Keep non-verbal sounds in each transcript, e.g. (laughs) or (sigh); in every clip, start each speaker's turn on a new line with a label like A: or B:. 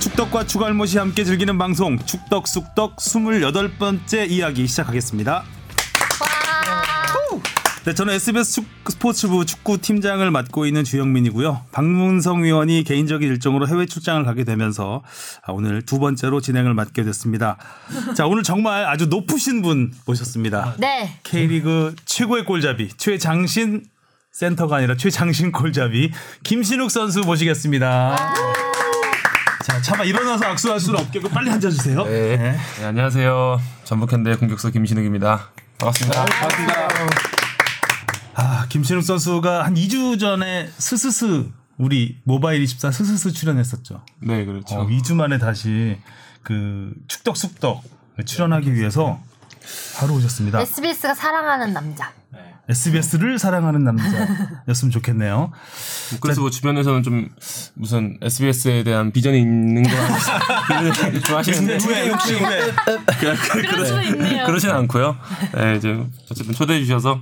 A: 축덕과 추갈못이 함께 즐기는 방송 축덕 숙덕 28번째 이야기 시작하겠습니다. 후! 네, 저는 SBS 축- 스포츠부 축구 팀장을 맡고 있는 주영민이고요. 박문성 위원이 개인적인 일정으로 해외 출장을 가게 되면서 아, 오늘 두 번째로 진행을 맡게 됐습니다. 자, 오늘 정말 아주 높으신 분 모셨습니다.
B: 네.
A: K리그 최고의 골잡이 최장신 센터가 아니라 최장신 골잡이 김신욱 선수 모시겠습니다. 자, 차마 일어나서 악수할 수는 없겠고 빨리 앉아주세요.
C: 네.
A: 네.
C: 네, 안녕하세요. 전북현대 공격수 김신욱입니다. 네, 반갑습니다.
A: 아, 김신욱 선수가 한 2주 전에 스스스 우리 모바일 24 스스스 출연했었죠.
C: 네, 그렇죠.
A: 어, 2주 만에 다시 그 축덕 숙덕 출연하기 위해서 바로 오셨습니다.
B: SBS가 사랑하는 남자.
A: SBS를 사랑하는 남자였으면 좋겠네요.
C: 그래서 뭐 주변에서는 좀 무슨 SBS에 대한 비전이 있는 거 아니지? 좀 하시는데
A: 네. 욕심
B: 그럴 수도 있네요.
C: 그러진 않고요. 네, 이제 어쨌든 초대해 주셔서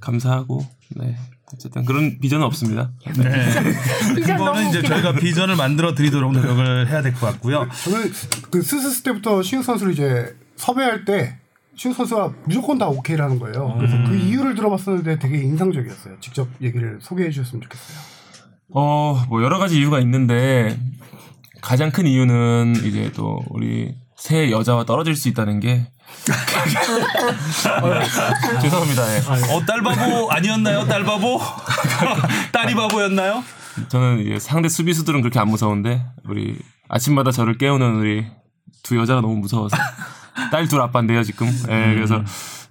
C: 감사하고 네. 어쨌든 그런 비전은 없습니다.
A: 그거는 이제 저희가 비전을 만들어 드리도록 노력을 해야 될 것 같고요.
D: 저는 그 스스스 때부터 신우 선수를 이제 섭외할 때 신우 선수가 무조건 다 오케이를 하는 거예요. 그래서 그 이유를 들어봤었는데 되게 인상적이었어요. 직접 얘기를 소개해 주셨으면 좋겠어요.
C: 어, 뭐 여러 가지 이유가 있는데 가장 큰 이유는 이제 또 우리 새 여자와 떨어질 수 있다는 게 죄송합니다. 예.
A: 어, 딸바보 아니었나요? 딸바보? (laughs) 딸이 바보였나요?
C: 저는 이제 상대 수비수들은 그렇게 안 무서운데 우리 아침마다 저를 깨우는 우리 두 여자가 너무 (laughs) 무서워서 딸 둘 아빠인데요 지금. 예, 그래서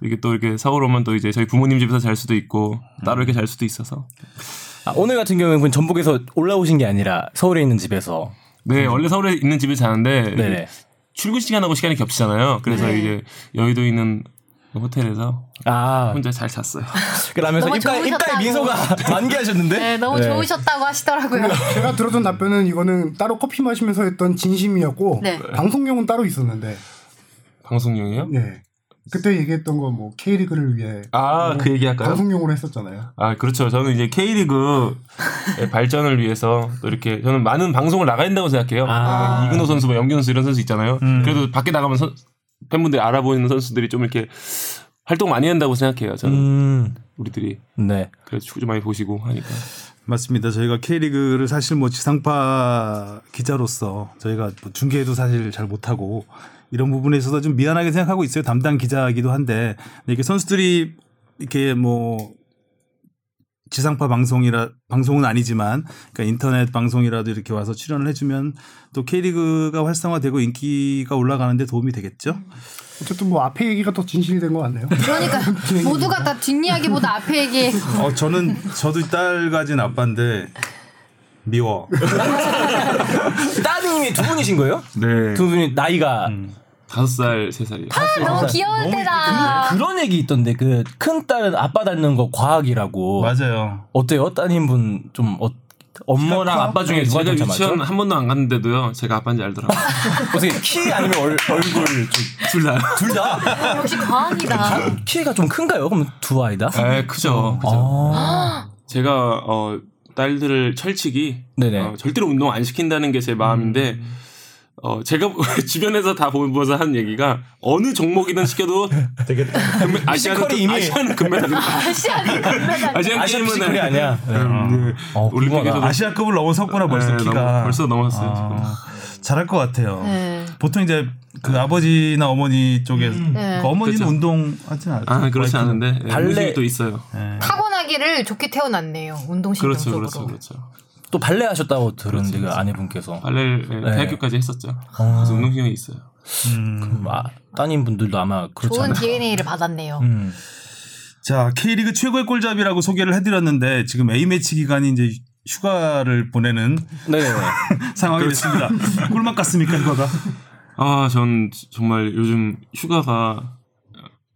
C: 이게 또 이렇게 서울 오면 또 이제 저희 부모님 집에서 잘 수도 있고 따로 이렇게 잘 수도 있어서.
E: 아, 오늘 같은 경우는 전북에서 올라오신 게 아니라 서울에 있는 집에서
C: 네 원래 서울에 있는 집에 자는데
E: 네네.
C: 출근 시간하고 시간이 겹치잖아요. 그래서 이제 여의도 있는 호텔에서
E: 아
C: 혼자 잘 잤어요. (laughs)
E: 그러면서
B: 너무
E: 입가에 입가에
B: 좋으셨다고.
E: 미소가 (laughs) 만개하셨는데?
B: 네, 너무 좋으셨다고 하시더라고요.
D: 제가 들어준 답변은 이거는 따로 커피 마시면서 했던 진심이었고
B: 네.
D: 방송용은 따로 있었는데
C: 방송용이요?
D: 예. 그때 얘기했던 거 뭐 K리그를 위해
C: 네. 아 그 얘기 할까요?
D: 방송용으로 했었잖아요.
C: 아 그렇죠. 저는 이제
E: (laughs)
C: K리그 의 발전을 위해서 또 이렇게 저는 많은 방송을 나가야 된다고 생각해요. 이근호 선수, 뭐 염기 선수 이런 선수 있잖아요. 그래도 밖에 나가면 선- 팬분들이 알아보는 선수들이 좀 이렇게 활동 많이 한다고 생각해요. 저는
E: 음,
C: 우리들이
E: 네.
C: 그래서 축구 좀 많이 보시고 하니까.
A: 맞습니다. 저희가 K리그를 사실 뭐 지상파 기자로서 저희가 뭐 중계도 사실 잘 못하고 이런 부분에 있어서 좀 미안하게 생각하고 있어요. 담당 기자이기도 한데 근데 이렇게 선수들이 이렇게 뭐 지상파 방송이라 방송은 아니지만 그러니까 인터넷 방송이라도 이렇게 와서 출연을 해주면 또 K리그가 활성화되고 인기가 올라가는데 도움이 되겠죠.
C: 음.
D: 어쨌든 뭐 앞에 얘기가 더 진실이 된 것 같네요.
C: (laughs)
B: 그러니까 모두가 다 뒷이야기보다 앞에 얘기.
A: 어 저는 저도 딸 가진 아빠인데 미워.
E: 따님이 두 분이신 거예요?
C: 네.
E: 두 분이 나이가 음.
C: 다섯 살, 세 살이요.
B: 너무 귀여울 때다.
E: 그런 얘기 있던데 그 큰 딸은 아빠 닮는 거 과학이라고.
A: 맞아요.
E: 어때요? 따님분 좀 어, 엄마랑 아빠 중에 누가
C: 제가
E: 좀
C: 유치원
E: 닮았죠?
C: 한 번도 안 갔는데도요. 제가 아빠인지 알더라고요.
E: 어떻게 키 아니면 얼, 얼굴 좀
C: 둘 다요.
E: 둘 다?
C: 그,
B: 역시 과학이다.
E: 키가 좀 큰가요? 그럼 두 아이 다?
C: 에 크죠. 크죠.
E: 아,
C: 제가 어 딸들을 철칙이
E: 네네.
C: 어, 절대로 운동 안 시킨다는 게 제 마음인데 어 제가 (laughs) 주변에서 다 보면서 한 얘기가 어느 종목이든 시켜도
A: 되겠다.
C: 금메- 아시아는
E: 피지컬이
C: 또-
E: 이미-
C: 아시아는 금메달
B: 아시아니
C: 아시안
E: 아시아
C: 게임은
E: 피지컬이 아니야. 네. 어,
C: 올림픽에서
E: 궁금하다.
A: 음. 아시아급을 넘어섰구나 벌써
C: 네,
A: 키가
C: 넘어- 벌써 넘었어요
A: 아, 잘할 것 같아요.
B: 네.
A: 보통 이제 그 아버지나 어머니 쪽에
B: 네.
A: 그 어머니는
C: 그렇죠.
A: 운동하지 않아요.
C: 지금. 아 그렇지 않은데 예,
E: 발레- 네.
C: 음식이 또 있어요.
B: 타고나기를 좋게 태어났네요.
C: 그렇죠,
B: 운동신경적으로.
C: 네. 그렇죠, 그렇죠.
E: 또 발레 하셨다고 들었는데 그 아내분께서
C: 발레를 예,
E: 네.
C: 대학교까지 했었죠.
E: 아.
C: 그래서 운동신경이 있어요.
E: 음, 아, 따님 분들도 아마 그렇지
B: 좋은
E: 않나.
B: DNA를 받았네요.
E: 음.
A: 자 K리그 최고의 골잡이라고 소개를 해드렸는데 지금 A 매치 기간이 이제 휴가를 보내는
E: 네네네.
A: 상황이
C: 그렇죠. (laughs)
A: 됐습니다. 꿀맛 같습니까 이거가?
C: 아, 전 정말 요즘 휴가가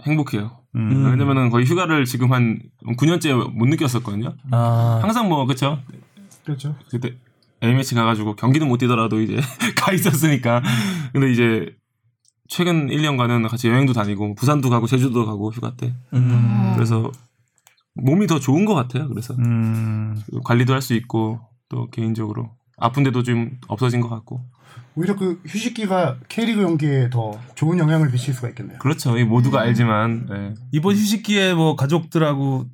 C: 행복해요. 아, 왜냐면은 거의 휴가를 지금 한 9년째 못 느꼈었거든요.
E: 아,
C: 항상 뭐 그쵸?
D: 그렇죠.
C: 그때 A매치 가가지고 경기는 못 뛰더라도 이제 (laughs) 가 있었으니까. 근데 이제 최근 1년간은 같이 여행도 다니고 부산도 가고 제주도 가고 휴가 때.
E: 음.
C: 그래서 몸이 더 좋은 것 같아요. 그래서
A: 음,
C: 관리도 할 수 있고 또 개인적으로 아픈데도 좀 없어진 것 같고.
D: 오히려 그 휴식기가 K리그 경기에 더 좋은 영향을 미칠 수가 있겠네요.
C: 그렇죠. 이 모두가 알지만 예.
A: 이번 휴식기에 뭐 가족들하고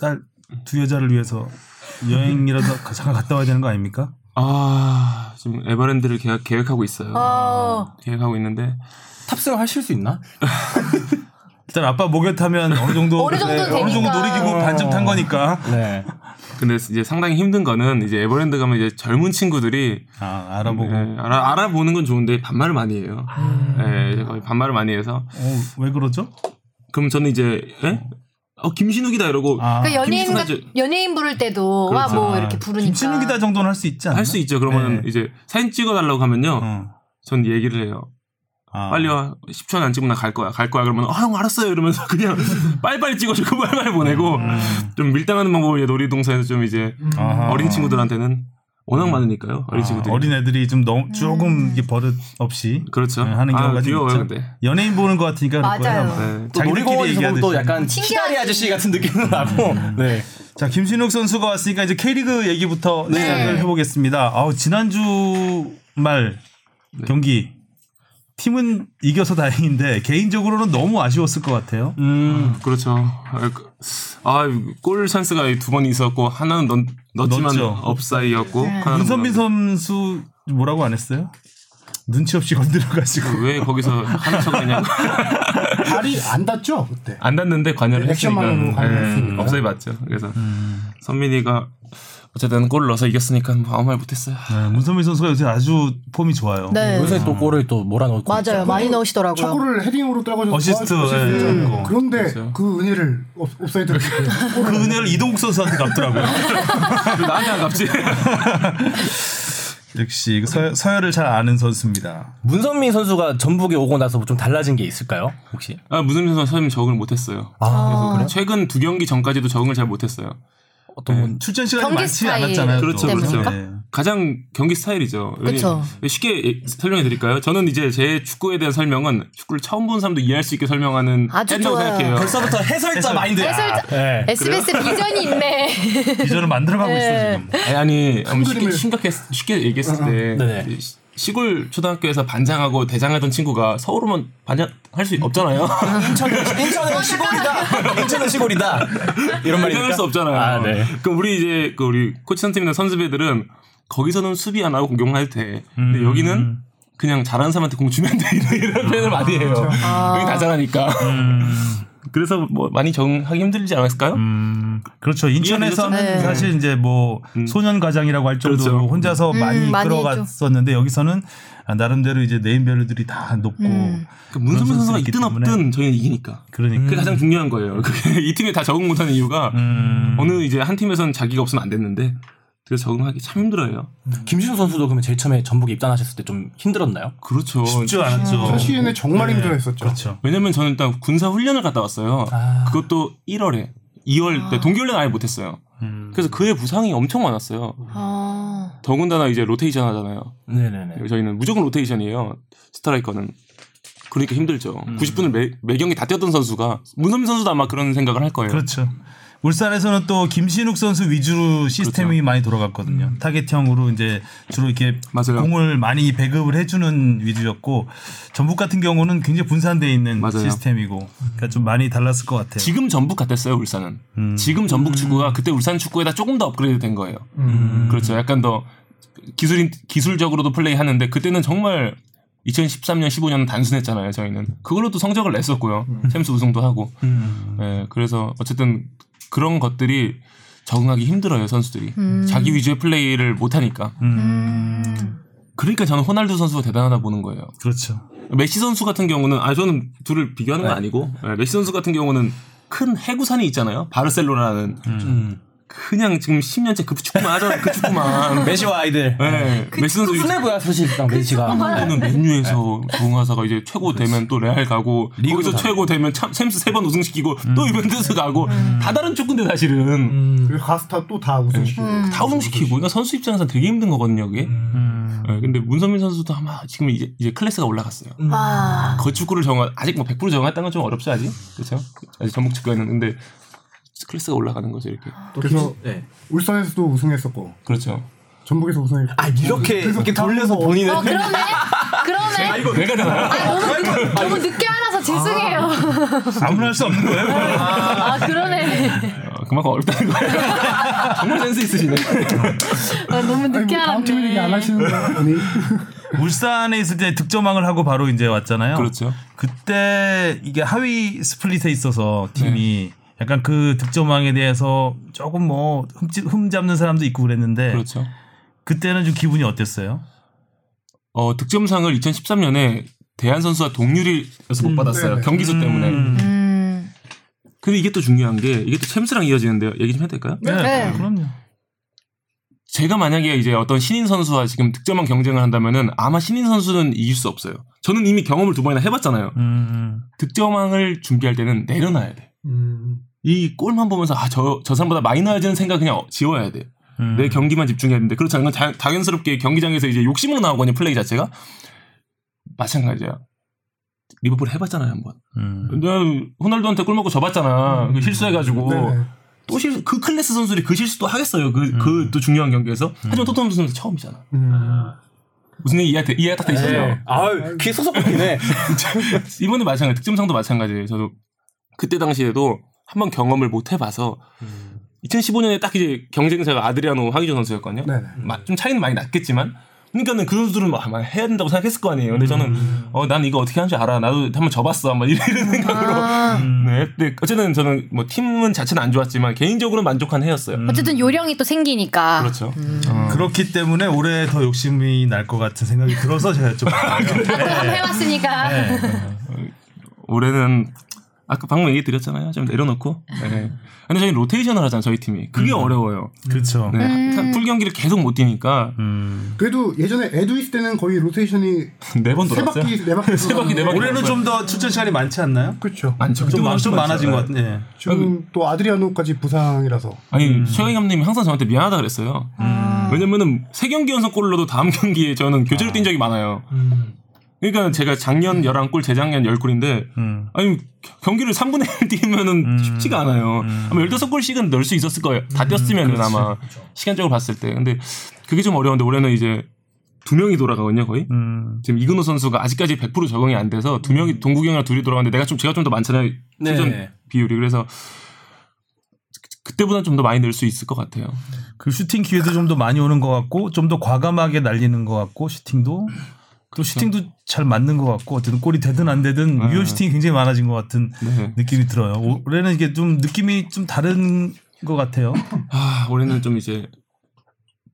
A: 딸 두 여자를 위해서
C: (laughs)
A: 여행이라도 가- 잠깐 갔다 와야 되는 거 아닙니까?
C: 아 지금 에버랜드를 계약, 계획하고 있어요.
B: 아,
C: 계획하고 있는데
E: 탑승을 하실 수 있나?
A: 일단 아빠 목에 타면 어느 정도
B: 어느 정도
A: 네, 어느 정도
B: 되니까.
A: 놀이기구 반쯤 탄 거니까.
E: 네.
C: 근데 이제 상당히 힘든 거는 이제 에버랜드 가면 이제 젊은 친구들이
A: 아 알아보고
C: 예, 알아, 알아보는 건 좋은데 반말을 많이 해요.
A: 아.
C: 예, 거의 반말을 많이 해서
A: 어, 왜 그러죠?
C: 그럼 저는 이제 예? 어 김신욱이다 이러고
A: 아,
B: 그 연예인
C: 김신욱
B: 같
C: 씨-
B: 연예인 부를 때도 와
C: 그렇죠.
B: 뭐 이렇게 부르니까.
A: 김신욱이다 정도는 할 수 있지 않나?
C: 할 수 있죠. 그러면
A: 네.
C: 이제 사진 찍어달라고 하면요.
A: 어.
C: 전 얘기를 해요.
A: 아.
C: 빨리 와. 10초 안 찍으면 나 갈 거야. 갈 거야. 그러면 아, 형 알았어요. 이러면서 (laughs) 그냥 빨리빨리 찍어주고 (laughs) 빨리빨리 보내고
A: 음.
C: 좀 밀당하는 방법을 이제 놀이동산에서 좀 이제
A: 아하.
C: 어린 친구들한테는 워낙 많으니까요. 어린
A: 아,
C: 친구들이.
A: 어린 애들이 좀
B: 음.
A: 너무 조금 이게 버릇 없이
C: 그렇죠.
A: 네, 하는 경우가 좀
C: 아, 귀여워요.
A: 있죠.
C: 근데.
A: 연예인 보는 것 같으니까 그럴 거예요.
B: 맞아요.
A: 아마.
C: 네.
E: 또
A: 자기들끼리
E: 놀이공원에서 보면 또
A: 얘기하듯이.
E: 약간 시다리 아저씨 같은 느낌도 나고. 네.
A: 자, 김신욱 선수가 왔으니까 이제 K리그 얘기부터
B: 네.
A: 시작을 해보겠습니다. 아우, 지난주 말
C: 네.
A: 경기. 팀은 이겨서 다행인데 개인적으로는 너무 아쉬웠을 것 같아요.
E: 음.
C: 그렇죠. 아, 그- 아, 골 찬스가 두 번 있었고 하나는 넣, 넣었지만
A: 넣었죠.
C: 업사이였고
D: 네.
C: 하나는
A: 문선빈
C: 몰랐는데.
A: 선수 뭐라고 안 했어요? 눈치 없이 (laughs) 건드려가지고
C: 왜 거기서 하는 척하냐고
D: 발이 안 닿죠 그때.
C: 안 닿는데 관여를
D: 네, 액션만으로
C: 했으니까
D: 관여를 했으니까.
C: 없애 봤죠. 그래서 선민이가 어쨌든 골을 넣어서 이겼으니까 뭐 아무 말 못했어요.
A: 네, 문선빈 선수가 요새 아주 폼이 좋아요.
C: 음.
B: 네.
E: 요새 또 골을 또 몰아넣고.
B: 맞아요. 많이
D: 첫
B: 넣으시더라고요.
D: 골을 헤딩으로 떨궈줘서
A: 어시스트, 예,
D: 음,
A: 예.
D: 그런데
C: 그렇죠.
D: 그 은혜를 업- 옵사이드로
A: 그 은혜를 이동국 선수한테 갚더라고요.
B: (laughs)
C: 왜 나한테 안 갑지.
A: 역시 그 서, 서열을 잘 아는 선수입니다.
E: 문선민 선수가 전북에 오고 나서 좀 달라진 게 있을까요? 혹시?
C: 아, 무슨 선수가 처음 적응을 못했어요.
E: 아,
C: 그래서 최근 두 경기 전까지도 적응을 잘 못했어요.
E: 어떤 분?
A: 출전 시간이
B: 경기
A: 많지
B: 스타일
A: 않았잖아요. 또.
C: 그렇죠, 그렇죠.
A: 네.
C: 가장 경기 스타일이죠.
B: 그쵸.
C: 왜냐- 쉽게 예- 설명해 드릴까요? 저는 이제 제 축구에 대한 설명은 축구를 처음 본 사람도 이해할 수 있게 설명하는
B: 아주
C: 팬이라고
B: 좋아요.
C: 생각해요.
E: 벌써부터 해설자 마인드야.
B: 해설자.
E: 네.
B: SBS 비전이
C: (laughs)
B: 있네.
A: 기전을 만들어가고 있어 지금.
C: 아니, 아니 아무 쉽게,
D: 그림을-
C: 심각해, 쉽게 얘기했을
E: 아, 네네.
C: 때 시- 시골 초등학교에서 반장하고 대장하던 친구가 서울오면 반장할 수 없잖아요.
E: 인천은, 인천은 시골이다. 인천은 시골이다. 이런 말이니까.
C: 반장할 네, 수 없잖아요.
E: 아, 네.
C: 그럼 우리 이제 그 우리 코치 선생님이나 선수배들은 거기서는 수비 안 하고 공격만 해도 돼. 근데 여기는 그냥 잘하는 사람한테 공 주면 돼 (laughs) 이런- 이런 표현을 많이 해요. 여기 다 잘하니까. 그래서 뭐 많이 적응하기 힘들지 않았을까요?
A: 음, 그렇죠. 인천에서는
B: 네.
A: 사실 이제 뭐 소년 가장이라고 할 정도로
C: 음. 그렇죠.
A: 혼자서 많이
B: 음, 많이
A: 이끌어갔었는데 여기서는 아, 나름대로 이제 네임밸류들이 다 높고
B: 음.
C: 그 문선민
A: 그런
C: 선수가
A: 선수였기
C: 있든
A: 때문에.
C: 없든 저희는 이기니까.
A: 그러니까.
C: 그게 가장 중요한 거예요. (laughs) 그게 이 팀에 다 적응 못하는 이유가
A: 음.
C: 어느 이제 한 팀에서는 자기가 없으면 안 됐는데 그래서 적응하기 참 힘들어요.
E: 김신우 선수도 그러면 제일 처음에 전북에 입단하셨을 때 좀 힘들었나요?
C: 그렇죠.
A: 쉽지 않았죠.
D: 첫 시즌에 정말 힘들어했었죠.
A: 어. 그렇죠.
C: 왜냐면 저는 일단 군사 훈련을 갔다 왔어요.
E: 아.
C: 그것도 1월에, 2월 때 동계훈련 아예 못했어요.
A: 음.
C: 그래서 그의 부상이 엄청 많았어요.
B: 아,
C: 더군다나 이제 로테이션 하잖아요.
E: 네네네.
C: 저희는 무조건 로테이션이에요. 스트라이커는. 그러니까 힘들죠.
A: 음.
C: 90분을 매, 매 경기 다 뛰었던 선수가 문선민 선수도 아마 그런 생각을 할 거예요.
A: 그렇죠. 울산에서는 또 김신욱 선수 위주로 시스템이 많이 돌아갔거든요. 타겟형으로 이제 주로 이렇게
C: 그렇죠. 음. 맞아요.
A: 공을 많이 배급을 해주는 위주였고 전북 같은 경우는 굉장히 분산돼 있는
C: 맞아요.
A: 시스템이고 그러니까 좀 많이 달랐을 것 같아요. 음.
C: 지금 전북 같았어요 울산은 지금 전북 축구가 그때 울산 축구에다 조금 더 업그레이드 된 거예요 그렇죠 약간 더 기술인 기술적으로도 플레이하는데 그때는 정말 2013년 15년은 단순했잖아요 저희는 그걸로 도 성적을 냈었고요 챔스 우승도 하고 예, 그래서 어쨌든 그런 것들이 적응하기 힘들어요 선수들이 자기 위주의 플레이를 못하니까
A: 음.
C: 그러니까 저는 호날두 선수가 대단하다 보는 거예요
A: 그렇죠.
C: 메시 선수 같은 경우는 아 저는 둘을 비교하는
A: 네.
C: 건 아니고 예, 메시 선수 같은 경우는 큰 해구산이 있잖아요. 바르셀로나는 그냥 지금 10년째 그 축구만 하잖아요. 그 축구만.
E: 메시와 아이들.
C: 예, 메시 선수
E: 플레보야 네, 사실상 메시가.
C: 는 맨유에서 동화사가 이제 최고 되면 또 레알 네. 가고 거기서 최고 음. 되면 참, 챔스 세 번 우승시키고 또 유벤투스 가고 다 다른 축구인데 사실은
D: 그리고 가스타 또 다 우승시키고.
C: 다 우승시키고 그러니까 선수 입장에서 되게 힘든 거거든요. 그게. 예, 근데 문선민 선수도 아마 지금 이제 이제 클래스가 올라갔어요.
B: 아,
C: 거축구를 그 정한 아직 뭐 100% 정했다는 건 좀 어렵지 아직 그렇죠 아직 전북 축구에는 근데 클래스가 올라가는 거죠 이렇게
D: 그래서
E: 네.
D: 울산에서도 우승했었고
C: 그렇죠
D: 전북에서 우승했고
E: 아 이렇게 이렇게 돌려서 본인을
B: 어 그러네. 그러네. 아
C: 이거 내가 나요
B: 너무 늦, 너무 늦게 알아서 죄송해요.
A: 아무나 할 수 없는
C: (laughs)
A: 거예요.
B: 아 그러네.
C: 그만큼 어렵다는 거예요. (laughs) 정말 센스 있으시네.
B: 아, 너무
D: 아니,
B: 늦게
D: 뭐 다음 팀 얘기
B: 알았네.
D: 안 하시는 거니?
A: 울산에 있을 때 득점왕을 하고 바로 이제 왔잖아요.
C: 그렇죠.
A: 그때 이게 하위 스플릿에 있어서
C: 네.
A: 팀이 약간 그 득점왕에 대해서 조금 뭐 흠집, 흠 잡는 사람도 있고 그랬는데
C: 그렇죠.
A: 때는좀 기분이 어땠어요?
C: 어, 득점상을 2013년에 대한 선수와 동률이어서 못 받았어요.
D: 네네.
C: 경기수
A: 음.
C: 때문에.
B: 음.
C: 근데 이게 또 중요한 게 이게 또 챔스랑 이어지는데요. 얘기 좀 해도 될까요?
A: 네,
B: 네.
A: 그럼요.
C: 제가 만약에 이제 어떤 신인 선수와 지금 득점왕 경쟁을 한다면은 아마 신인 선수는 이길 수 없어요. 저는 이미 경험을 두 번이나 해봤잖아요.
A: 음.
C: 득점왕을 준비할 때는 내려놔야 돼.
D: 음.
C: 이 골만 보면서 아 저 저 사람보다 많이 넣어야지는 생각 그냥 어- 지워야 돼.
A: 음.
C: 내 경기만 집중해야 되는데 그렇지 않으면 다- 당연스럽게 경기장에서 이제 욕심으로 나오거든요 플레이 자체가 마찬가지야. 리버풀 해봤잖아요 한번.
A: 음.
C: 근데 호날두한테 골 먹고 져봤잖아. 그 실수해가지고
D: 음. 네네.
C: 또 실수 그 클래스 선수들이 그 실수도 하겠어요. 그 그 또 중요한 경기에서 하지만 토트넘 선수 전체처음이잖아.
D: 음.
C: 무슨 얘기 이해 이해 딱 되시죠?
D: 네.
E: 아유 귀에 소속 네. 보이네
C: 이번에 마찬가지 득점상도 마찬가지예요. 저도 그때 당시에도 한번 경험을 못 해봐서 음. 2015년에 딱 이제 경쟁사가 아드리아노 황의조 선수였거든요.
D: 네네.
C: 마- 좀 차이는 많이 났겠지만 그러니까는 그 선수들은 막 아마 해야 된다고 생각했을 거 아니에요. 근데 저는 어 난 이거 어떻게 하는지 알아. 나도 한번 접봤어. 막 이런 생각으로.
B: 아,
C: 네. 근데 어쨌든 저는 뭐 팀은 자체는 안 좋았지만 개인적으로 만족한 해였어요.
B: 어쨌든 요령이 또 생기니까.
C: 음. 그렇죠.
A: 그렇기 때문에 올해 더 욕심이 날 것 같은 생각이 들어서 제가
C: (laughs)
A: 좀
C: 아,
A: 네,
B: 그럼 아, 해왔으니까.
C: 올해는 아까 방금 얘기 드렸잖아요. 좀 내려놓고. 네. 근데 저희 로테이션을 하잖아요. 저희 팀이 그게 어려워요.
A: 그렇죠.
C: 네. 한풀 경기를 계속 못 뛰니까
D: 그래도 예전에 에두 있을 때는 거의 로테이션이
C: 네 번
D: 세
C: 돌았어요.
D: 바퀴 네 바퀴
C: 세 바퀴 아, 네 바퀴.
A: 올해는 좀 더 출전 시간이 많지 않나요?
D: 그렇죠.
C: 많죠.
A: 좀, 많-
C: 그때보다
A: 좀
C: 훨씬
A: 많아진 것
C: 많죠.
A: 같아요. 예.
D: 지금 또 아드리아노까지 부상이라서
C: 아니 최영희 감독님이 항상 저한테 미안하다 그랬어요. 왜냐면은 세 경기 연속 골을 넣어도 다음 경기에 저는 교체로 뛴 적이 많아요. 그러니까 제가 작년 11골, 재작년 10골인데
A: 음.
C: 아니 겨- 경기를 3분의 1 뛰면은 쉽지가 않아요. 아마 15골씩은 넣을 수 있었을 거예요. 다 뛰었으면 은 아마 시간적으로 봤을 때. 근데 그게 좀 어려운데 올해는 이제 두 명이 돌아가거든요, 거의.
A: 음.
C: 지금 이근호 선수가 아직까지 100% 적응이 안 돼서 두 명이 동국이 형이랑 둘이 돌아가는데 내가 좀 제가 좀 더 많잖아요.
E: 네.
C: 출전 비율이. 그래서 그- 그때보다 좀 더 많이 늘 수 있을 것 같아요.
A: 그 슈팅 기회도 좀 더 많이 오는 것 같고 좀 더 과감하게 날리는 것 같고 슈팅도 또
C: 그렇죠.
A: 슈팅도 잘 맞는 것 같고 어쨌든 골이 되든 안 되든 유효 슈팅이 굉장히 많아진 것 같은
C: 네.
A: 느낌이 들어요. 올해는 이게 좀 느낌이 좀 다른 것 같아요.
C: 아, 올해는 좀 이제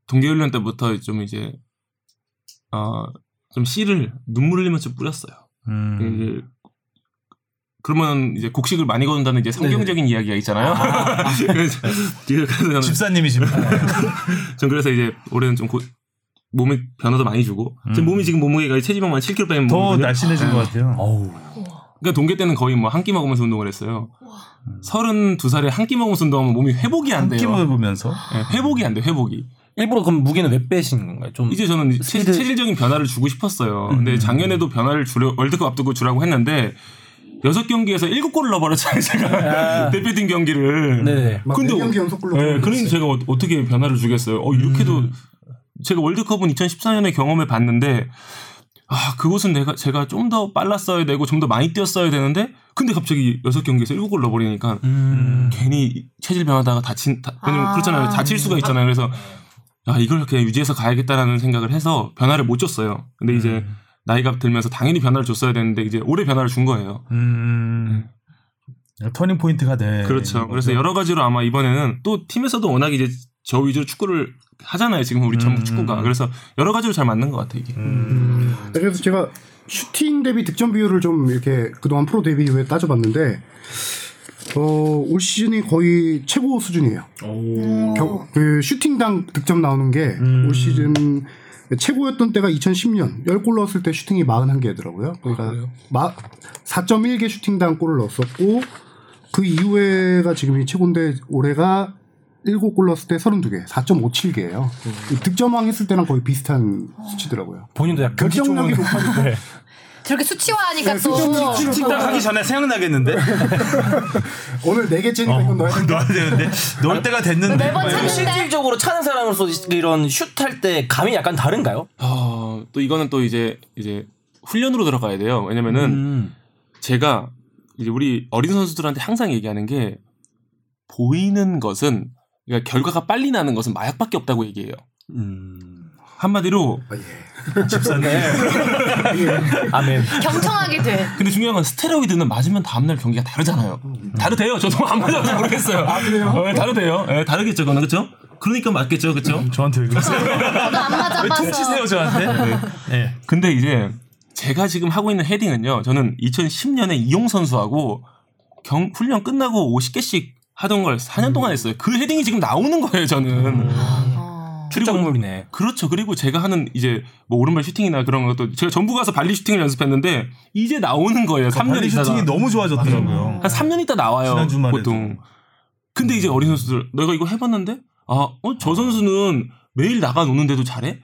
C: 동계훈련 때부터 좀 이제 어좀 씨를 눈물 흘리면서 뿌렸어요.
A: 음.
C: 이제 그러면 이제 곡식을 많이 거둔다는 이제 성경적인 이야기가 네. 있잖아요. (laughs) 그래서 (laughs) 그래서 저는
A: 집사님이십니다.
C: 전 그래서 이제 올해는 좀 고- 몸에 변화도 많이 주고 제 몸이 지금 몸무게가 체지방만 7kg 빼면
A: 더 날씬해진 것 같아요.
C: 그러니까 동계 때는 거의 뭐 한 끼 먹으면서 운동을 했어요. 32살에 한 끼 먹으면서 운동하면 몸이 회복이 안 돼요.
A: 느낌을 보면서
C: 예, 회복이 안 돼, 회복이.
E: 일부러 그럼 무게는 왜 빼신 건가요? 좀
C: 이제 저는 체,
E: 스피드-
C: 질적인 변화를 주고 싶었어요. 근데 작년에도 변화를 주려 월드컵 앞두고 주라고 했는데 여섯 경기에서 일곱 골을 넣어버렸잖아요. 제가 (laughs) 대표팀 경기를.
E: 네네.
D: 막
C: 근데
D: 네
C: 어-
D: 경기 연속골로
C: 예, 그러니 제가 어, 떻게 변화를 주겠어요. 어, 이렇게도 제가 월드컵은 2014년에 경험해 봤는데 아, 그곳은 내가 제가 좀 더 빨랐어야 되고 좀 더 많이 뛰었어야 되는데 근데 갑자기 여섯 경기에서 일곱 골 넣어버리니까 괜히 체질 변하다가 다친 다, 왜냐면
B: 아.
C: 그렇잖아요. 다칠 수가 있잖아요. 그래서 아, 이걸 그냥 유지해서 가야겠다라는 생각을 해서 변화를 못 줬어요. 근데 이제 나이가 들면서 당연히 변화를 줬어야 되는데 이제 올해 변화를 준 거예요.
A: 음. 터닝 포인트가 돼.
C: 그렇죠. 그래서 여러 가지로 아마 이번에는 또 팀에서도 워낙 이제 저 위주로 축구를 하잖아요. 지금 우리 전북 축구가. 그래서 여러 가지로 잘 맞는 것 같아요. 이게.
D: 네, 그래서 제가 슈팅 대비 득점 비율을 좀 이렇게 그동안 프로 데뷔 이후에 따져봤는데 어 올 시즌이 거의 최고 수준이에요. 겨- 그 슈팅당 득점 나오는 게 올 시즌 최고였던 때가 2010년 10골 넣었을 때 슈팅이 41개더라고요. 그러니까 마- 4.1개 슈팅당 골을 넣었었고 그 이후에가 지금이 최고인데 올해가 7골 넣었을 때 32개, 4.57개예요. 득점왕 했을 때랑 거의 비슷한 수치더라고요.
E: 본인도 약간
D: 결정력이
E: (laughs) 뒤쪽은-
D: 높아지고
B: 저렇게 네, 수치화하니까 또
A: 딱
E: 어,
A: 하기 전에 생각나겠는데 (laughs)
D: 오늘 네 개째니까 이건 넣어야
C: (laughs)
D: 된다.
A: 넣어야 되는데 넣을 때가 됐는데
B: 매번 찾는데
E: 실질적으로 차는 사람으로서 이런 슛 할 때 감이 약간 다른가요?
C: 아, 또 이거는 또 이제 이제 훈련으로 들어가야 돼요. 왜냐면은
E: 음.
C: 제가 이제 우리 어린 선수들한테 항상 얘기하는 게 보이는 것은 그러니까 결과가 빨리 나는 것은 마약밖에 없다고 얘기해요. 음. 한마디로
D: 아, 예.
A: 집사님
E: 아멘.
B: 경청하게 돼.
C: 근데 중요한 건 스테로이드는 맞으면 다음날 경기가 다르잖아요. 다르대요. 저도 안 맞아서 모르겠어요. 아, 그래요? 다르대요. 예, 다르겠죠. 그거는 그렇죠? 그러니까 맞겠죠. 그렇죠?
E: 음,
A: 저한테 왜 그러세요?
B: 저도 안 맞아봐서.
A: 치세요 저한테? 네.
C: 근데 이제 제가 지금 하고 있는 헤딩은요. 저는 2010년에 이용 선수하고 경 훈련 끝나고 50개씩 하던 걸
A: 음.
C: 4년 동안 했어요. 그 헤딩이 지금 나오는 거예요, 저는.
B: 어.
E: 출정물이네.
C: 그렇죠. 그리고 제가 하는 이제 뭐 오른발 슈팅이나 그런 것도 제가 전부 가서 발리 슈팅을 연습했는데 이제 나오는 거예요. 3년
A: 발리
C: 있다가
A: 슈팅이 너무 좋아졌더라고요.
C: 한 3년 있다 나와요.
A: 음. 지난 주말에도. 음.
C: 보통. 근데 이제 어린 선수들 내가 이거 해봤는데 아, 어, 저 선수는 매일 나가 노는데도 잘해?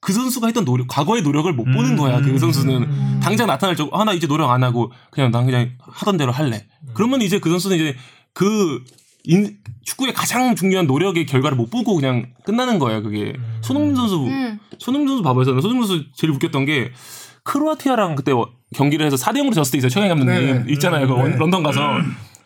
C: 그 선수가 했던 노력, 과거의 노력을 못 보는
A: 음,
C: 거야. 그
A: 음,
C: 선수는 당장 나타날 적, 아나 이제 노력 안 하고 그냥 난 그냥 하던 대로 할래.
A: 음.
C: 그러면 이제 그 선수는 이제 그 인- 축구의 가장 중요한 노력의 결과를 못 보고 그냥 끝나는 거야. 그게 손흥민 선수
B: 음.
C: 손흥민 선수 봐봐요. 손흥민 선수 제일 웃겼던 게 크로아티아랑 그때 어- 경기를 해서 4대 0으로 졌을 때 있어요. 최강희 감독님
D: 네네.
C: 있잖아요. 그 원- 런던 가서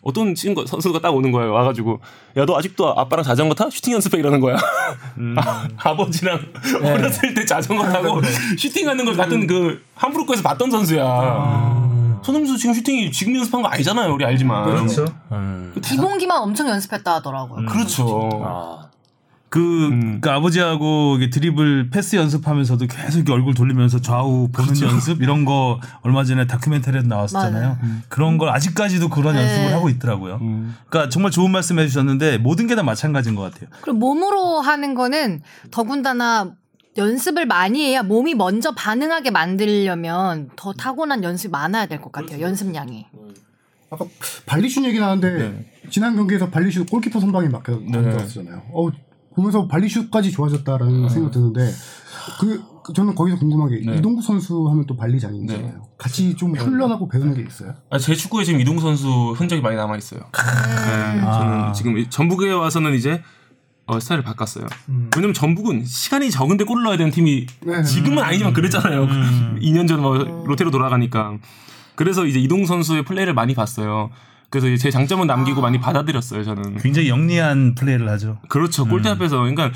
C: 어떤 친구 선수가 딱 오는 거예요. 와가지고 야 너 아직도 아빠랑 자전거 타? 슈팅 연습해 이러는 거야. (laughs) 아, 버지랑 어렸을 때 자전거 타고 슈팅하는 걸 같은 그 함부르크에서 봤던 선수야. 손흥민 선수 지금 슈팅이 지금 연습한 거 아니잖아요. 우리 알지만.
A: 그렇죠.
B: 기본기만 엄청 연습했다 하더라고요.
C: 그렇죠.
E: 아,
A: 그, 그 아버지하고 이게 드리블 패스 연습하면서도 계속 이렇게 얼굴 돌리면서 좌우 보는 연습 이런 거 얼마 전에 다큐멘터리에도 나왔었잖아요. 그런 걸 아직까지도 그런 연습을 하고 있더라고요. 그러니까 정말 좋은 말씀 해주셨는데 모든 게 다 마찬가지인 것 같아요.
B: 그리고 몸으로 하는 거는 더군다나 연습을 많이 해야 몸이 먼저 반응하게 만들려면 더 타고난 연습이 많아야 될 것 같아요. 연습량이.
D: 아까 발리슛 얘기 나왔는데
C: 네.
D: 지난 경기에서 발리슛 골키퍼 선방이 맡겼었잖아요. 어 보면서 발리슛까지
C: 네.
D: 좋아졌다라는 생각 드는데 그, 그 저는 거기서 궁금한 게 이동국 선수 하면 또
C: 네.
D: 발리장이잖아요. 같이 좀 훈련하고 배우는 게 있어요?
C: 아, 제 축구에 지금 이동 선수 흔적이 많이 남아 있어요. 네, 저는 지금 이- 전북에 와서는 이제 어, 스타일을 바꿨어요. 왜냐면 전북은 시간이 적은데 골을 넣어야 되는 팀이
D: 네.
C: 지금은 아니지만 그랬잖아요. (laughs) 2년 전 뭐, 로테로 돌아가니까. 그래서 이제 이동 선수의 플레이를 많이 봤어요. 그래서 이제 제 장점은 남기고 많이 받아들였어요. 저는
A: 굉장히 영리한 플레이를 하죠.
C: 그렇죠. 골대 앞에서. 그러니까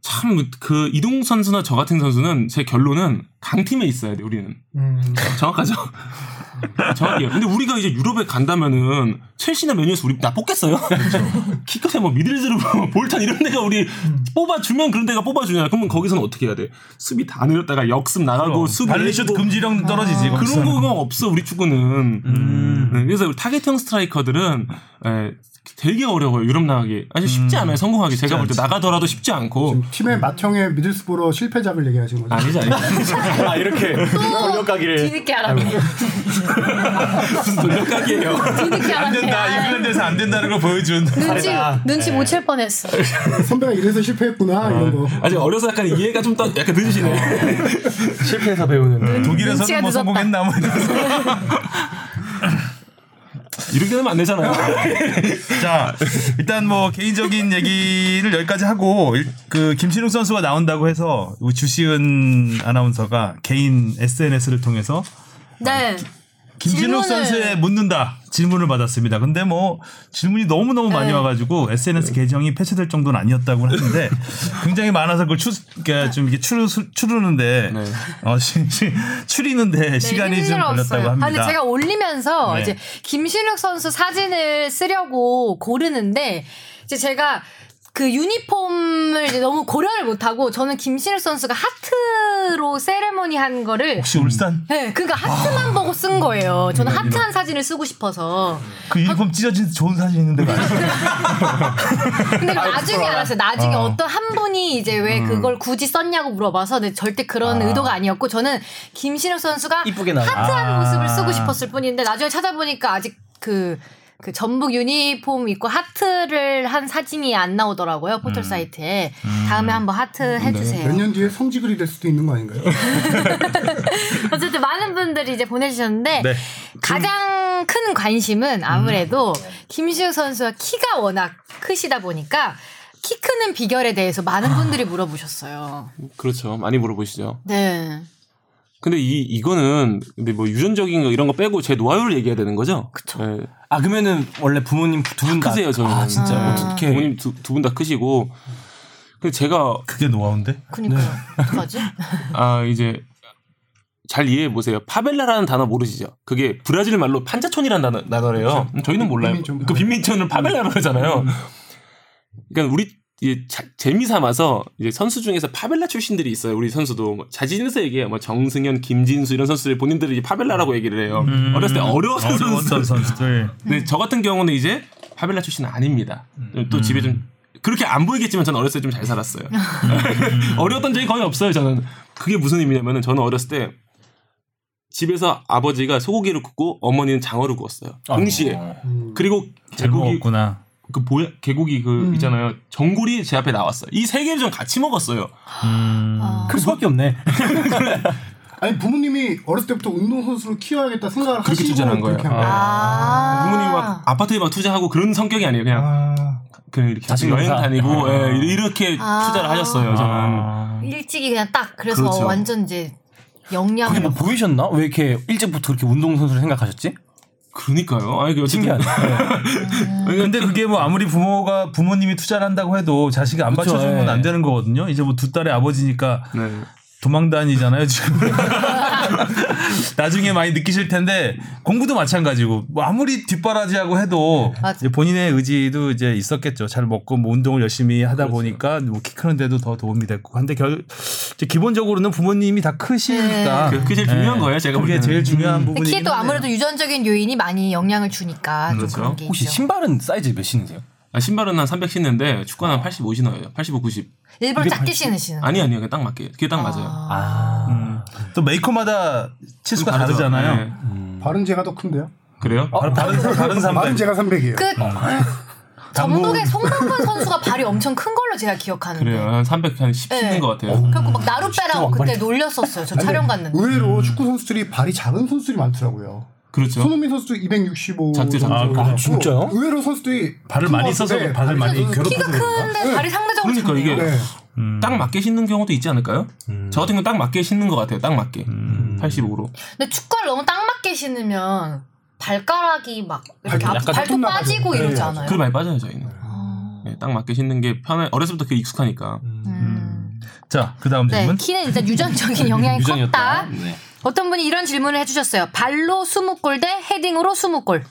C: 참 그 이동 선수나 저 같은 선수는 제 결론은 강팀에 있어야 돼. 우리는 정확하죠. 정확해요. 근데 우리가 이제 유럽에 간다면은 첼시나 맨유에서 우리 나 뽑겠어요. (laughs) 키커에 뭐 미들즈로 볼탄 이런 데가 우리 뽑아주면 그런 데가 뽑아주냐. 그러면 거기서는 어떻게 해야 돼? 수비 다 내렸다가 역습 나가고 어, 수비
A: 발리슛
C: 내리고
B: 아.
A: 금지령 떨어지지.
C: 그런 거가 없어 우리 축구는. 네, 그래서 우리 타겟형 스트라이커들은 에, 되게 어려워요 유럽 나가기. 아주 음. 쉽지 않아요 성공하기. 제가 볼 때 나가더라도 쉽지 않고.
D: 지금 팀의 마청의 미들스보러 실패작을 얘기하시는 거죠?
C: 네. 아니지 아니지.
E: 아 이렇게 돌려가기를
B: 뒤늦게 알았네.
C: 무슨 돌려가기예요.
B: 뒤늦게
A: 안
B: 알았네.
A: 된다.
B: 아이,
A: 인플랜드에서 안 된다는 걸 보여준. 아, 네.
B: 눈치
E: 다르다.
B: 눈치 못 챌 뻔했어.
D: 선배가 이래서 실패했구나 이런 거.
C: (laughs) 네. 아직 네. 어려서 약간 이해가 좀 더 약간 늦으시네.
E: 실패해서 배우는.
A: 독일에서는
B: 눈치가
A: 뭐
B: 늦었다.
A: 성공했나 뭐 이런
C: (laughs)
B: (laughs)
C: 이렇게 되면 안 되잖아요.
A: 자, 일단 뭐 개인적인 얘기를 여기까지 하고 일- 그 김신욱 선수가 나온다고 해서 우리 주시은 아나운서가 개인 SNS를 통해서
B: 네.
A: 김신욱
B: 질문을-
A: 선수에 묻는다 질문을 받았습니다. 근데 뭐 질문이 너무 너무 많이
B: 네.
A: 와가지고 SNS 계정이 폐쇄될 정도는 아니었다고
B: (laughs)
A: 하는데 굉장히 많아서 그걸 추, 그러니까 좀 이게 추르, 추르는데
B: 네.
A: 어, 시- 시- 추리는데 시간이 좀 걸렸다고 합니다.
B: 아, 근데 제가 올리면서
A: 네.
B: 이제 김신욱 선수 사진을 쓰려고 고르는데 이제 제가 그 유니폼을 이제 너무 고려를 못하고 저는 김신욱 선수가 하트로 세레모니 한 거를
A: 혹시 아, 울산
B: 네, 그러니까 하트만 보고 쓴 거예요. 저는 하트한 사진을 쓰고 싶어서.
A: 그 유니폼 찢어진 좋은 사진 있는데
B: 근데 나중에 알았어요. 나중에 어. 떤한 분이 이제 왜 그걸 굳이 썼냐고 물어봐서 근데 절대 그런 의도가 아니었고 저는 김신욱 선수가
E: 이쁘게 나가.
B: 하트한
A: 아.
B: 모습을 쓰고 싶었을 뿐인데 나중에 찾아보니까 아직 그 그 전북 유니폼 입고 하트를 한 사진이 안 나오더라고요 포털 사이트에 다음에 한번 하트 해주세요.
D: 몇 년 뒤에 성지글이 될 수도 있는 거 아닌가요?
B: (laughs) 어쨌든 많은 분들이 이제 보내주셨는데
A: 네.
B: 가장 큰 관심은 아무래도 김시우 선수가 키가 워낙 크시다 보니까 키 크는 비결에 대해서
C: 아.
B: 많은 분들이 물어보셨어요.
C: 그렇죠. 많이 물어보시죠.
B: 네,
C: 근데 이 이거는 근데 뭐 유전적인 거 이런 거 빼고 제 노하우를 얘기해야 되는 거죠?
B: 그쵸.
C: 네.
E: 아 그러면은 원래 부모님 두 분 다
C: 크세요 저는. 네.
E: 아 진짜
B: 아.
E: 어떻게
C: 부모님 두 분 다 크시고. 근데 제가
A: 그게 노하우인데?
B: 그니까요.
C: 네.
B: 어떡하지?
C: 아 이제 잘 이해해 보세요. 파벨라라는 단어 모르시죠? 그게 브라질 말로 판자촌이라는 단어, 단어래요. 음, 저희는 몰라요.
D: 빈민촌.
C: 그 빈민촌을 파벨라로 하잖아요. 그러니까 우리 이제 자- 재미 삼아서 이제 선수 중에서 파벨라 출신들이 있어요. 우리 선수도 뭐 자진해서 얘기해요. 뭐 정승현, 김진수 이런 선수들 본인들이 이제 파벨라라고 얘기를 해요. 어렸을 때 어려웠던 선수.
A: 어려웠던 선수들.
C: 근데 저 같은 경우는 이제 파벨라 출신은 아닙니다. 또 집에 좀 그렇게 안 보이겠지만 저는 어렸을 때 좀 잘 살았어요. (laughs)
E: 음.
C: 어려웠던 적이 거의 없어요. 저는 그게 무슨 의미냐면은 저는 어렸을 때 집에서 아버지가 소고기를 굽고 어머니는 장어를 구웠어요.
E: 아,
C: 동시에 그리고
A: 잘
C: 개고기
A: 먹었구나.
C: 그 보야 개고기 그 있잖아요. 전골이 제 앞에 나왔어요. 이 세 개를 좀 같이 먹었어요.
B: 아.
C: 그
E: 클 수밖에 없네.
D: 아니 부모님이 어렸을 때부터 운동선수로 키워야겠다 생각을
C: 그렇게
D: 하시고
C: 투자한 거예요.
D: 그렇게 한 거예요.
B: 아.
C: 부모님 막 아파트에 막 투자하고 그런 성격이 아니에요. 그냥
A: 아,
C: 그냥 이렇게 같이 여행
E: 자식농사.
C: 다니고 예, 이렇게 음.
B: 아.
C: 투자를 하셨어요. 저는
B: 일찍이 그냥 딱 그래서
C: 그렇죠.
B: 완전 이제
E: 그게
B: 영양.
E: 뭐 보이셨나? 왜 이렇게 일찍부터 그렇게 운동 선수를 생각하셨지?
C: 그러니까요. 아니 그 어쨌든
E: 신기하네. 네.
A: 근데 그게 뭐 아무리 부모가 부모님이 투자를 한다고 해도 자식이 안
E: 그쵸,
A: 받쳐주는
B: 네.
A: 건 안
E: 예.
A: 되는 거거든요. 이제 뭐 두 딸의 아버지니까
C: 네.
A: 도망다니잖아요 지금. (laughs) 나중에 많이 느끼실 텐데 공부도 마찬가지고 뭐 아무리 뒷바라지하고 해도
B: 맞아.
A: 이제 본인의 의지도 이제 있었겠죠. 잘 먹고 뭐 운동을 열심히 하다
C: 그렇죠.
A: 보니까 뭐 키 크는데도 더 도움이 됐고 한데 결 이제 기본적으로는 부모님이 다 크시니까
C: 그- 그게 제일 중요한 거예요, 제가 볼
A: 네. 그게
C: 때는. 음.
A: 제일 중요한 부분이.
B: 네. 키에도 아무래도 유전적인 요인이 많이 영향을 주니까 좀
C: 그렇죠.
B: 그런 게
E: 혹시
B: 있죠.
E: 신발은 사이즈 몇 신으세요?
C: 아, 신발은 한 300 신는데 축구는 한 85 신어요. 85, 90.
B: 일부러
A: 네.
B: 작게 신으시는.
C: 아니 아니요, 그냥 딱 맞게. 그게 딱 맞아요.
E: 아
A: 또 메이커마다 치수가 다르잖아요. 어,
C: 네.
D: 발은 제가 더 큰데요.
C: 그래요?
A: 바로 다른
B: 네.
A: 사- 다른
C: 아,
D: 발은
C: 네.
A: 사람
D: 제가 300이에요.
B: 그
C: 어.
B: (laughs) 전북의 송강근 선수가 발이 엄청 큰 걸로 제가 기억하는데.
C: 그래요. 한 300, 한 10
A: 네.
C: 신는 것
A: 어.
C: 같아요.
B: 그래갖고 막 나룻배라고 그때 놀렸었어요. 저 촬영 갔는데.
D: 의외로 축구 선수들이 발이 작은 선수들이 많더라고요.
C: 그렇죠.
D: 손흥민 선수도 265.
C: 작지, 작지.
D: 정도
A: 아,
D: 되고
E: 진짜요?
D: 의외로 선수들이
A: 발을
D: 큰
E: 어,
A: 많이
D: 것
A: 써서
E: 네.
D: 같은데
A: 발을 많이
D: 작은
A: 괴롭혀서
B: 키가 큰데 발이 상대적으로
C: 그러니까
B: 작네요.
C: 이게
D: 네.
C: 딱 맞게 신는 경우도 있지 않을까요?
A: 음.
C: 저 같은 경우 딱 맞게 신는 것 같아요. 딱 맞게. 85로.
B: 근데 축구를 너무 딱 맞게 신으면 발가락이 막 이렇게
D: 발톱
B: 앞,
D: 약간
B: 발톱
D: 좀
B: 빠지고
D: 나가죠.
B: 이러지
D: 네,
B: 않아요? 음.
C: 그걸 많이 빠져요, 저희는.
A: 아.
C: 네, 딱 맞게 신는 게 편해. 어렸을 때부터 그게 익숙하니까.
B: 음.
A: 자 그다음
B: 네,
A: 질문.
B: 키는 일단 유전적인 영향이 컸다.
E: 네.
B: 어떤 분이 이런 질문을 해주셨어요. 발로 20골 대 헤딩으로 20골.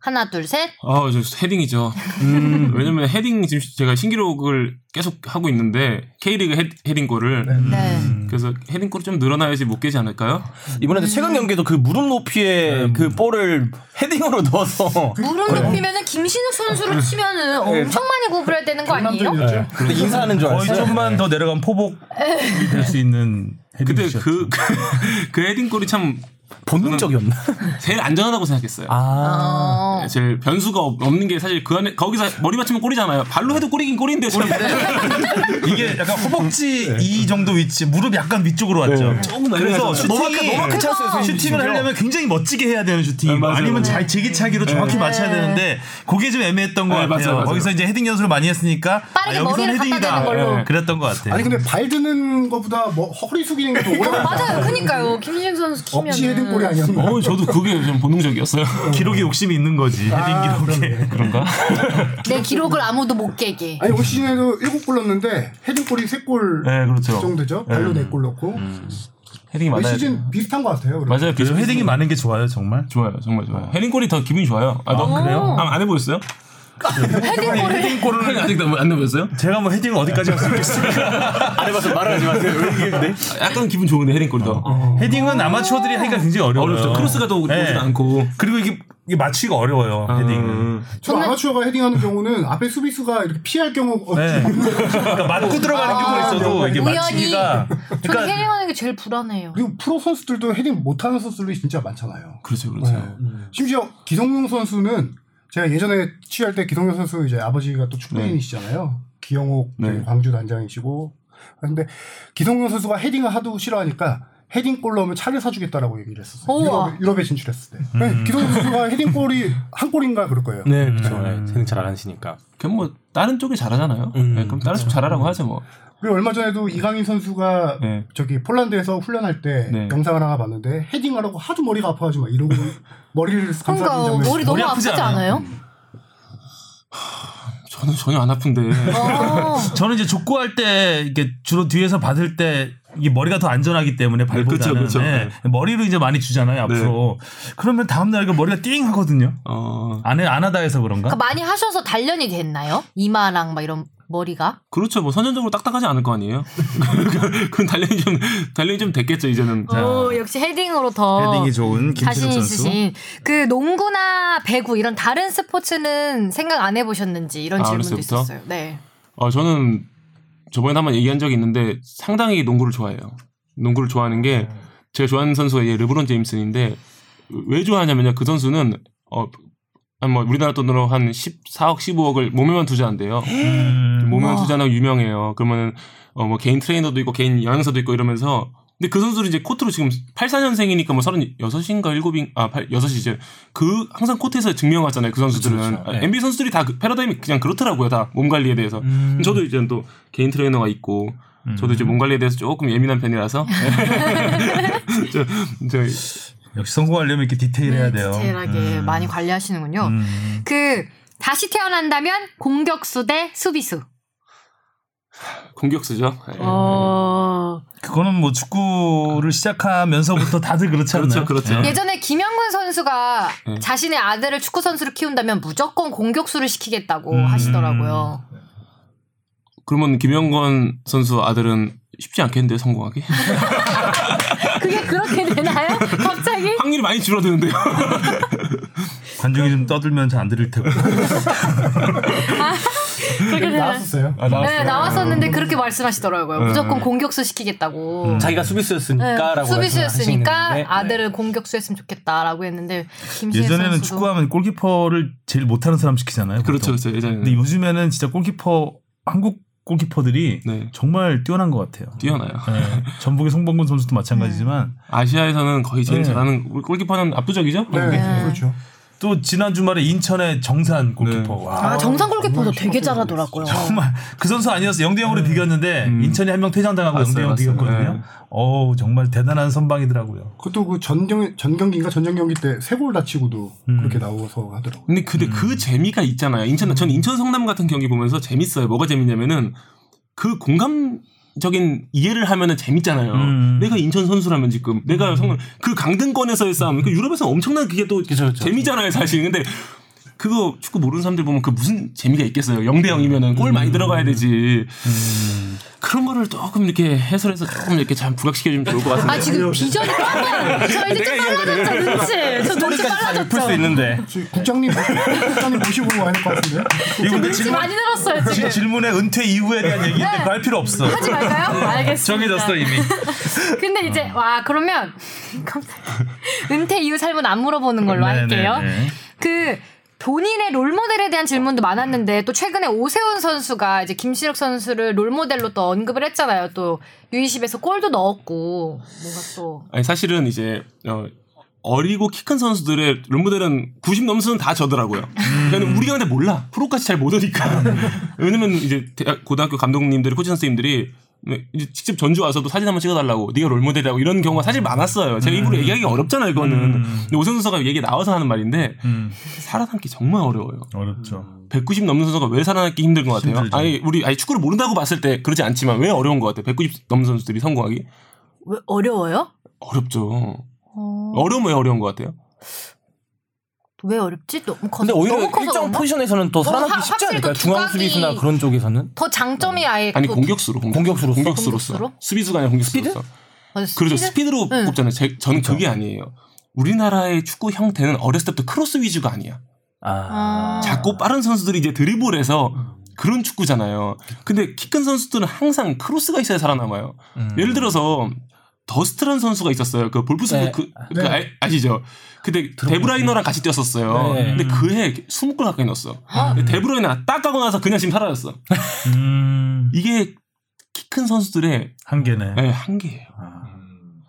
B: 하나, 둘, 셋.
C: 아, 저 헤딩이죠.
A: 음.
C: (laughs) 왜냐면 헤딩 지금 제가 신기록을 계속 하고 있는데 K리그 헤- 헤딩골을
B: 네.
C: 그래서 헤딩골이 좀 늘어나야지 못 깨지 않을까요?
B: 음.
E: 이번에도 최근 경기도 그 무릎 높이에 그 볼을 헤딩으로 넣어서
B: 무릎 높이면은 김신욱 선수로 치면은 엄청 많이 구부려야 되는 거 아니에요?
D: 남전이었죠.
E: 근데 인사하는 줄
A: 거의
C: 네.
E: 알았어요.
A: 좀만 더 내려가면 포복이 될 수 있는 헤딩
C: 근데
A: 슛.
C: 그, 그, (laughs) 그 헤딩골이 참
E: 본능적이었나?
C: 제일 안전하다고 생각했어요. 네,
E: 아
B: 어.
C: 제일 변수가 없- 없는 게 사실 그 안에 거기서 머리 맞추면 골이잖아요. 발로 해도 골이긴 골인데 저는
A: 이게
C: 네.
A: 약간 허벅지 이 정도 위치, 무릎 약간 위쪽으로 왔죠.
C: 네.
A: 조금
C: 그래서
A: 그래서 슈팅이 네. 슈팅을 하려면 굉장히 멋지게 해야 되는 슈팅이고
C: 네, 맞아요.
A: 아니면 잘 제기차기로 정확히
B: 네.
A: 맞춰야 되는데 그게 좀 애매했던 것
C: 네,
A: 같아요.
C: 맞아요, 맞아요.
A: 거기서 이제 헤딩 연습을 많이 했으니까 아,
B: 빠르게 머리를 갖다 대는 걸로.
A: 네. 그랬던 것 같아요.
D: 아니 근데 발 드는 거보다 뭐 허리 숙이는 게 더 오래
B: 어,
D: 가요.
B: 맞아요. 그니까요. 김신욱 선수 키면.
D: 억지 헤딩골이
C: (laughs)
D: 아니었나?
C: 어, 저도 그게 좀 본능적이었어요.
A: 기록에 욕심이 있는 거지. 헤딩 기록에.
C: 그런가?
B: 내 기록을 아무도 못 깨게.
D: 아니 올 시즌에도 7골 넣었는데 헤딩골이 3골
C: (laughs) 네, 그렇죠.
D: 정도죠. 발로 4골 넣고
C: 헤딩이
D: 올
C: 많아요.
D: 시즌 비슷한 것 같아요. 그래도.
C: 맞아요.
A: 그래서
C: 비슷-
A: 헤딩이 많은 게 좋아요, 정말.
C: 좋아요. 정말 좋아요. 헤딩골이 더 기분이 좋아요. 아, 너 그래요? 아, 안 (laughs) 해보셨어요? 헤딩골을 (laughs) 아직도 안 해보셨어요?
A: 제가 뭐 헤딩을 어디까지 할 수 있겠어요?
E: 안 해봐서 말하지 마세요.
C: 아, 약간 기분 좋은데 헤딩골 더.
A: 헤딩은 아마추어들이 하기가 굉장히 어려워요.
C: 어. 어렵죠. 크로스가 더 오진
A: 네.
C: 않고. 음.
A: 그리고 이게, 이게 맞추기가 어려워요. 헤딩은.
D: 저 아마추어가 헤딩하는 경우는 앞에 수비수가 이렇게 피할 경우가
A: 네. 그러니까 맞고 들어가는 경우가 있어도 이게
B: 아, 우연히.
A: 맞추기가
B: 저는
A: 그러니까
B: 헤딩하는 게 제일 불안해요.
D: (laughs) 그리고 프로 선수들도 헤딩 못하는 선수들이 진짜 많잖아요.
C: 네.
B: 네.
C: 그렇죠, 그렇죠.
D: 심지어 기성용 선수는 제가 예전에 취할 때 기성용 선수 이제 아버지가 또 축구인이시잖아요. 기영옥 저희
C: 네.
D: 광주 단장이시고. 근데 기성용 선수가 헤딩을 하도 싫어하니까 헤딩골 넣으면 차를 사주겠다라고 얘기를 했었어요.
B: 우와.
D: 유럽에, 유럽에 진출했을 때.
C: 음.
D: 그러니까 기성용 선수가 헤딩골이 한 골인가 그럴 거예요.
E: 네, 그렇죠. 생각 잘안 하시니까.
C: 그럼 뭐 다른 쪽이 잘하잖아요.
E: 음,
C: 네, 그럼 다른 쪽 잘하라고 하죠 뭐.
D: 그리고 얼마 전에도 이강인 선수가
C: 네.
D: 저기 폴란드에서 훈련할 때
C: 네.
D: 영상을 하나 봤는데 헤딩하라고 하도 머리가 아파가지고 막 이러고 머리를 감싸는
B: 그러니까
D: 장면이
B: 머리 너무
C: 머리
B: 아프지
C: 아프지
B: 않아요?
C: 저는 전혀 안 (laughs) 아픈데.
B: 어.
A: 저는 이제 족구할 때 이게 주로 뒤에서 받을 때 이게 머리가 더 안전하기 때문에 발보다는
C: 네, 그쵸, 그쵸. 네.
A: 예, 머리로 이제 많이 주잖아요 앞으로. 그러면 다음 날 이거 머리가 띵 하거든요.
C: 어
A: 안해 안 하다 해서 그런가?
B: 그러니까 많이 하셔서 단련이 됐나요? 이마랑 막 이런 머리가?
C: 그렇죠. 뭐 선천적으로 딱딱하지 않을 거 아니에요. (laughs) 그건 단련이 좀 단련이 좀 됐겠죠 이제는.
B: 오, 역시 헤딩으로 더
A: 헤딩이 좋은
B: 자신
A: 김치덕 선수.
B: 있으신 그 농구나 배구 이런 다른 스포츠는 생각 안 해보셨는지 이런
C: 아,
B: 질문도
C: 어렸을 때부터?
B: 있었어요. 네.
C: 어, 저는 저번에 한번 얘기한 적이 있는데 상당히 농구를 좋아해요. 농구를 좋아하는 게 제가 좋아하는 선수가 이제 르브론 제임슨인데 왜 좋아하냐면요. 그 선수는 어, 한뭐 우리나라 돈으로 한 14억, 15억을 몸에만 투자한대요. 음, 몸에만
B: 와.
C: 투자하는 거 유명해요. 그러면 어, 뭐 개인 트레이너도 있고 개인 영양사도 있고 이러면서 근데 그 선수를 이제 코트로 지금 84년생이니까 뭐 36인가 7인 아 6이죠. 그 항상 코트에서 증명하잖아요. 그 선수들은
E: 그쵸, 그쵸.
C: 아,
E: 네.
C: NBA 선수들이 다 그 패러다임이 그냥 그렇더라고요. 다 몸 관리에 대해서. 저도 이제 또 개인 트레이너가 있고 저도 이제 몸 관리에 대해서 조금 예민한 (laughs) 편이라서 저, 저
A: 역시 성공하려면 이렇게 디테일해야 돼요.
B: 네, 디테일하게
A: 음.
B: 많이 관리하시는군요.
A: 음.
B: 그 다시 태어난다면 공격수 대 수비수.
C: 공격수죠. 예.
B: 어...
A: 그거는 뭐 축구를 시작하면서부터 다들 그렇지 않나요?
C: 그렇죠, 그렇죠.
A: 예.
B: 예전에 김영근 선수가
C: 네.
B: 자신의 아들을 축구 선수로 키운다면 무조건 공격수를 시키겠다고
A: 음.
B: 하시더라고요.
C: 그러면 김영건 선수 아들은 쉽지 않겠는데 요 (laughs) 성공하기?
B: 그게 그렇게 되나요? 갑자기?
C: 확률이 많이 줄어드는데요.
A: 관중이 좀 떠들면 잘 안 들을 테고.
B: 그렇게 되나요?
D: 나왔었어요.
C: 아,
B: 네, 나왔었는데 그렇게 말씀하시더라고요. 무조건 공격수 시키겠다고.
E: 음.
B: 네,
E: 자기가 수비수였으니까라고
B: 음. 수비수였으니까
E: 말씀하시는데, 네.
B: 아들을 공격수 했으면 좋겠다라고 했는데 김신혜
A: 예전에는
B: 선수도
A: 축구하면 골키퍼를 제일 못하는 사람 시키잖아요. 보통.
C: 그렇죠, 그렇죠. 예전에는
A: 근데 요즘에는 진짜 골키퍼 한국 골키퍼들이
C: 네.
A: 정말 뛰어난 것 같아요.
C: 뛰어나요.
A: 네. 전북의 송범근 선수도 마찬가지지만
B: 네.
C: 아시아에서는 거의 제일
A: 네.
C: 잘하는 골- 골키퍼는 압도적이죠.
D: 네,
B: 네.
D: 그렇죠.
A: 또 지난 주말에 인천의 정산 골키퍼
C: 네.
A: 와
B: 아, 정상 골키퍼도
D: 정말
B: 되게
D: 축구를
B: 잘하더라고요.
A: 정말 그 선수 아니었어 0대 0으로 비겼는데
C: 음.
A: 인천이 한 명 퇴장당하고 0대
C: 봤어요,
A: 0
C: 봤어요.
A: 비겼거든요.
C: 네.
A: 어우 정말 대단한 선방이더라고요.
D: 그것도 그 전경 전경기인가 전전 경기 때 세 골 다치고도 그렇게 나오서 하더라고. 요
C: 근데 근데 그 재미가 있잖아요. 인천 저는 인천 성남 같은 경기 보면서 재밌어요. 뭐가 재밌냐면은 그 공감 적인 이해를 하면은 재밌잖아요.
A: 음.
C: 내가 인천 선수라면 지금 내가 성남 그 강등권에서의 싸움, 그 유럽에서 엄청난 그게 또 재미잖아요, 사실. 근데 그거 축구 모르는 사람들 보면 그 무슨 재미가 있겠어요. 0대 0이면은 골 많이 들어가야 되지. 그런 거를 조금 이렇게 해설해서 조금 이렇게 참 부각시켜주면 좋을 것 같은데.
B: 아 지금 비전이 빨라요. 저 이제 좀 빨라졌죠 눈치. 저 눈치
E: 풀 수
B: 빨라졌죠.
E: 있는데
D: 국장님 국장님 모시고 와야 될 것 같은데요?
A: 이거 근데
B: 눈치 많이 네. 늘었어요 지금.
A: 지- 질문의 은퇴 이후에 대한 얘기인데 그거 할 필요 없어.
B: 하지 말까요? 알겠습니다.
A: 정해졌어 이미.
B: 근데 이제 와 그러면 (laughs) 깜짝이야. 은퇴 이후 삶은 안 물어보는 걸로
A: 네,
B: 할게요.
A: 네, 네.
B: 그 본인의 롤모델에 대한 질문도 많았는데 또 최근에 오세훈 선수가 이제 김신욱 선수를 롤모델로 또 언급을 했잖아요. 또 유이십에서 골도 넣었고 뭔가 또
C: 아니 사실은 이제 어, 어리고 키 큰 선수들의 롤모델은 90 넘으면 다 저더라고요.
A: 음.
C: 저는 우리가 근데 몰라 프로까지 잘 못
A: (laughs)
C: 오니까 왜냐면 이제 대학- 고등학교 감독님들이 코치 선생님들이 네, 이제 직접 전주 와서도 사진 한번 찍어달라고 네가 롤모델이라고 이런 경우가 사실 많았어요.
A: 음.
C: 제가 입으로 얘기하기 가 어렵잖아요. 그거는 근데 오승 선수가 얘기 나와서 하는 말인데
A: 음,
C: 살아남기 정말 어려워요.
A: 어렵죠.
C: 190 넘는 선수가 왜 살아남기 힘든 것 같아요?
A: 힘들죠.
C: 아니 우리 아니 축구를 모른다고 봤을 때 그러지 않지만 왜 어려운 것 같아요? 190 넘는 선수들이 성공하기
B: 왜 어려워요?
C: 어렵죠.
B: 어,
C: 어려운 왜 어려운 것 같아요?
B: 왜 어렵지? 너무 커서
E: 근데 오히려
B: 너무 커서
E: 일정
B: 그런가?
E: 포지션에서는 또
B: 어, 화-
E: 살아남기 쉽지
B: 확실히
E: 않을까요?
B: 또
E: 중앙
B: 두각이-
E: 수비수나 그런 쪽에서는
B: 더 장점이 아예
C: 아니
B: 또-
C: 공격수로
E: 공격수로서?
C: 공격수로서
B: 공격수로?
C: 수비수가 아니라 공격수로서
B: 어,
C: 그렇죠
B: 스피드?
C: 스피드로
B: 응.
C: 꼽잖아요 제, 저는
E: 그렇죠.
C: 그게 아니에요 우리나라의 축구 형태는 어렸을 때부터 크로스 위주가 아니야
E: 아,
C: 작고 빠른 선수들이 이제 드리블해서
E: 음.
C: 그런
E: 음.
A: 음.
C: 축구잖아요 근데 키 큰 선수들은 항상 크로스가 있어야 살아남아요 예를 들어서 더스트란 선수가 있었어요. 그 볼프스burg
E: 네.
C: 그, 그 아, 시죠 근데 데브라이너랑 같이 뛰었었어요.
E: 네. 음.
C: 근데 그해 20골 가까이 넣었어.
A: 아, 음.
C: 근데 데브라이너 딱 가고 나서 그냥 지금 사라졌어.
F: 음,
C: 이게 키 큰 선수들의
F: 한계네.
C: 예, 한계예요.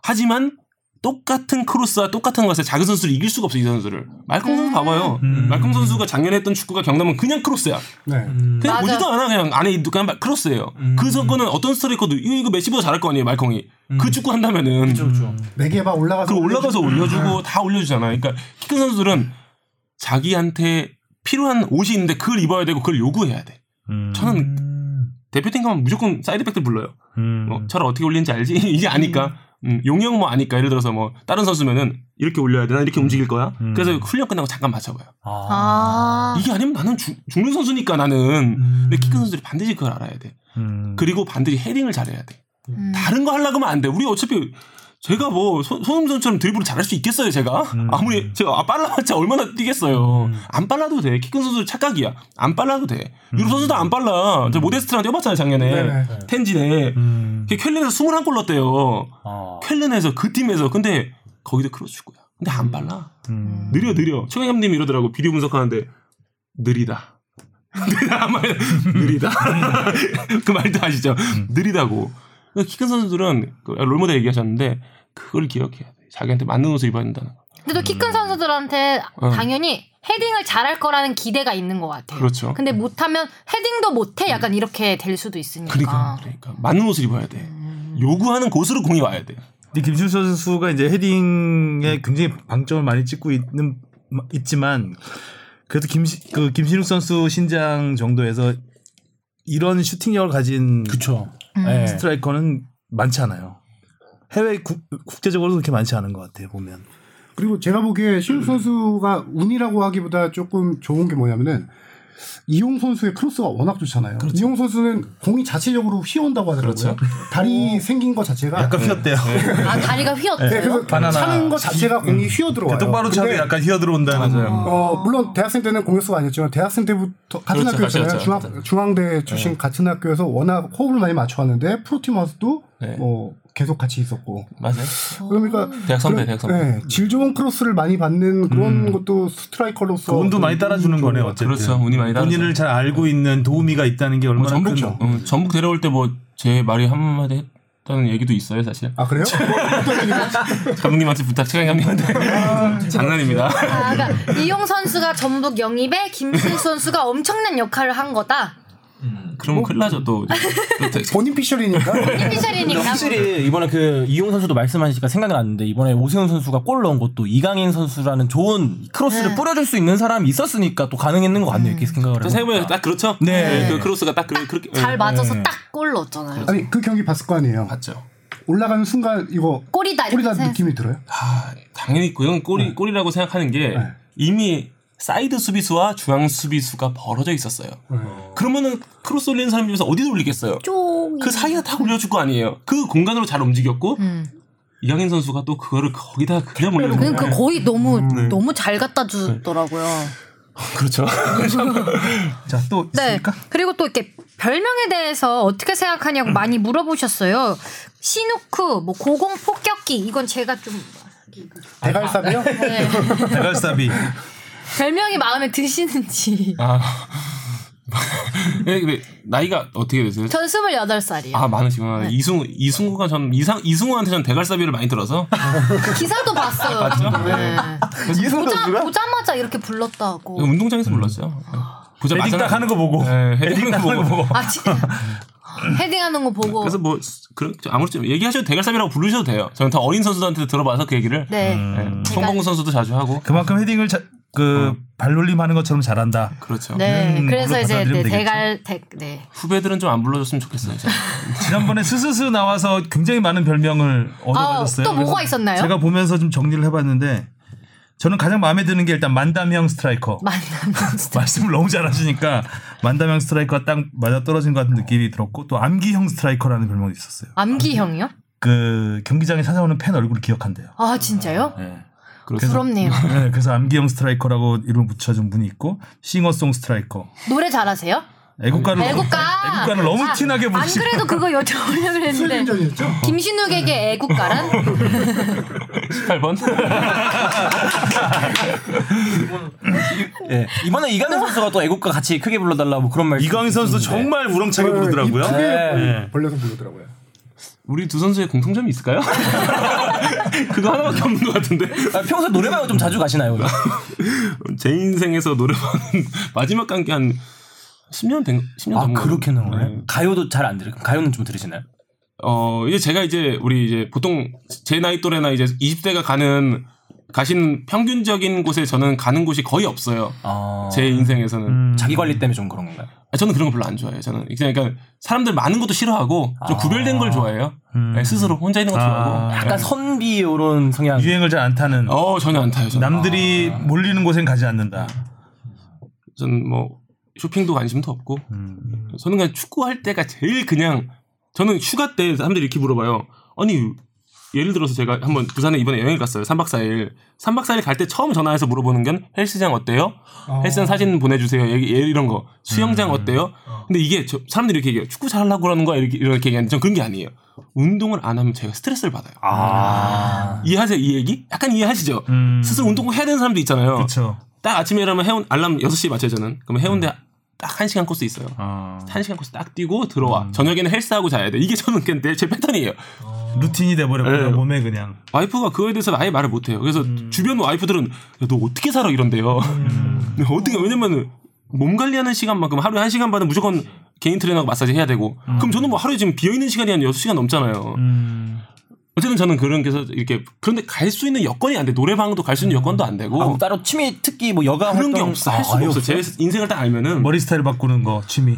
C: 하지만 똑같은 크로스와 똑같은 것에 작은 선수를 이길 수가 없어 이 선수를. 말콤 선수 봐봐요.
F: 음.
C: 말콤 선수가 작년에 했던 축구가 경남은 그냥 크로스야.
D: 네.
C: 그냥
B: 맞아.
C: 보지도 않아 그냥 안에 누가 막 크로스예요. 그 선거는 어떤 스트라이커도 이거, 이거 메시보다 잘할 거 아니에요 말콩이. 그 축구 한다면은
A: 음.
D: 네 개 막 올라가서
C: 그리고 올라가서 올려주고 다 올려주잖아. 그러니까 키큰 선수들은 자기한테 필요한 옷이 있는데 그걸 입어야 되고 그걸 요구해야 돼.
F: 음.
C: 저는
F: 음.
C: 대표팀 가면 무조건 사이드백들 불러요.
F: 음.
C: 뭐 저를 어떻게 올리는지 (laughs) 알지? 이게 아니까. 음, 용형 뭐 아니까. 예를 들어서 뭐 다른 선수면은 이렇게 올려야 되나 이렇게 움직일 거야.
F: 음.
C: 그래서 훈련 끝나고 잠깐 맞춰봐요.
B: 아.
C: 이게 아니면 나는 죽, 는 선수니까 나는. 근데 키큰 선수들이 반드시 그걸 알아야 돼.
F: 음.
C: 그리고 반드시 헤딩을 잘해야 돼.
B: 음.
C: 다른 거 하려고 하면 안 돼. 우리 어차피 제가 뭐 손- 손흥민처럼 드리블을 잘할 수 있겠어요, 제가?
F: 음.
C: 아무리 제가 아, 빨라봤자 얼마나 뛰겠어요. 안 빨라도 돼. 키 큰 선수 착각이야. 안 빨라도 돼.
F: 음.
C: 유럽 선수도 안 빨라. 저 모데스트랑 뛰어봤잖아요, 작년에.
D: 네네.
C: 텐진에.
F: 음.
C: 걔 쾰른에서 21골 넣었대요.
B: 아.
E: 어.
C: 쾰른에서 그 팀에서. 근데 거기도 크로스 축구야. 근데 안 빨라.
F: 음.
C: 느려, 느려. 최강엽님이 이러더라고. 비디오 분석하는데 느리다. 느리다 말 느리다 (laughs) 그 말도 아시죠? 느리다고. 그러니까 키 큰 선수들은 그 롤모델 얘기하셨는데 그걸 기억해야 돼. 자기한테 맞는 옷을 입어야 된다는 거.
B: 근데 또 키 큰 선수들한테
C: 음.
B: 당연히 헤딩을 잘할 거라는 기대가 있는 것 같아요.
C: 그렇죠.
B: 근데 못하면 헤딩도 못해 약간 이렇게 될 수도 있으니까.
C: 그러니까 그러니까 맞는 옷을 입어야 돼. 요구하는 곳으로 공이 와야 돼.
A: 근데 김준수 선수가 이제 헤딩에 굉장히 방점을 많이 찍고 있는 있지만 그래도 김시 그 김신욱 선수 신장 정도에서 이런 슈팅력을 가진
E: 그쵸.
B: 음.
E: 예.
A: 스트라이커는 많지 않아요. 해외 국, 국제적으로도 그렇게 많지 않은 것 같아요 보면.
D: 그리고 제가 보기에 신욱 선수가 운이라고 하기보다 조금 좋은 게 뭐냐면은 이용 선수의 크로스가 워낙 좋잖아요. 이용 선수는 공이 자체적으로 휘어온다고 하더라고요. 다리 생긴 거 자체가
A: 약간 네. 휘었대요.
B: 아 다리가
D: 네,
B: 휘었대요.
D: 그래서
A: 바나나.
D: 차는 거 자체가 공이 휘어
A: (laughs)
D: 들어와요.
A: 똑바로 차도
D: 근데
A: 약간 휘어 들어온다는. 맞아요.
D: 어, 물론 대학생 때는 공격수가 아니었지만 대학생 때부터 같은
C: 그렇죠,
D: 학교였잖아요.
C: 같이 갔죠. 네.
D: 중학, 중앙대 출신 같은 학교에서 워낙 호흡을 많이 맞춰왔는데 프로팀 와서도
C: 네.
D: 뭐 계속 같이 있었고
C: 맞아요.
D: 그러니까
C: 대학 선배,
D: 그런-
C: 대학 선배. 음.
D: 네, 질 좋은 크로스를 많이 받는 그런 것도 스트라이커로서 음.
A: 운도
D: 좀
A: 많이 따라주는 거네 어쨌든.
C: 그렇죠. 네. 운이 많이 따라서.
A: 본인을 잘 알고 있는 도우미가 있다는 게
C: 뭐
A: 얼마나
C: 전북
A: 큰
C: 음, 전북 데려올 때 뭐 제 말이 한마디 했다는 얘기도 있어요, 사실.
D: 아 그래요?
C: 감독님한테 부탁, 최강엽님한테. 장난입니다.
B: 아, 그러니까 이용 선수가 전북 영입에 김신욱 선수가 엄청난 역할을 한 거다.
C: 그러면 큰일 나죠, 또.
D: (laughs) 본인 피셜이니까
B: 피셜이니까.
E: 확실히 이번에 그 이용 선수도 말씀하시니까 생각이 났는데 이번에 오세훈 선수가 골 넣은 것도 이강인 선수라는 좋은 크로스를 뿌려줄 수 있는 사람이 있었으니까 또 가능했는 것 같네요. 이렇게 생각을
C: 또
E: 해보니까.
C: 생각해보면 딱 그렇죠?
E: 네.
C: 그 크로스가 딱 그, 그렇게.
B: 잘
C: 예.
B: 맞아서 딱 골 넣었잖아요.
D: 아니 그 경기 봤을 거 아니에요.
C: 맞죠.
D: 올라가는 순간 이거
B: 골이다 아, 이렇게
D: 꼬리다
B: 생각-
D: 느낌이 들어요.
C: 아, 당연히 그건 골이, 골이라고 생각하는 게 이미 사이드 수비수와 중앙 수비수가 벌어져 있었어요. 그러면은 크로스 올리는 사람 중에서 어디로 올리겠어요?
B: 쪼이.
C: 그 사이에 다 올려줄 거 아니에요. 그 공간으로 잘 움직였고
B: 음.
C: 이강인 선수가 또 그거를 거기다 그냥 올려준
B: 그러니까
C: 거예요.
B: 거의 너무 너무 잘 갖다 주더라고요. (laughs)
C: 그렇죠.
A: 자또
B: 네. 그리고 또 이렇게 별명에 대해서 어떻게 생각하냐고 많이 물어보셨어요. 시누크, 뭐 고공 폭격기 이건 제가 좀
D: 대갈삽이요?
B: 네.
A: 대갈사비.
B: 별명이 마음에 드시는지.
C: 아.
B: 그-
C: 네, 근데 나이가 어떻게 되세요?
B: 전 28살이에요.
C: 아 많으시구나. 이승우 이승우가 전 이상 이승우한테 전 대갈사비를 많이 들어서
B: 그 기사도 봤어요.
A: 아,
B: 네.
A: 그
D: 이승
B: 보자, 보자마자 이렇게
C: 뭐.
A: 어.
B: 불렀다고.
C: 운동장에서 불렀죠. 보자
A: 헤딩 딱 하는 거 보고.
C: 네, 헤딩 딱 보고.
A: (laughs)
B: 아, 진짜. 헤딩하는 거 보고.
C: 그래서 뭐 그런 아무렇지 얘기하셔도 대갈사비라고 부르셔도 돼요. 저는 다 어린 선수들한테 들어봐서 그 얘기를
B: 네.
A: 음.
C: 네, 성공 선수도 자주 하고
A: 그만큼 헤딩을 자,
C: 어.
A: 그 발놀림하는 것처럼 잘한다.
C: 그렇죠.
B: 네.
A: 음,
B: 그래서
A: 물론
B: 이제 네,
A: 받아들이면 되겠죠.
B: 대갈 대, 네.
C: 후배들은 좀 안 불러줬으면 좋겠어요. 진짜.
A: 지난번에 스스스 나와서 굉장히 많은 별명을 얻어가셨어요.
B: 아, 또 뭐가
A: 그래서
B: 있었나요?
A: 제가 보면서 좀 정리를 해봤는데 저는 가장 마음에 드는 게 일단 만담형 스트라이커.
B: 만나면
A: 말씀을 너무 잘하시니까 만담형 스트라이커가 딱 맞아 떨어진 것 같은 느낌이 들었고 또 암기형 스트라이커라는 별명도 있었어요.
B: 암기형이요?
A: 그 경기장에 찾아오는 팬 얼굴을 기억한대요.
B: 아, 진짜요? 부럽네요.
A: 네, 그래서 암기형 스트라이커라고 이름 붙여준 분이 있고 싱어송 스트라이커.
B: 노래 잘하세요?
A: 애국가를 너무-
B: 애국가.
A: 애국가를 너무
B: 아,
A: 티나게
B: 안
A: 부르시.
B: 그래도 그거 여쭤보려고 했는데.
D: 슬림전이었죠?
B: 김신욱에게 애국가란?
C: 18번?
E: 예. 이번에 이강인 선수가 또 애국가 같이 크게 불러달라 뭐 그런 말.
A: 이강인 선수 정말 우렁차게 부르더라고요.
D: 입 크게
A: 네.
D: 벌려서 부르더라고요.
C: 우리 두 선수의 공통점이 있을까요? (laughs) 그거 하나밖에 없는 것 같은데.
E: 아, 평소 노래방을 좀 자주 가시나요? 그럼?
C: 제 인생에서 노래방은 (laughs) 마지막 간 게 한 10년 된, 10년
E: 아
C: 넘은 거
E: 그렇게
C: 같아요.
E: 나오네.
C: 네.
E: 가요도 잘 안 들으. 가요는 좀 들으시나요?
C: 어, 이제 제가 이제 우리 이제 보통 제 나이 또래나 이제 20대가 가는, 가신 평균적인 곳에 저는 가는 곳이 거의 없어요. 음.
E: 아,
C: 제 인생에서는.
E: 자기 관리 때문에 좀 그런 건가요?
C: 아, 저는 그런 거 별로 안 좋아해요. 저는 그냥 그러니까 사람들 많은 것도 싫어하고 좀 구별된 걸 좋아해요. 네, 스스로 혼자 있는 거 아. 좋아하고.
E: 약간 선비 이런 성향.
A: 유행을 잘 안 타는.
C: 어 전혀 안 타요. 저는.
A: 남들이 몰리는 곳엔 가지 않는다.
C: 저는 뭐 쇼핑도 관심도 없고
A: 음.
C: 저는 그냥 축구할 때가 제일 그냥 저는 휴가 때 사람들이 이렇게 물어봐요 아니 예를 들어서 제가 한번 부산에 이번에 여행을 갔어요 3박 4일 3박 4일 갈 때 처음 전화해서 물어보는 건 헬스장 어때요? 헬스장 사진 보내주세요 얘기, 얘 이런 거 수영장 어때요? 근데 이게 저- 사람들이 이렇게 얘기해요 축구 잘하려고 그러는 거야 이렇게, 이렇게 얘기하는데 전 그런 게 아니에요 운동을 안 하면 제가 스트레스를 받아요 음. 이해하세요 이 얘기? 약간 이해하시죠? 스스로 운동 해야 되는 사람도 있잖아요
A: 그렇죠.
C: 딱 아침에 일어나면 해운 알람 6시에 맞춰요 저는. 그러면 해운대
E: 음.
C: 딱 1시간 코스 있어요.
E: 아.
C: 한 1시간 코스 딱 뛰고 들어와.
E: 음.
C: 저녁에는 헬스하고 자야 돼. 이게 저는 그냥 내- 제 패턴이에요.
A: 루틴이 돼버렸구나
C: 네.
A: 몸에 그냥.
C: 와이프가 그거에 대해서 아예 말을 못 해요. 그래서
E: 음.
C: 주변 와이프들은 야, 너 어떻게 살아 이런데요.
E: 음.
C: (laughs) 어떻게 왜냐면 몸 관리하는 시간만큼 하루에 1시간 반은 무조건 개인 트레이너하고 마사지 해야 되고.
E: 음.
C: 그럼 저는 뭐 하루에 지금 비어 있는 시간이 한 6시간 넘잖아요.
E: 음.
C: 어쨌든 저는 그런 게서 이렇게 그런데 갈 수 있는 여건이 안 돼. 노래방도 갈 수 있는 여건도 안 되고.
E: 아, 뭐 따로 취미 특기 뭐 여가
C: 그런 게
E: 활동-
C: 없어.
E: 아,
C: 할 수가
E: 아예
C: 없어. 제 인생을 딱 알면은
A: 머리 스타일 바꾸는 거 취미.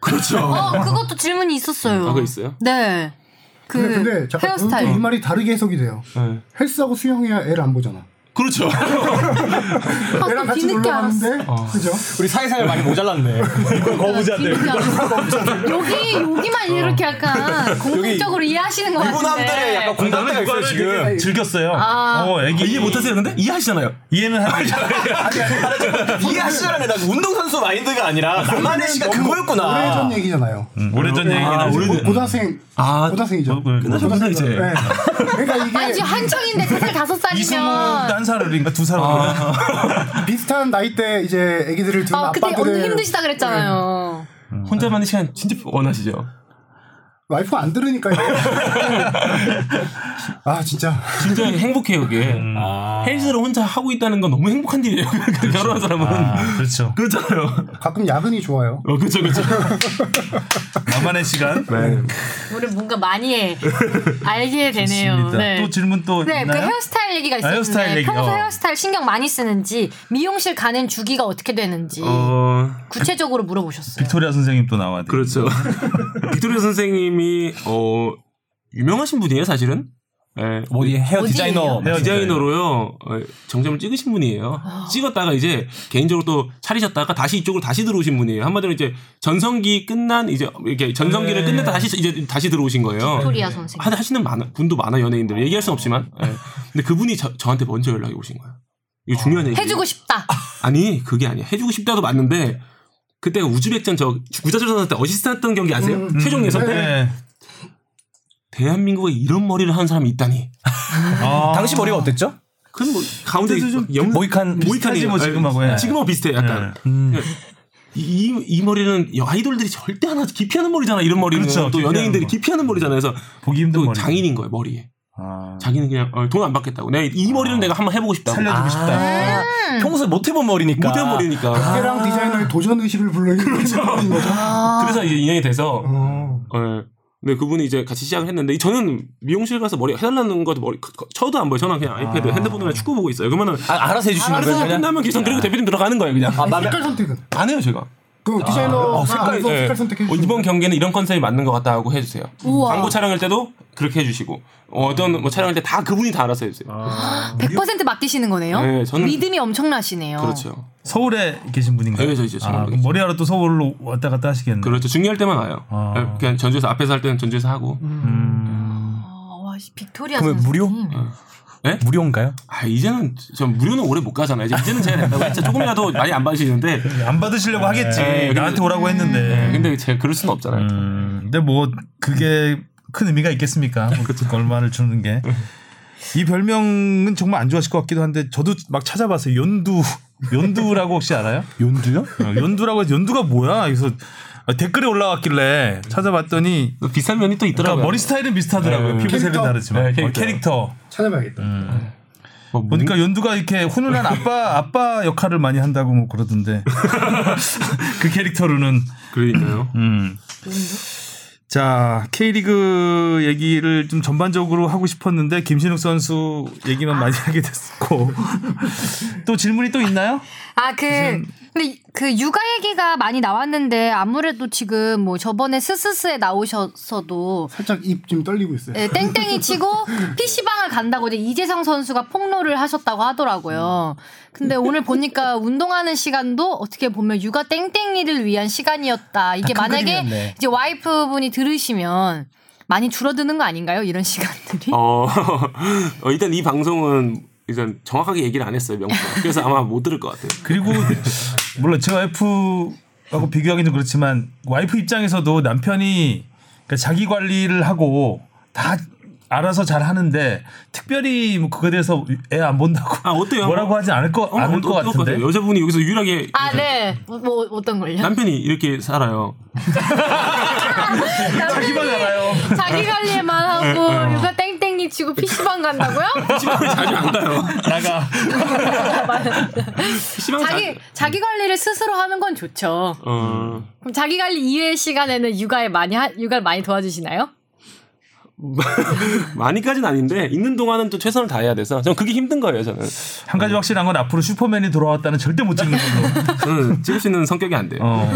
C: 그렇죠.
B: 어, 그것도 질문이 있었어요.
C: 아, 그거 있어요?
B: 네. 그
D: 근데, 근데 잠깐 음,
B: 헤어스타일.
D: 이 말이 다르게 해석이 돼요.
C: 네.
D: 헬스하고 수영해야 애를 안 보잖아.
C: 그렇죠.
B: 아,
D: 애랑
B: 뭐
D: 같이 놀러 가는데
C: 어.
D: 그죠?
E: 우리 사회생활 많이 (laughs) 모자랐네.
A: 거부자들.
B: 뒤늦게
A: (laughs)
B: 알았어. 여기 여기만 이렇게 약간 공통적으로 이해하시는 것
E: 일본
B: 같은데.
E: 남들의 약간 공감대가 있어요 지금.
A: 되게 즐겼어요.
B: 아.
A: 어, 애기
C: 이해 못하세요, 근데? 이해하시잖아요.
A: 이해는 하는데
E: 이해하시잖아요. 나 운동선수 마인드가 아니라 나만의 시간 그거였구나. 음.
D: 오래전 얘기잖아요.
A: 오래전
C: 아,
A: 얘기는
C: 오래전-
A: 지금.
D: 고등학생
C: 아,
D: 고등학생이죠.
A: 뭐,
C: 끝나셨구나, 이제.
D: 네. 그러니까 이게
B: 아니 지금 한창인데 세살 다섯 살이면.
A: 한 살인가 두 살.
D: 비슷한 나이 때 이제 애기들을 두는
B: 아
D: 아,
B: 그때
D: 빠들
B: 언니
D: 을
B: 힘드시다 그랬잖아요.
A: 네.
C: 혼자만의 시간 진짜 원하시죠?
D: 와이프 안
B: (laughs)
D: 들으니까요. 아 진짜
C: (laughs) 진짜 행복해요, 그게. 헬스를 혼자 하고 있다는 건 너무 행복한 일이에요. (laughs) 결혼한 사람은.
A: 아, (laughs) 그렇죠.
C: 그렇잖아요.
D: 가끔 야근이 좋아요.
C: 어, 그렇죠, 그렇죠.
A: 나만의 시간.
C: 네.
D: 네.
B: 우리 뭔가 많이 해.
A: (laughs)
B: 알게 되네요.
A: 좋습니다.
B: 네.
A: 또 질문 또
B: 네, 그
A: 있나요? 아,
B: 헤어스타일 얘기가 있었는데
A: 헤어스타일 얘기,
B: 평소
A: 어.
B: 헤어스타일 신경 많이 쓰는지 미용실 가는 주기가 어떻게 되는지
C: 어,
B: 구체적으로 물어보셨어요.
A: 빅토리아 선생님 또 나와야 돼.
C: 그렇죠. (laughs) 빅토리아 선생님이, 어, 유명하신 분이에요, 사실은. 예.
E: 어디 헤어
B: 어디예요?
E: 디자이너.
A: 헤어
C: 디자이너로요 어, 정점을 찍으신 분이에요. 찍었다가 이제 개인적으로 또 차리셨다가 다시 이쪽으로 다시 들어오신 분이에요. 한마디로 이제 전성기 끝난 이제 이렇게 전성기를 끝냈다 다시 이제 다시 들어오신 거예요.
B: 빅토리아 선생님.
C: 하- 하시는 많아, 분도 많아 연예인들 얘기할 순 없지만.
B: 음.
C: 예. 근데 그분이 저, 저한테 먼저 연락이 오신 거예요. 이거 중요한 얘기.
B: 어. 해주고 싶다.
C: 아니 그게 아니야. 해주고 싶다도 맞는데 그때가 우즈벡전 저 구자철 때 어시스트했던 경기 아세요?
B: 음,
C: 최종 예선 때
A: 네.
C: 대한민국에 이런 머리를 하는 사람이 있다니.
A: 아,
E: 당시 머리가 어땠죠?
C: 그건 뭐 가운데
A: 좀
C: 염-
E: 모이칸
A: 비슷하지 뭐
C: 모이칸이에요.
A: 지금하고, 예. 네.
C: 지금하고 비슷해 약간. 그러니까 이, 이- 이 머리는 여- 아이돌들이 절대 하나 기피하는 머리잖아 이런 머리는
A: 그렇죠,
C: 또
A: 기피하는
C: 연예인들이
A: 거.
C: 기피하는 머리잖아 그래서
A: 보기 힘든
C: 또
A: 머리.
C: 장인인 거예요 머리에
A: 아,
C: 음. 자기는 그냥 어, 돈 안 받겠다고 내가 이 머리는
E: 아.
C: 내가 한번 해보고 싶다고
A: 살려주고
C: 아,
A: 싶다.
E: 평소에 못 해본 머리니까.
C: 못해 머리니까
D: 걔랑 디자이너의 도전
C: (laughs)
D: 의식을 불러일으키는
C: 그렇죠.
D: 거죠.
E: 아.
C: 그래서 이제 인연이 돼서
E: 음.
D: 어.
C: 예. 근데 그분이 이제 같이 시작을 했는데 저는 미용실 가서 머리 해달라는 것도 머리 거- 쳐도 안 보여 저는 그냥 아이패드 핸드폰으로 축구 보고 있어요 그러면은
E: 아, 알아서 해주시는
C: 알아서
E: 거예요 그냥.
C: 끝나면 기선 그리고 대표팀 들어가는 거예요 그냥
E: 아, 맘에-
D: 색깔 선택은
C: 안 해요 제가
D: 그 디자이너 색깔
C: 아, 색깔, 예.
D: 색깔 선택해
C: 어,
D: 주시면
C: 이번 경기는 이런 컨셉이 맞는 것 같다 하고 해주세요.
B: 우와.
C: 광고 촬영할 때도 그렇게 해주시고 어, 떤뭐 촬영할 때 다 그분이 다 알아서 해주세요.
B: 100% 맡기시는 거네요.
C: 네, 저는-
B: 믿음이 엄청나시네요.
C: 그렇죠.
A: 서울에 계신 분인가요?
C: 네, 저 이제 서울에
A: 아, 그럼
C: 계세요.
A: 머리하러 또 서울로 왔다 갔다 하시겠네.
C: 그렇죠. 중요할 때만 와요. 네,
A: 아.
C: 그냥 전주에서 앞에서 할 때는 전주에서 하고.
A: 음.
B: 아, 와, 씨, 빅토리아
E: 그러면 무료?
B: 선생님.
C: 예, 네?
E: 무료인가요?
C: 아 이제는 전 무료는 오래 못 가잖아요. 이제 이제는 제가 된다고 했죠. 조금이라도 많이 안 받으시는데
A: 안 받으시려고 하겠지.
C: 네,
A: 나한테 오라고
C: 네,
A: 했는데.
C: 근데 제가 그럴 수는 없잖아요.
A: 음, 근데 뭐 그게 큰 의미가 있겠습니까? 뭐 얼마를 주는 게. 이 별명은 정말 안 좋아하실 것 같기도 한데 저도 막 찾아봤어요. 연두. 연두라고 혹시 알아요?
E: 연두요?
A: 어, 연두라고 해서 연두가 뭐야? 그래서 댓글이 올라왔길래 찾아봤더니
C: 또 비싼 면이 또 있더라고요.
A: 그러니까 머리 스타일은 비슷하더라고요.
C: 네.
A: 피부 색은
D: 캐릭터?
A: 다르지만
C: 네,
A: 어,
C: 캐릭터.
A: 캐릭터.
D: 찾아봐야겠다.
C: 뭐 문-
A: 보니까 연두가 이렇게 훈훈한 아빠 아빠 역할을 많이 한다고 뭐 그러던데 (laughs) 그 캐릭터로는
C: 그러니까요.
A: 음. 자 K리그 얘기를 좀 전반적으로 하고 싶었는데 김신욱 선수 얘기만 많이 하게 됐고 (laughs) 또 질문이 또 있나요?
B: 아, 그, 근데 이- 그 육아 얘기가 많이 나왔는데 아무래도 지금 뭐 저번에 스스스에 나오셔서도
D: 살짝 입 좀 떨리고 있어요.
B: 예, 땡땡이
E: (laughs)
B: 치고 PC방을 간다고 이제 이재성 선수가 폭로를 하셨다고 하더라고요. 근데 오늘 보니까 운동하는 시간도 어떻게 보면 육아 땡땡이를 위한 시간이었다. 이게
E: 아, 다큰
B: 만약에
E: 그림이었네.
B: 이제 와이프분이 들으시면 많이 줄어드는 거 아닌가요? 이런 시간들이.
C: 어, (laughs) 어, 일단 이 방송은 일단 정확하게 얘기를 안 했어요 명품. 그래서 아마 못 들을 것 같아요.
A: 그리고 물론 제 와이프하고 비교하기는 그렇지만 와이프 입장에서도 남편이 그러니까 자기 관리를 하고 다 알아서 잘 하는데 특별히 뭐 그거에 대해서 애 안 본다고
C: 아, 어때요?
A: (laughs) 뭐라고 하진 않을 거
C: 어,
A: 않을
C: 어,
A: 것
C: 어떨
A: 같은데
C: 같아요? 여자분이 여기서 유일하게
B: 아, 네. 뭐, 뭐 어떤 걸요?
C: 남편이 이렇게 살아요. (laughs)
B: (laughs)
A: 자기만 어, 알아요.
B: 자기 관리만
A: 네,
B: 하고 육아 땡땡이 치고 PC방
A: (laughs)
B: 간다고요?
C: 시방을 자주 안 가요. (laughs)
A: 나가
C: 시방
B: 자기 자기 관리를 스스로 하는 건 좋죠.
C: 어,
B: 그럼 자기 관리 이외의 시간에는 육아에 많이 하- 육아를 많이 도와주시나요?
C: 많이까지는 아닌데 있는 동안은 또 최선을 다해야 돼서 저는 그게 힘든 거예요 저는.
A: 한 가지 확실한 건 앞으로 슈퍼맨이 돌아왔다는 절대 못 찍는 걸로.
C: 저는 찍을 수 있는 성격이 안 돼요.
A: 어.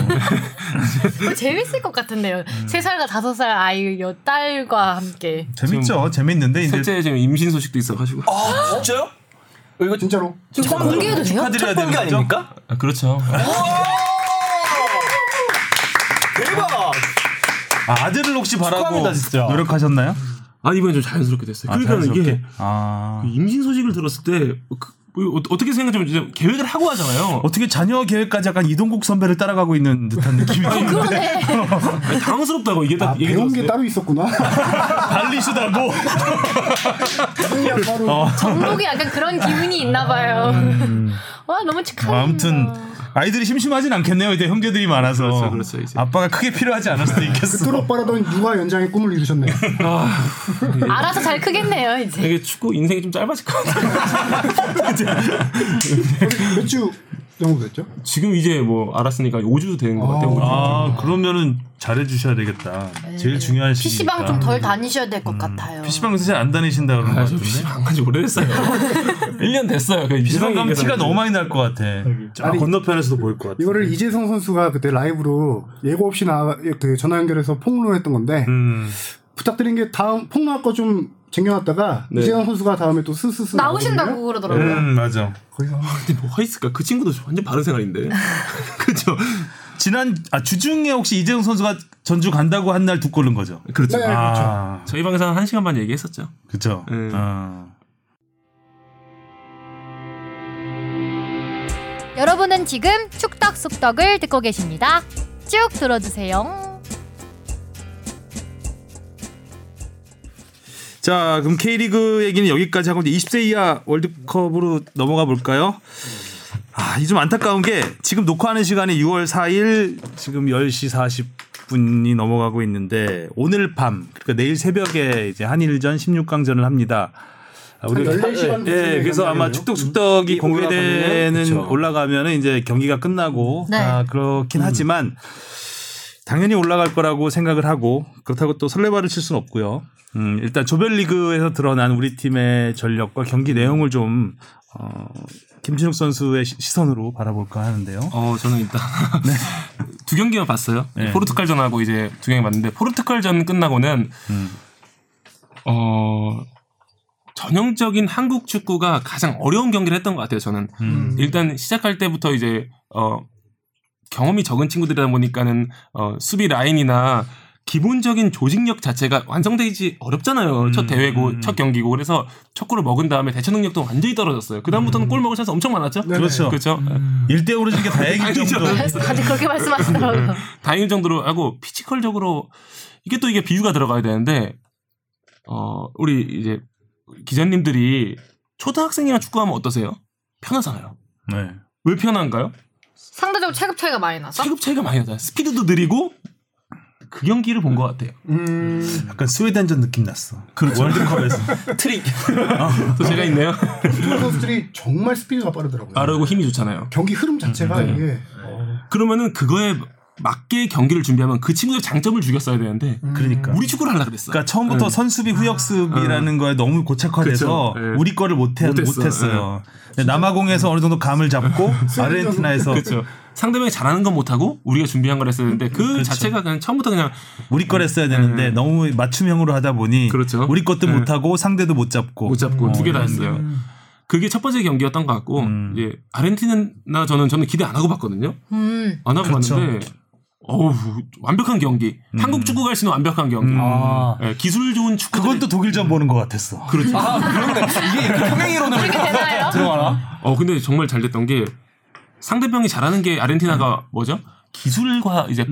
B: 그거 어, 재밌을 것 같은데요.
A: 음.
B: 세 살과 다섯 살 아이 여 딸과 함께.
A: 재밌죠, 재밌는데 이제
C: 셋째 지금 임신 소식도 있어가지고.
E: 아 진짜요? 이거
D: 진짜로.
E: 지금
B: 공개해도 돼요?
A: 축하드려야 되는 거죠?
C: 아, 그렇죠.
E: 대박!
A: 아, 아들을 혹시 바라고
E: 축하합니다, 진짜.
A: 노력하셨나요?
C: 아 이번에 좀 자연스럽게 됐어요. 그러니까
A: 자연스럽게?
C: 이게 그
A: 아.
C: 임신 소식을 들었을 때 어, 그, 어, 어떻게 생각하면 이제 계획을 하고 하잖아요.
A: 어떻게 자녀 계획까지 약간 이동국 선배를 따라가고 있는 듯한 느낌이 드는데
B: 그러네.
C: 아니, 당황스럽다고 이게 딱
D: 아,
C: 얘기
D: 배운
C: 들었을
D: 게
C: 때.
D: 따로 (laughs) 있었구나.
A: 달리시다고
D: 배운 게 따로.
B: 정록이 약간 그런 기운이 있나 봐요. 와 너무 축하해.
A: 음. 뭐 아무튼 아이들이 심심하진 않겠네요 이제 형제들이 많아서
C: 그렇죠, 그렇죠, 이제.
A: 아빠가 크게 필요하지 않을 수도 있겠어
D: 그토록 바라던 육아 연장의 꿈을 이루셨네.
B: 알아서 잘 크겠네요
A: 음.
B: 이제.
C: 아, 되게 축구 인생이 좀 짧아질 것 같아요.
D: 몇 주 정도 됐죠?
C: (laughs) 지금 이제 뭐 알았으니까 5주 된 것 같아요. 5주.
A: 아 그러면은 잘해주셔야 되겠다 제일 중요한 시기니까
B: 네. PC방 좀 덜 다니셔야 될
A: 음.
B: 것 같아요.
A: PC방 요새 안 다니신다 그런 것
C: 아, 저
A: 같은데
C: PC방 안 간지 (laughs) 오래됐어요. 1년 됐어요. 그
A: PC방 가면
C: 얘기해서
A: 티가
C: 그런지.
A: 너무 많이 날 것 같아 아
D: 아니,
A: 건너편에서도 보일 것 같아
D: 이거를 이재성 선수가 그때 라이브로 예고 없이 나, 그 전화 연결해서 폭로했던 건데,
A: 음.
D: 부탁드린 게 다음, 폭로할 거 좀 쟁여놨다가, 이재성 선수가 다음에 또 스스스.
B: 나오신다고
D: 나오거든요.
B: 그러더라고요.
A: 음, 맞아
D: 거기서 한번
C: 근데 뭐가 있을까? 그 친구도 완전 바른 생활인데. 그렇죠.
A: 지난 아 주중에 혹시 이재용 선수가 전주 간다고 한 날 두 골은 거죠
C: 그렇죠.
D: 네,
A: 아
C: 저희 방에서 한 1시간 반 얘기했었죠.
A: 그쵸
C: 음.
A: 어.
B: 여러분은 지금 축덕 속덕을 듣고 계십니다. 쭉 들어주세요.
A: 자, 그럼 K리그 얘기는 여기까지 하고 이제 20세 이하 월드컵으로 넘어가 볼까요? 아, 이 좀 안타까운 게 지금 녹화하는 시간이 6월 4일 지금 10시 40분이 넘어가고 있는데 오늘 밤 그러니까 내일 새벽에 이제 한일전 16강전을 합니다. 아, 우리
D: 14시간
A: 예, 그래서 아마 축덕 축덕이 공개되는
C: 올라가면은, 음, 그쵸.
A: 올라가면 은 이제 경기가 끝나고
B: 네.
A: 다 그렇긴
C: 음.
A: 하지만 당연히 올라갈 거라고 생각을 하고 그렇다고 또 설레발을 칠 수는 없고요. 음, 일단 조별리그에서 드러난 우리 팀의 전력과 경기 내용을 좀 어, 김진욱 선수의 시- 시선으로 바라볼까 하는데요.
C: 어, 저는 일단 (laughs) 두 경기만 봤어요.
A: 네.
C: 포르투갈전하고 이제 두 경기 봤는데 포르투갈전 끝나고는 어 전형적인 한국 축구가 가장 어려운 경기를 했던 것 같아요. 저는 일단 시작할 때부터 이제 어 경험이 적은 친구들이다 보니까는 어 수비 라인이나 기본적인 조직력 자체가 완성되지 어렵잖아요. 첫 대회고 첫 경기고 그래서 첫 골을 먹은 다음에 대처 능력도 완전히 떨어졌어요. 그 다음부터는 골 먹을 찬스 엄청 많았죠.
D: 네.
A: 그렇죠.
C: 그렇죠.
A: 1대5로 지게 다행인
C: (laughs) 아니죠.
A: 정도.
B: 다들 그렇게 말씀하시더라고요.
C: 다행인 정도로 하고 피지컬적으로 이게 또 이게 비유가 들어가야 되는데 어 우리 이제 기자님들이 초등학생이랑 축구하면 어떠세요? 편하잖아요.
A: 네.
C: 왜 편한가요?
B: 상대적으로 체급 차이가 많이 나서?
C: 체급 차이가 많이 나잖아요. 스피드도 느리고 그 경기를 본 것 같아요.
D: 음,
A: 약간 스웨덴전 느낌 났어. (laughs) 월드컵에서.
C: 트릭. 또 제가 있네요. (laughs)
D: 프로 선수들이 정말 스피드가 빠르더라고요. 음,
C: 빠르고 힘이 좋잖아요.
D: 경기 흐름 자체가
C: 네.
D: 이게
C: 그러면은 그거에 맞게 경기를 준비하면 그 친구들 장점을 죽였어야 되는데
A: 그러니까.
C: 우리 축구를 하려 그랬어.
A: 그러니까 처음부터 음. 선수비 후역습이라는 거에 너무 고착화돼서
C: 그쵸. 예.
A: 우리 거를 못해
C: 못했어.
A: 못했어요. 남아공에서 어느 정도 감을
C: (laughs)
A: 잡고 아르헨티나에서
C: 그렇죠. 상대방이 잘하는 건 못하고 우리가 준비한 걸 했어야 되는데 그 자체가 그냥 처음부터 그냥
A: 우리 걸 했어야 되는데 너무 맞춤형으로 하다 보니
C: 음, 그렇죠.
A: 우리 것도 못 하고 상대도 못 잡고 음.
C: 못 잡고 두 개 다 했어요. 그게 첫 번째 경기였던 것 같고 이제 아르헨티나 저는 저는 기대 안 하고 봤거든요.
B: 음.
C: 안 하고
A: 그렇죠. 음.
C: 봤는데 어우 완벽한 경기. 한국 축구 갈 수 있는 완벽한 경기.
E: 아.
C: 예, 기술 좋은 축구.
A: 그건 또 독일전 보는 것 같았어.
C: 그렇죠.
E: 이게 이렇게 평행이론으로
B: 그렇게 되나요?
E: 들어가나?
C: 어 근데 정말 잘 됐던 게 상대방이 잘하는 게
A: 음.
C: 아르헨티나가 뭐죠? 기술과 이제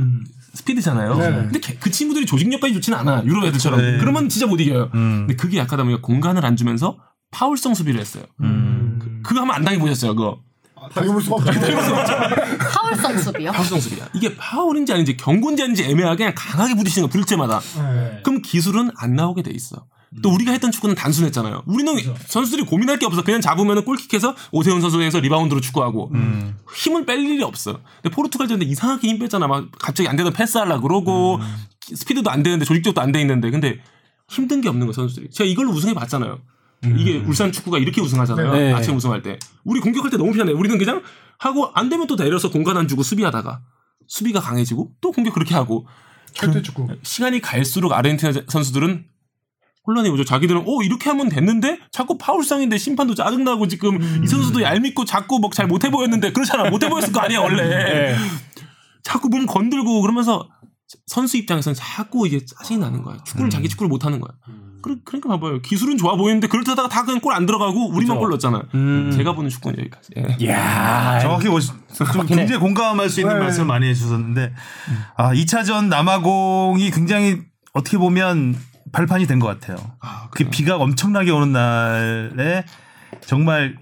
C: 스피드잖아요. 근데 걔- 그 친구들이 조직력까지 좋지는 않아 유럽 애들처럼.
A: 네.
C: 그러면 진짜 못 이겨요.
A: 음.
C: 근데 그게 약하다 보니까 공간을 안 주면서 파울성 수비를 했어요.
A: 음.
C: 그, 그거 하면 안 당해 보셨어요. 그거
D: 다녀볼 수가 없죠.
B: 파울성 수비요?
C: 파울성 수비야. 이게 파울인지 아닌지 경고인지 아닌지 애매하게 그냥 강하게 부딪히는 거 부릴 때마다.
D: 네.
C: 그럼 기술은 안 나오게 돼 있어. 또 우리가 했던 축구는 단순했잖아요. 우리는 선수들이 고민할 게 없어. 그냥 잡으면 골킥해서 오세훈 선수에서 리바운드로 축구하고 힘을 뺄 일이 없어. 근데 포르투갈전에 이상하게 힘 뺐잖아. 막 갑자기 안 되던 패스하려 그러고 기- 스피드도 안 되는데 조직력도 안 돼 있는데 근데 힘든 게 없는 거 선수들이. 제가 이걸로 우승해 봤잖아요. 이게 울산 축구가 이렇게 우승하잖아요.
E: 네.
C: 아침 우승할 때. 우리 공격할 때 너무 편해. 우리는 그냥 하고 안 되면 또 내려서 공간 안 주고 수비하다가 수비가 강해지고 또 공격 그렇게 하고
D: 절대 축구.
C: 시간이 갈수록 아르헨티나 선수들은 혼란이 오죠. 자기들은 어 이렇게 하면 됐는데 자꾸 파울상인데 심판도 짜증나고 지금 이 선수도 얄밉고 자꾸 막 잘 못해 보였는데 그렇잖아 못해 보였을 거 아니야 원래 자꾸 몸 건들고 그러면서 선수 입장에서는 자꾸 이게 짜증이 나는 거야. 축구를 자기 축구를 못하는 거야. 그러, 그러니까 봐봐요. 기술은 좋아 보이는데 그렇다다가 다 그냥 골 안 들어가고 우리만 골 넣었잖아. 제가 보는 축구는 여기까지. 예.
E: 이야.
A: 정확히 오시- 좀 굉장히 공감할 수
C: 네.
A: 있는 말씀을 많이 해주셨는데 아 2차전 남아공이 굉장히 어떻게 보면 발판이 된 것 같아요. 그 비가 엄청나게 오는 날에 정말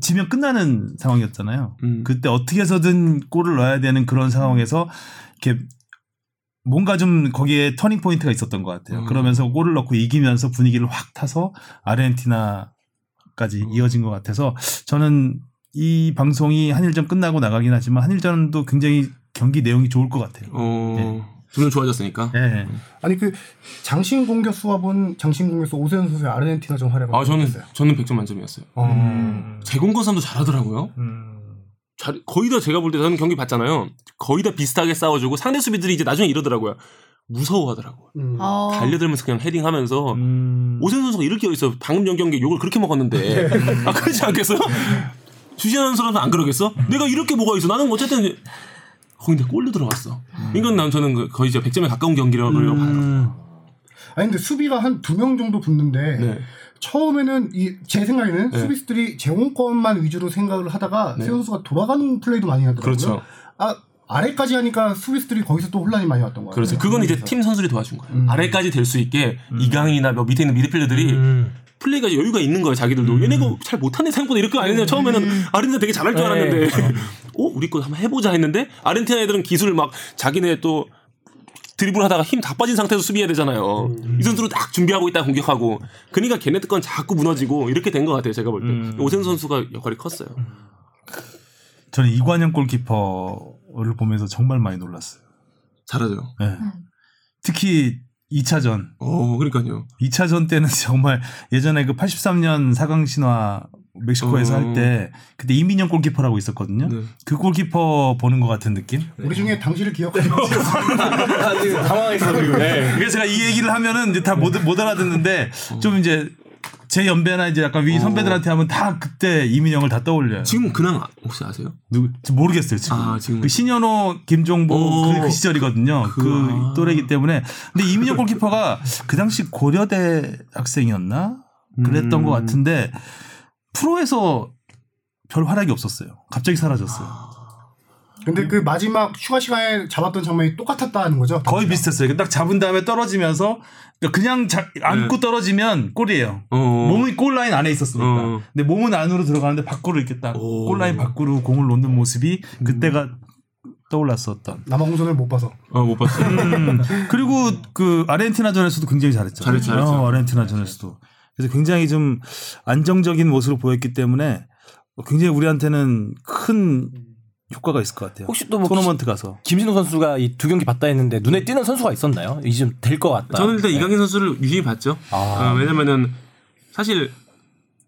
A: 지면 끝나는 상황이었잖아요.
C: 음.
A: 그때 어떻게 해서든 골을 넣어야 되는 그런 상황에서 이렇게 뭔가 좀 거기에 터닝 포인트가 있었던 것 같아요.
C: 음.
A: 그러면서 골을 넣고 이기면서 분위기를 확 타서 아르헨티나까지 이어진 것 같아서 저는 이 방송이 한일전 끝나고 나가긴 하지만 한일전도 굉장히 경기 내용이 좋을 것 같아요.
C: 어,
A: 네.
C: 둘은 좋아졌으니까.
A: 예. 네.
D: 아니 그 장신 공격수와 본 장신 공격수 오세훈 선수의 아르헨티나 전 활약을
C: 아 저는
D: 보셨어요?
C: 저는 100점 만점이었어요.
D: 어.
C: 음. 제공건삼도 잘하더라고요. 잘, 거의 다 제가 볼 때 저는 경기 봤잖아요. 거의 다 비슷하게 싸워주고 상대 수비들이 이제 나중에 이러더라고요. 무서워하더라고요.
D: 음.
B: 어.
C: 달려들면서 그냥 헤딩하면서 오세훈 선수가 이렇게 있어 방금 전 경기에 욕을 그렇게 먹었는데 아 그러지 않겠어요? 주시한 선수라도 안 그러겠어? 내가 이렇게 뭐가 있어? 나는 어쨌든 이제- 어, 근데 골로 들어갔어. 이건 난 저는 그- 거의 이제 100점에 가까운 경기라고 봐요.
D: 아니 근데 수비가 한 두 명 정도 붙는데
C: 네.
D: 처음에는 이 제 생각에는
C: 네.
D: 수비수들이 제공권만 위주로 생각을 하다가
C: 네.
D: 세 선수가 돌아가는 플레이도 많이 하더라고요.
C: 그렇죠.
D: 아 아래까지 하니까 수비수들이 거기서 또 혼란이 많이 왔던 거예요.
C: 그렇죠. 그건 이제 팀 선수들이 도와준 거예요. 아래까지 될 수 있게 이강인이나 뭐 밑에 있는 미드필더들이 플레이가 여유가 있는 거예요. 자기들도 얘네가 잘 못하는 생각보다 이렇게 아니냐 음. 처음에는 네. 아르헨티나 되게 잘할 줄 알았는데 (laughs) 어 우리 거 한번 해보자 했는데 아르헨티나 애들은 기술 막 자기네 또 드리블 하다가 힘 다 빠진 상태에서 수비해야 되잖아요. 이 선수로 딱 준비하고 있다 공격하고 그러니까 걔네들 건 자꾸 무너지고 이렇게 된 것 같아요. 제가 볼 때 오세훈 선수가 역할이 컸어요.
A: 저는 이관영 골키퍼를 보면서 정말 많이 놀랐어요.
C: 잘하죠.
A: 예. 특히 2차전
C: 어 그러니까요.
A: 2차전 때는 (laughs) 정말 예전에 그 83년 사강 신화 멕시코에서
C: 어.
A: 할 때 그때 이민영 골키퍼라고 있었거든요.
C: 네.
A: 그 골키퍼 보는 것 같은 느낌?
D: 우리 중에 당신을 기억하는
C: (laughs)
E: 당황했어 지금. 네.
A: 그래서 제가 이 얘기를 하면은 이제 다 못 못 알아듣는데 좀 이제 제 연배나 이제 약간 위 선배들한테 하면 다 그때 이민영을 다 떠올려요.
C: 지금 근황 아- 혹시 아세요?
A: 누구 지금 모르겠어요 지금.
C: 아, 지금.
A: 그 신현호, 김종보
C: 오.
A: 그, 그 시절이거든요. 그,
C: 그-
A: 또래이기 때문에. 근데 이민혁 골키퍼가 그 당시 고려대 학생이었나 그랬던
C: 음.
A: 것 같은데 프로에서 별 활약이 없었어요. 갑자기
C: 아,
A: 사라졌어요.
D: 근데 그 마지막 휴가 시간에 잡았던 장면이 똑같았다는 거죠.
A: 거의
C: 그렇죠.
A: 비슷했어요. 그러니까 딱 잡은 다음에 떨어지면서 그러니까 그냥 자- 안고 떨어지면 골이에요.
C: 네. 어.
A: 몸이 골라인 안에 있었으니까.
C: 어.
A: 근데 몸은 안으로 들어가는데 밖으로 이렇게 딱
C: 오. 음.
A: 골라인 밖으로 공을 놓는 모습이 그때가 떠올랐었던.
D: 남아공선을 못 봐서.
C: 어, 못 봤어요.
A: 음. 그리고 그 아르헨티나전에서도 굉장히 잘했죠.
C: 잘했죠, 잘했죠.
A: 어, 아르헨티나전에서도. 그래서 굉장히 좀 안정적인 모습을 보였기 때문에 굉장히 우리한테는 큰 효과가 있을 것 같아요.
E: 혹시 또뭐
A: 토너먼트 가서.
E: 김신우 선수가 이 두 경기 봤다 했는데 눈에 띄는 선수가 있었나요? 네. 이제 좀 될 것 같다.
C: 저는 일단 이강인 선수를 유심히 봤죠. 어, 왜냐면은 사실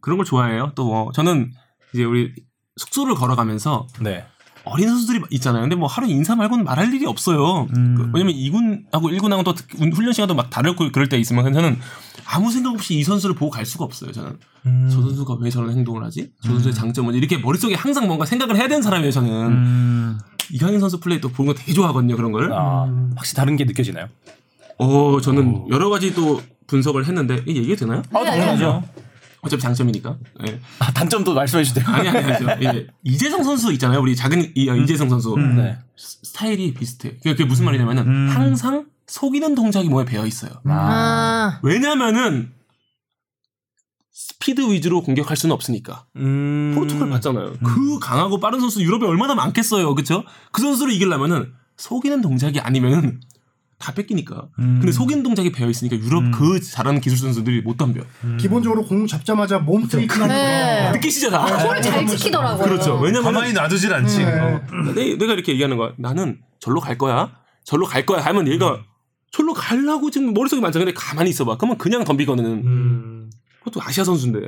C: 그런 걸 좋아해요. 또 뭐, 저는 이제 우리 숙소를 걸어가면서
E: 네.
C: 어린 선수들이 있잖아요. 근데 뭐 하루 인사 말고는 말할 일이 없어요. 그, 왜냐면 2군하고 1군하고 또 특- 운- 훈련 시간도 막 다르고 그럴 때 있으면 저는 아무 생각 없이 이 선수를 보고 갈 수가 없어요. 저는 저 선수가 왜 저런 행동을 하지? 저 선수의 장점은 뭐지? 이렇게 머릿속에 항상 뭔가 생각을 해야 되는 사람이에요. 저는 이강인 선수 플레이 또 보는 거 되게 좋아하거든요. 그런 걸.
E: 아, 확실히 다른 게 느껴지나요?
C: 어, 저는 여러 가지 또 분석을 했는데 이 얘기가 되나요?
B: 네.
E: 아, 당연하죠.
C: 어차피 장점이니까. 예.
E: 아, 단점도 말씀해 주세요.
C: 아니 아니 아니죠. 예. 이재성 선수 있잖아요. 우리 작은 이, 아, 이재성 선수
E: 음. 네. 음.
C: 스- 스타일이 비슷해. 그게, 그게 무슨 말이냐면은 항상 속이는 동작이 뭐에 배어 있어요.
B: 아.
C: 왜냐면은 스피드 위주로 공격할 수는 없으니까
E: 음.
C: 포르투갈 봤잖아요. 그 강하고 빠른 선수 유럽에 얼마나 많겠어요, 그렇죠? 그 선수를 이기려면은 속이는 동작이 아니면은 다 뺏기니까.
E: 음.
C: 근데 속이는 동작이 배어 있으니까 유럽 그 잘하는 기술 선수들이 못 덤벼.
D: 기본적으로 공 잡자마자
C: 그렇죠.
D: 몸
B: 네.
D: 트리킹하는 거.
C: 느끼시죠,
E: 아.
C: 다.
B: 코를 잘 지키더라고요.
C: 그렇죠. 왜냐면
A: 가만히 놔두질 않지.
C: 어.
D: 네.
C: 내, 내가 이렇게 얘기하는 거야. 나는 절로 갈 거야. 절로 갈 거야. 하면
E: 음.
C: 얘가 절로 가려고 지금 머릿속에 많잖아. 근데 가만히 있어봐. 그러면 그냥 덤비거든.
E: 음.
C: 그것도 아시아 선수인데.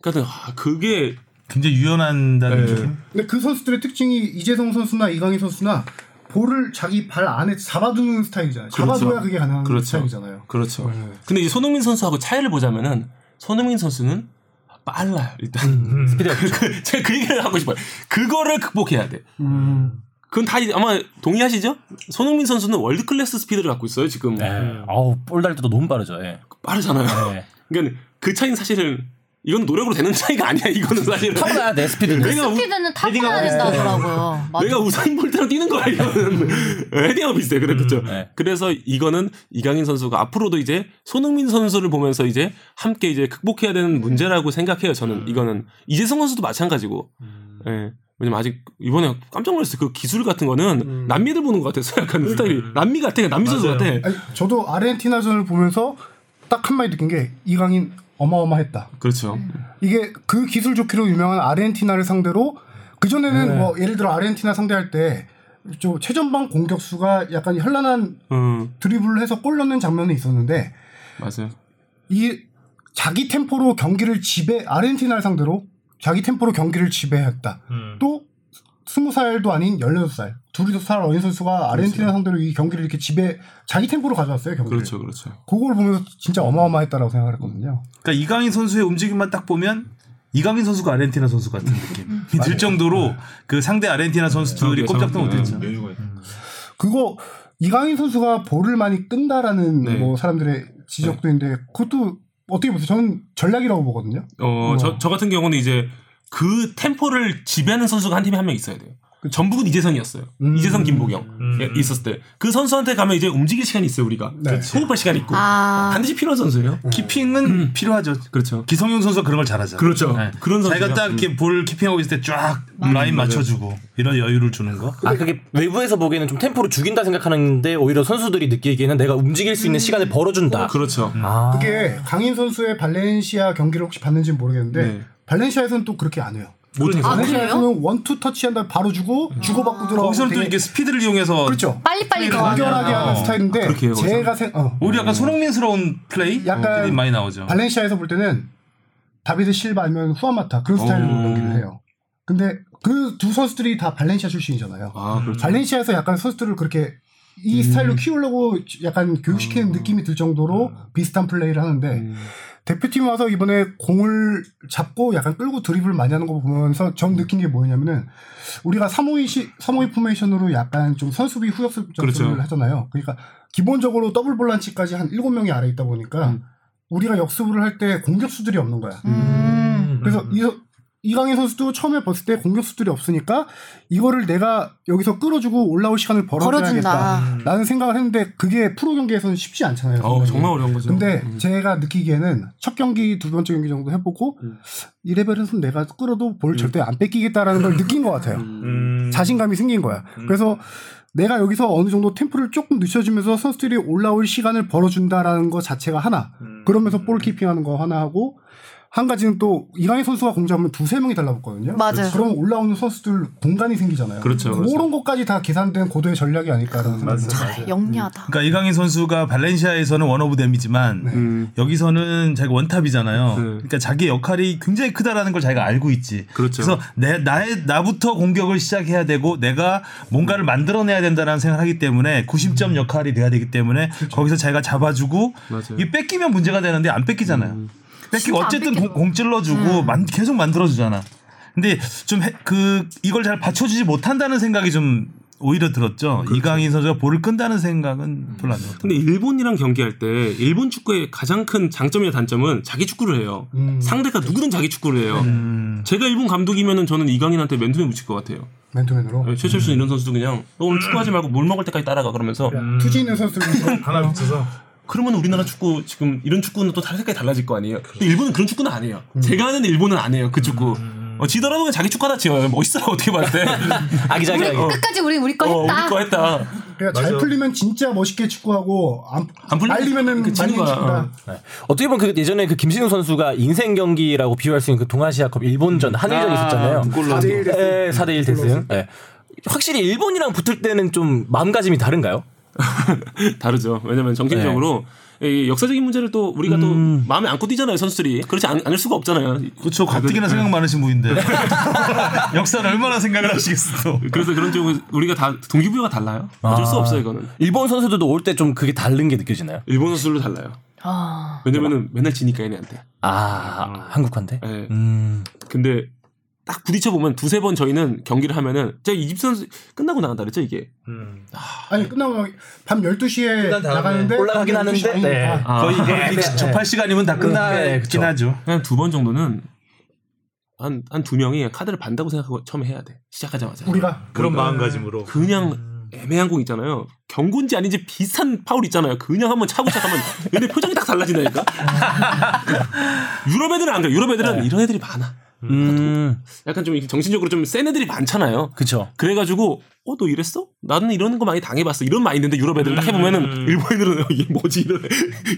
C: 그러니까 아, 그게
A: 굉장히 유연한다는
C: 네.
A: 느낌.
D: 근데 그 선수들의 특징이 이재성 선수나 이강인 선수나 볼을 자기 발 안에 잡아두는 스타일이잖아요. 잡아둬야
C: 그렇죠.
D: 그게 가능한
C: 그렇죠.
D: 스타일이잖아요.
C: 그렇죠.
D: 네.
C: 근데 이제 손흥민 선수하고 차이를 보자면은 손흥민 선수는 빨라요.
E: 음,
C: 일단 스피드가 그, 그, 제가 그 얘기를 하고 싶어요. 그거를 극복해야 돼.
E: 음.
C: 그건 다 이제 아마 동의하시죠? 손흥민 선수는 월드 클래스 스피드를 갖고 있어요. 지금
E: 네. 아우, 볼달 때도 너무 빠르죠. 예.
C: 빠르잖아요.
E: 네.
C: 그러니까 그 차이는 사실은 이건 노력으로 되는 차이가 아니야. 이거는 사실은 그러니까
E: 타고나야 돼, 스피드는.
C: 내가 우,
B: 스피드는 타고 나야 된다더라고요. 맞아.
C: 내가 우사인 볼트랑 뛰는 거야. (laughs) 이거는 헤딩하고 비슷해. 그래 그렇죠.
E: 네.
C: 그래서 이거는 이강인 선수가 앞으로도 이제 손흥민 선수를 보면서 이제 함께 이제 극복해야 되는 문제라고 생각해요. 저는 이거는 이재성 선수도 마찬가지고. 예. 왜냐면 아직 이번에 깜짝 놀랐어요. 그 기술 같은 거는 남미들 보는 것 같았어요. 약간 스타일이 남미 같아. 남미 선수 같아.
D: 아니, 저도 아르헨티나전을 보면서 딱 한마디 느낀 게 이강인 어마어마했다.
C: 그렇죠.
D: 이게 그 기술 좋기로 유명한 아르헨티나를 상대로 그 전에는
C: 네.
D: 뭐 예를 들어 아르헨티나 상대할 때 좀 최전방 공격수가 약간 현란한
C: 음,
D: 드리블을 해서 골 넣는 장면이 있었는데
C: 맞아요.
D: 이 자기 템포로 경기를 지배 아르헨티나를 상대로 자기 템포로 경기를 지배했다.
C: 음.
D: 또 스무 살도 아닌 16살 둘이서 살 어린 선수가
C: 그렇죠.
D: 아르헨티나 상대로 이 경기를 이렇게 지배 자기 템포로 가져왔어요 경기를.
C: 그렇죠. 그렇죠.
D: 그걸 보면서 진짜 어마어마했다라고 생각을 했거든요.
A: 그러니까 이강인 선수의 움직임만 딱 보면 이강인 선수가 아르헨티나 선수 같은
C: 음.
A: 느낌이 들
C: 네.
A: 정도로 그 상대 아르헨티나 선수들이 꼼짝도 못했죠.
D: 그거 이강인 선수가 볼을 많이 끈다라는
C: 네.
D: 뭐 사람들의 지적도 있는데 그것도 어떻게 보세요? 저는 전략이라고 보거든요.
C: 어, 저, 저 같은 경우는 이제 그 템포를 지배하는 선수가 한 팀에 한 명 있어야 돼요. 그 전북은 이재성이었어요. 이재성, 김보경 예, 있었을 때 그 선수한테 가면 이제 움직일 시간이 있어요 우리가
D: 네.
C: 호흡할 시간 이 있고
B: 아.
C: 반드시 필요한 선수예요.
A: 키핑은 필요하죠.
C: 그렇죠.
A: 기성용 선수가 그런 걸 잘하죠.
C: 그렇죠. 그런
A: 자기가
C: 선수가-
A: 딱 이렇게 볼 키핑하고 있을 때 쫙 라인 맞춰주고 이런 여유를 주는 거.
E: 아, 그게 외부에서 보기에는 좀 템포를 죽인다 생각하는데 오히려 선수들이 느끼기에는 내가 움직일 수 있는 시간을 벌어준다.
C: 그렇죠.
E: 아,
D: 그게 강인 선수의 발렌시아 경기를 혹시 봤는지는 모르겠는데
C: 네.
D: 발렌시아에서는 또 그렇게 안 해요.
C: 못해서
B: 아, 그래요?
D: 발렌시아에서는 원투 터치한 다음에 바로 주고 주고받고 들어가고
A: 거기서는 또
D: 되게-
A: 이렇게 스피드를 이용해서
D: 그렇죠.
B: 빨리빨리
D: 간결하게
B: 들어가면.
D: 하는 스타일인데
C: 그렇게 해요,
D: 제가 생 어.
A: 오히려
C: 음.
A: 약간 손흥민스러운 플레이
D: 약간
A: 약간 많이 나오죠.
D: 발렌시아에서 볼 때는 다비드 실바 아니면 후아마타 그런 스타일로
C: 어.
D: 연기를 해요. 근데 그 두 선수들이 다 발렌시아 출신이잖아요.
C: 아 그렇죠.
D: 발렌시아에서 약간 선수들을 그렇게
C: 음.
D: 이 스타일로 키우려고 약간 교육시키는 느낌이 들 정도로 비슷한 플레이를 하는데 대표팀 와서 이번에 공을 잡고 약간 끌고 드리블 많이 하는 거 보면서 전 느낀 게 뭐냐면은 우리가 352, 시- 352 포메이션으로 약간 좀 선수비 후역습 전투를
C: 그렇죠.
D: 하잖아요. 그러니까 기본적으로 더블 볼란치까지 한 7명이 아래 있다 보니까
C: 음.
D: 우리가 역습을 할 때 공격수들이 없는 거야.
B: 음.
D: 그래서 이, 이강인 선수도 처음에 봤을 때 공격수들이 없으니까 이거를 내가 여기서 끌어주고 올라올 시간을 벌어줘야겠다.
B: 벌어준다.
D: 라는 생각을 했는데 그게 프로 경기에서는 쉽지 않잖아요.
C: 어,
D: 생각이.
C: 정말 어려운 거죠.
D: 근데 제가 느끼기에는 첫 경기, 두 번째 경기 정도 해보고 이 레벨에서는 내가 끌어도 볼 절대 안 뺏기겠다라는 걸 느낀 것 같아요.
C: 음.
A: 음.
D: 자신감이 생긴 거야. 그래서 내가 여기서 어느 정도 템포를 조금 늦춰주면서 선수들이 올라올 시간을 벌어준다라는 것 자체가 하나. 그러면서 볼 키핑하는 거 하나 하고 한 가지는 또 이강인 선수가 공잡으면 두세 명이 달라붙거든요. 그렇죠.
B: 맞아요.
D: 그럼 올라오는 선수들 공간이 생기잖아요.
C: 그렇죠,
D: 그런
C: 그렇죠.
D: 것까지 다 계산된 고도의 전략이 아닐까라는 생각이 들어요.
B: 영리하다.
A: 그러니까 이강인 선수가 발렌시아에서는 원 오브 댐이지만
D: 네.
C: 음.
A: 여기서는 자기가 원탑이잖아요. 그러니까 자기 역할이 굉장히 크다라는 걸 자기가 알고 있지.
C: 네. 그렇죠.
A: 래서내 나의 나부터 공격을 시작해야 되고 내가 뭔가를 만들어내야 된다라는 생각을 하기 때문에 구심점 역할이 돼야 되기 때문에 거기서 자기가 잡아주고
C: 음. 그렇죠. 맞아요. 음.
A: 이 뺏기면 문제가 되는데 안 뺏기잖아요. 뺏기고
B: 진짜 안 음.
A: 어쨌든 공,
B: 뺏겨요.
A: 공 찔러주고 만- 계속 만들어주잖아. 근데 좀 그 이걸 잘 받쳐주지 못한다는 생각이 좀 오히려 들었죠. 이강인 선수가 볼을 끈다는 생각은 별로 안 들었던.
C: 근데 일본이랑 경기할 때 일본 축구의 가장 큰 장점이나 단점은 자기 축구를 해요. 상대가 누구든 자기 축구를 해요. 제가 일본 감독이면은 저는 이강인한테 맨투맨 붙일 것 같아요.
D: 맨투맨으로.
C: 네, 최철수 이런 선수도 그냥 너 오늘 축구하지 말고 물 먹을 때까지 따라가 그러면서
D: 투지 있는 선수들
A: 하나 붙여서
C: 그러면 우리나라 축구 지금 이런 축구는 또 다른 색깔이 달라질 거 아니에요. 근데 일본은 그런 축구는 안 해요. 제가 아는 일본은 안 해요. 그 축구. 어, 지더라도 그냥 자기 축구 하나 지어요. 멋있어요. 어떻게 봤을 때.
B: 우리
E: 아기자기하게.
B: 끝까지 우리 우리 거
C: 어, 우리
B: 했다. 아.
C: 거 했다.
D: 그러니까 잘 풀리면 진짜 멋있게 축구하고 안,
C: 안 풀리면
D: 말리면은
C: 그 지는
D: 말리는
C: 거야.
D: 축구다.
E: 어떻게 보면 그 예전에 그 김신우 선수가 인생 경기라고 비유할 수 있는 그 동아시아컵 일본전 한일전 이 있었잖아요.
C: 골로.
D: 4대1 됐어.
E: 예, 4대1 데스. 예. 확실히 일본이랑 붙을 때는 좀 마음가짐이 다른가요?
C: 다르죠. 왜냐면 정신적으로 이 역사적인 문제를 또 우리가 또 마음에 안고 뛰잖아요. 선수들이. 그렇지 않, 않을 수가 없잖아요.
A: 그렇죠. 가뜩이나 생각 많으신 (laughs) 분인데 역사를 얼마나 생각을 하시겠어.
C: 그래서 그런 쪽은 우리가 다 동기부여가 달라요. 어쩔 수 없어요. 이거는.
E: 일본 선수들도 올 때 좀 그게 다른 게 느껴지나요?
C: 일본 선수들로 달라요.
B: 아.
C: 왜냐면은 맨날 지니까 얘네한테.
E: 아, 한국한테?
C: 예.
E: 음.
C: 근데 딱 부딪혀 보면 두세 번 저희는 경기를 하면은 제가 이집 선수 끝나고 나간다 그랬죠 이게.
D: 아니 끝나고 밤 12시에 나가는데
E: 올라가긴
D: 밤 12시
E: 하는데,
D: 아니니까.
E: 네.
A: 거의 이게 접할 시간이면 다
E: 네,
A: 끝나긴
E: 그쵸.
A: 하죠.
C: 그냥 두 번 정도는 한 한 두 명이 카드를 반다고 생각하고 처음에 해야 돼. 시작하자마자.
D: 우리가
A: 그런 마음가짐으로.
C: 그냥 애매한 공 있잖아요. 경고인지 아닌지 비슷한 파울 있잖아요. 그냥 한번 차고 시작하면 (laughs) 얘네 표정이 딱
D: (laughs)
C: 달라진다니까. 유럽 애들은 안 그래. 유럽 애들은
D: 네.
C: 이런 애들이 많아.
E: 음.
C: 약간 좀 이렇게 정신적으로 좀 센 애들이 많잖아요.
E: 그쵸.
C: 그래가지고 어 너 이랬어? 나는 이런 거 많이 당해봤어 이런 마인드인데 유럽 애들 딱
E: 음.
C: 해보면은 (laughs) 일본인들은 어, 이게 뭐지 이런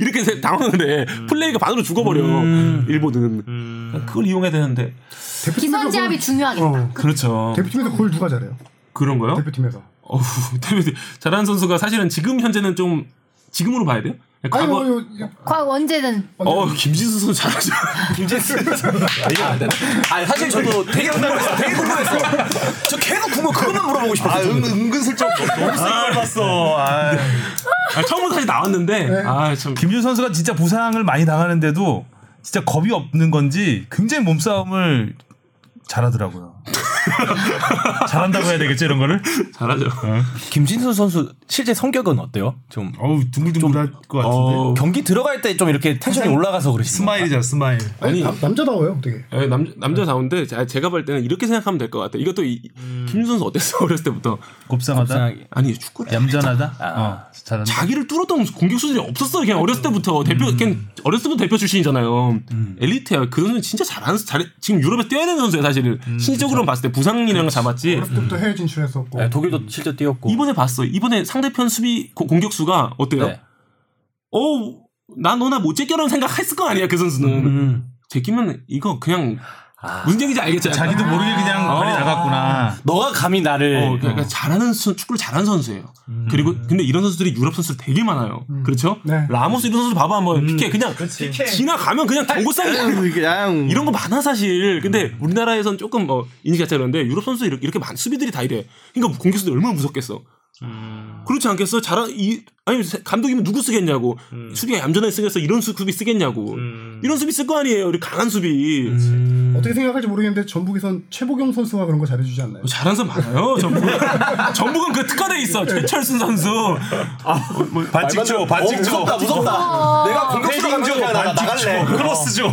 C: 이렇게 세- 당황을 해
E: 음.
C: 플레이가 반으로 죽어버려 일본은 그걸 이용해야 되는데
D: 대표팀에서
B: 기선제압이 중요하겠다.
D: 그걸- 어,
C: 그렇죠
D: 대표팀에서 그걸 누가 잘해요?
C: 그런 거요?
D: 대표팀에서.
C: 어우 대표 잘하는 선수가 사실은 지금 현재는 좀 지금으로 봐야 돼요?
D: 아니
C: 과거
D: 뭐, 요- 요-
B: 과거 언제든
C: 어 김진수 선수 잘하죠
E: (laughs) 김진수. 이거 안 되나? 아, 사실 저도 되게 궁금했어. 되게 궁금했어. 저 계속 궁금, 그것만 물어보고 싶었어요. 저는.
A: 은근슬쩍 너무 생각을 봤어. 아.
C: 아, 처음부터 다시 나왔는데
E: 네.
C: 아참
A: 김준 선수가 진짜 부상을 많이 당하는데도 진짜 겁이 없는 건지 굉장히 몸싸움을 (laughs) 잘하더라고요. 잘한다고 해야 되겠죠 이런 거를?
C: 잘하죠
E: 김진수 선수 실제 성격은 어때요? 좀.
A: 어우 둥글둥글할 것 같은데.
C: 어,
E: 경기 들어갈 때 좀 이렇게 텐션이 올라가서 그러시나요?
A: 스마일이죠 스마일.
C: 아니.
D: 아니, 남- 남자다워요 되게.
C: 예, 남, 남자다운데 자- 제가 볼 때는 이렇게 생각하면 될 것 같아요 이것도 이,
A: 음.
C: 김진수 선수 어땠어 (laughs) 어렸을 때부터
A: 곱상하다.
E: 이상하게.
C: 아니 축구를
A: 얌전하다. 어, 잘한다.
C: 자기를 뚫었던 공격 수준이 없었어요. 그냥 어렸을 때부터 대표,
A: 음.
C: 걔 어렸을 때부터 대표 출신이잖아요.
E: 음.
C: 엘리트야. 그 선수는 진짜 잘하는 선- 잘해. 지금 유럽에 뛰어야 되는 선수야 사실은.
A: 음,
C: 실질적으로 는 봤을 때 부상이랑 잡았지.
D: 어렸을 때부터 해외 진출했었고.
E: 네, 독일도 실제 뛰었고.
C: 이번에 봤어. 이번에 상대편 수비 고- 공격수가 어때요?
E: 네.
C: 어, 나 너나 못 제껴라는 생각했을 거 아니야 그 선수는.
E: 음.
C: 제끼면 이거 그냥
E: 아.
C: 무슨 얘기인지 알겠지. 약간.
A: 자기도 모르게 그냥 발이 나갔구나.
E: 너가 감히 나를.
A: 네.
C: 어, 그러니까 잘하는 선- 축구를 잘하는 선수예요. 그리고 근데 이런 선수들이 유럽 선수들 되게 많아요. 그렇죠?
D: 네.
C: 라모스 이런 선수 봐봐 한번 피케 그냥 지나가면 그냥 경고상이야.
F: 그냥
C: 이런 거 많아 사실. 근데 우리나라에선 조금 뭐 인식 자체가 그런데 유럽 선수 이렇게, 이렇게 많- 수비들이 다 이래. 그러니까 공격수들 뭐 얼마나 무섭겠어. 그렇지 않겠어? 잘하 이 아니 세- 감독이면 누구 쓰겠냐고 수비가 얌전하게 쓰겠어 이런 수, 수비 쓰겠냐고 이런 수비 쓸 거 아니에요 우리 강한 수비 음.
D: 어떻게 생각할지 모르겠는데 전북에선 최보경 선수가 그런 거 잘해주지 않나요?
C: 뭐 잘한 사람 많아요 전북 (laughs) 전북은 그 특화돼 있어 최철순 선수
F: 뭐
A: 뭐
F: 반칙초,
E: 어,
F: 반칙초. 어, 무섭다, 무섭다. 내가 공격수로 가면 그냥 나 나갈래.
A: 어.
F: 어. 크로스죠.